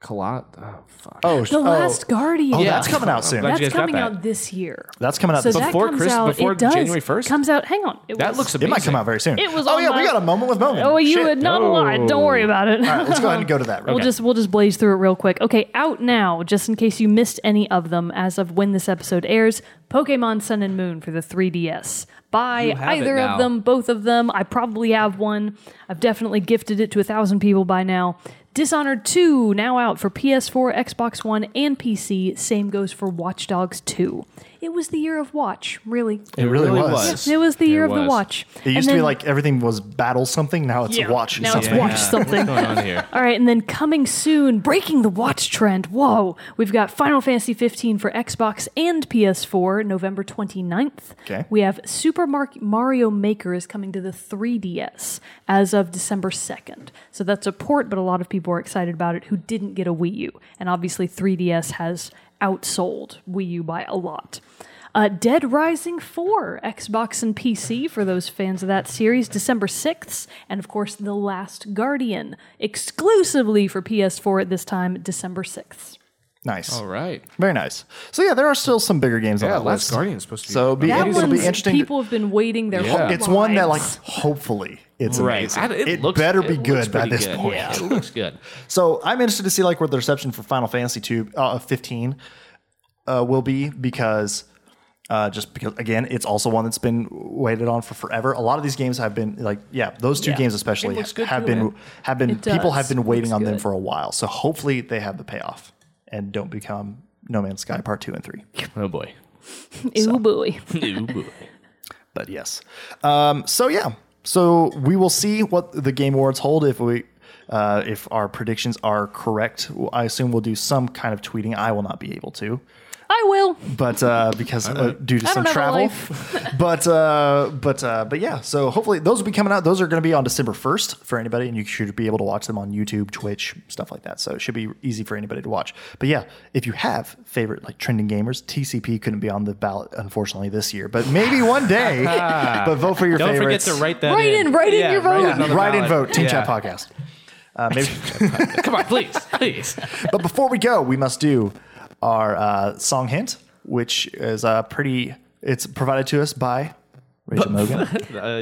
Speaker 3: Colot? Oh, fuck.
Speaker 1: Oh, sh-
Speaker 2: The
Speaker 1: oh,
Speaker 2: Last Guardian.
Speaker 1: oh, that's coming out soon.
Speaker 3: glad
Speaker 1: That's,
Speaker 2: That's
Speaker 3: you guys got
Speaker 2: coming
Speaker 3: that.
Speaker 2: out this year.
Speaker 1: coming out.
Speaker 2: So
Speaker 1: this
Speaker 2: that
Speaker 3: Before
Speaker 2: comes
Speaker 3: Christ-
Speaker 2: out.
Speaker 3: before
Speaker 2: it does,
Speaker 3: January 1st?
Speaker 2: Comes out. Hang on. It
Speaker 3: that
Speaker 2: was-
Speaker 3: looks
Speaker 1: it
Speaker 3: amazing.
Speaker 1: might come out very soon.
Speaker 2: It was
Speaker 1: oh
Speaker 2: on
Speaker 1: yeah,
Speaker 2: my-
Speaker 1: we got a moment with moment.
Speaker 2: Oh, you
Speaker 1: Shit.
Speaker 2: would not lie. Don't worry about it.
Speaker 1: All right, let's go ahead and go to that.
Speaker 2: We'll just we'll just blaze through it real quick. Okay, out now, just in case you missed any of them as of when this episode airs. Pokemon Sun and Moon for the 3DS. Buy
Speaker 3: You have it
Speaker 2: either
Speaker 3: now.
Speaker 2: of them, both of them. I probably have one. I've definitely gifted it to a thousand people by now. Dishonored 2 now out for PS4, Xbox One, and PC. Same goes for Watch Dogs 2. It was the year of Watch, really.
Speaker 1: it really
Speaker 3: really
Speaker 1: was.
Speaker 3: was.
Speaker 2: It was the
Speaker 3: It
Speaker 2: year of
Speaker 3: was.
Speaker 2: the Watch.
Speaker 1: It used to be like everything was battle something. Now it's watch.
Speaker 2: Now
Speaker 1: something.
Speaker 2: it's Watch something.
Speaker 3: What's going on here?
Speaker 2: All right, and then coming soon, breaking the watch trend. Whoa, we've got Final Fantasy 15 for Xbox and PS4, November 29th.
Speaker 1: Okay.
Speaker 2: We have Super Mar- Mario Maker is coming to the 3DS as of December 2nd. So that's a port, but a lot of people are excited about it who didn't get a Wii U. And obviously, 3DS has outsold Wii U by a lot. Uh, Dead Rising 4, Xbox and PC for those fans of that series, December 6th. And of course, The Last Guardian, exclusively for PS4 at this time, December 6th.
Speaker 1: Nice.
Speaker 3: All right.
Speaker 1: Very nice. So yeah, there are still some bigger games on
Speaker 3: Yeah,
Speaker 1: that
Speaker 3: Last
Speaker 1: list.
Speaker 3: Guardian's supposed to be.
Speaker 1: So be,
Speaker 2: That
Speaker 1: it'll be
Speaker 2: one's-
Speaker 1: interesting. to-
Speaker 2: people have been waiting their
Speaker 3: Yeah.
Speaker 2: whole
Speaker 1: it's one that like
Speaker 2: lives.
Speaker 1: hopefully it's
Speaker 3: Right.
Speaker 1: amazing.
Speaker 3: I-
Speaker 1: it
Speaker 3: looks-
Speaker 1: better be
Speaker 3: it looks
Speaker 1: good by
Speaker 3: pretty
Speaker 1: this
Speaker 3: good.
Speaker 1: point.
Speaker 3: Yeah, it looks good.
Speaker 1: So I'm interested to see like where the reception for Final Fantasy two uh, fifteen uh, will be because uh, just because again it's also one that's been waited on for forever. A lot of these games have been like yeah those two
Speaker 2: Yeah.
Speaker 1: games especially
Speaker 3: It looks good
Speaker 1: have
Speaker 3: too,
Speaker 1: been
Speaker 3: man.
Speaker 1: have been
Speaker 2: It
Speaker 1: people
Speaker 2: does.
Speaker 1: have been
Speaker 2: Looks
Speaker 1: waiting on them
Speaker 2: good.
Speaker 1: for a while. So hopefully they have the payoff and don't become No Man's Sky Part two and three.
Speaker 3: Oh boy.
Speaker 2: Ooh, buoy.
Speaker 3: Ooh, boy.
Speaker 1: but yes. Um, so yeah, so we will see what the game awards hold if we. Uh, if our predictions are correct, I assume we'll do some kind of tweeting. I will not be able to,
Speaker 2: I will.
Speaker 1: but uh, because uh, due to
Speaker 2: I
Speaker 1: some
Speaker 2: don't have a
Speaker 1: travel,
Speaker 2: life.
Speaker 1: but uh, but uh, but yeah. So hopefully those will be coming out. Those are going to be on December first for anybody, and you should be able to watch them on YouTube, Twitch, stuff like that. So it should be easy for anybody to watch. But yeah, if you have favorite like trending gamers, TCP couldn't be on the ballot unfortunately this year, but maybe one day. but vote for your
Speaker 3: Don't
Speaker 1: favorites.
Speaker 3: forget to write that.
Speaker 2: Write in, write in your vote.
Speaker 3: on the
Speaker 1: Write and
Speaker 3: ballot.
Speaker 1: vote, Team
Speaker 3: Yeah.
Speaker 1: Chat Podcast. Uh, maybe,
Speaker 3: Come on, please, please. Uh,
Speaker 1: but before we go, we must do our uh, song hint, which is uh, pretty. It's provided to us by Rachel Mogan.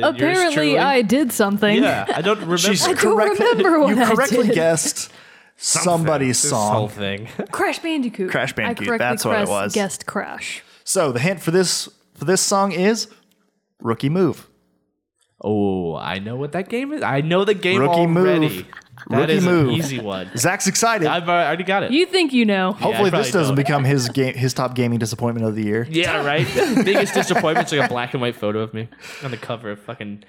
Speaker 2: Apparently, I did something.
Speaker 3: Yeah, I don't remember
Speaker 1: She's
Speaker 2: don't
Speaker 1: correctly,
Speaker 2: remember what
Speaker 1: you
Speaker 2: I
Speaker 1: correctly
Speaker 2: did.
Speaker 1: guessed somebody's
Speaker 3: this whole
Speaker 1: song.
Speaker 3: thing.
Speaker 2: Crash Bandicoot.
Speaker 1: Crash Bandicoot,
Speaker 2: I correctly
Speaker 1: that's what it
Speaker 2: crest-
Speaker 1: was.
Speaker 2: Guessed Crash.
Speaker 1: So the hint for this for this song is rookie move.
Speaker 3: Oh, I know what that game is. I know the game
Speaker 1: Rookie move.
Speaker 3: already. That
Speaker 1: Rookie
Speaker 3: is
Speaker 1: move.
Speaker 3: an easy one.
Speaker 1: Zach's excited.
Speaker 3: I've uh, already got it.
Speaker 2: You think you know?
Speaker 1: Hopefully
Speaker 3: probably
Speaker 1: this doesn't
Speaker 3: don't.
Speaker 1: become his game his top gaming disappointment of the year.
Speaker 3: Yeah, right. Biggest disappointment's like a black and white photo of me on the cover of fucking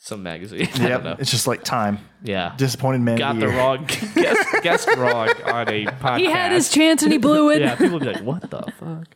Speaker 3: some magazine. I don't know.
Speaker 1: Yep. It's just like time.
Speaker 3: Yeah,
Speaker 1: Disappointed man. of
Speaker 3: got
Speaker 1: the
Speaker 3: the
Speaker 1: year.
Speaker 3: wrong guess. Guessed wrong on a podcast.
Speaker 2: He had his chance and he blew it.
Speaker 3: Yeah, people be like, "What the fuck?"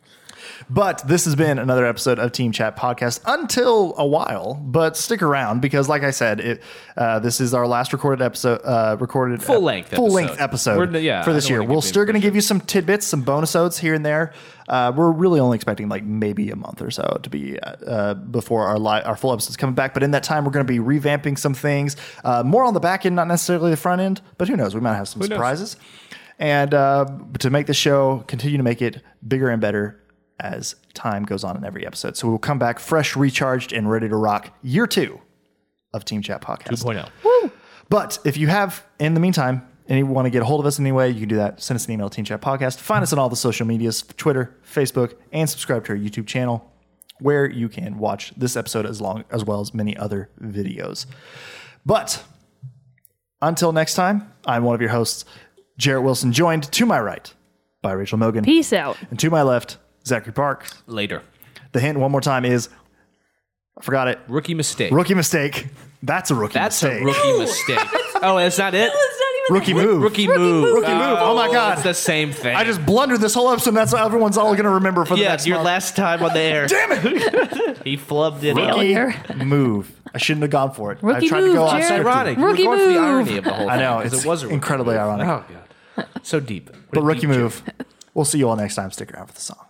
Speaker 1: But this has been another episode of Team Chat Podcast until a while. But stick around because, like I said, it uh, this is our last recorded episode, uh, recorded
Speaker 3: Full length
Speaker 1: full length
Speaker 3: episode.
Speaker 1: episode
Speaker 3: We're- yeah,
Speaker 1: for this
Speaker 3: I don't
Speaker 1: year.
Speaker 3: wanna
Speaker 1: We're
Speaker 3: give the
Speaker 1: still going to give you some tidbits, some bonus odes here and there. Uh, we're really only expecting like maybe a month or so to be uh, uh, before our li- our full episode's coming back. But in that time, we're going to be revamping some things, uh, more on the back end, not necessarily the front end. But who knows? We might have some
Speaker 3: knows?
Speaker 1: surprises. And uh, to make the show continue to make it bigger and better as time goes on in every episode. So we'll come back fresh, recharged, and ready to rock year two of Team Chat Podcast.
Speaker 3: 2.0.
Speaker 1: But if you have, in the meantime, and you want to get a hold of us anyway, you can do that. Send us an email, Team Chat Podcast. Find us on all the social medias Twitter, Facebook, and subscribe to our YouTube channel where you can watch this episode as long as well as many other videos. But until next time, I'm one of your hosts, Jarrett Wilson, joined to my right by Rachel Mogan,
Speaker 2: Peace out.
Speaker 1: and to my left, Zachary Parks.
Speaker 3: Later.
Speaker 1: The hint, one more time, is I forgot it.
Speaker 3: Rookie mistake.
Speaker 1: Rookie mistake. That's a rookie
Speaker 3: That's
Speaker 1: mistake.
Speaker 3: a rookie mistake. Oh, that's not it.
Speaker 2: It's not even
Speaker 1: Rookie move.
Speaker 3: Rookie move.
Speaker 1: Rookie move. Oh my God.
Speaker 3: It's the same thing.
Speaker 1: I just blundered this whole episode. And that's what everyone's all going to remember for the
Speaker 3: yeah,
Speaker 1: next
Speaker 3: your
Speaker 1: month.
Speaker 3: last time on the air. Damn it! he flubbed it.
Speaker 2: Failed.
Speaker 3: out.
Speaker 2: failure.
Speaker 1: move. I shouldn't have gone for it.
Speaker 2: Rookie
Speaker 1: I tried to
Speaker 2: move,
Speaker 1: go
Speaker 2: Jared.
Speaker 1: off
Speaker 3: It's
Speaker 1: script.
Speaker 3: ironic.
Speaker 2: Rookie
Speaker 3: We're going for the
Speaker 2: move.
Speaker 3: irony of the whole
Speaker 1: I
Speaker 3: thing,
Speaker 1: know,
Speaker 3: 'cause
Speaker 1: it's
Speaker 3: it was a rookie
Speaker 1: incredibly
Speaker 3: move.
Speaker 1: ironic.
Speaker 3: Oh god, so deep. What
Speaker 1: But
Speaker 3: a
Speaker 1: rookie
Speaker 3: deep joke.
Speaker 1: move. We'll see you all next time. Stick around for the song.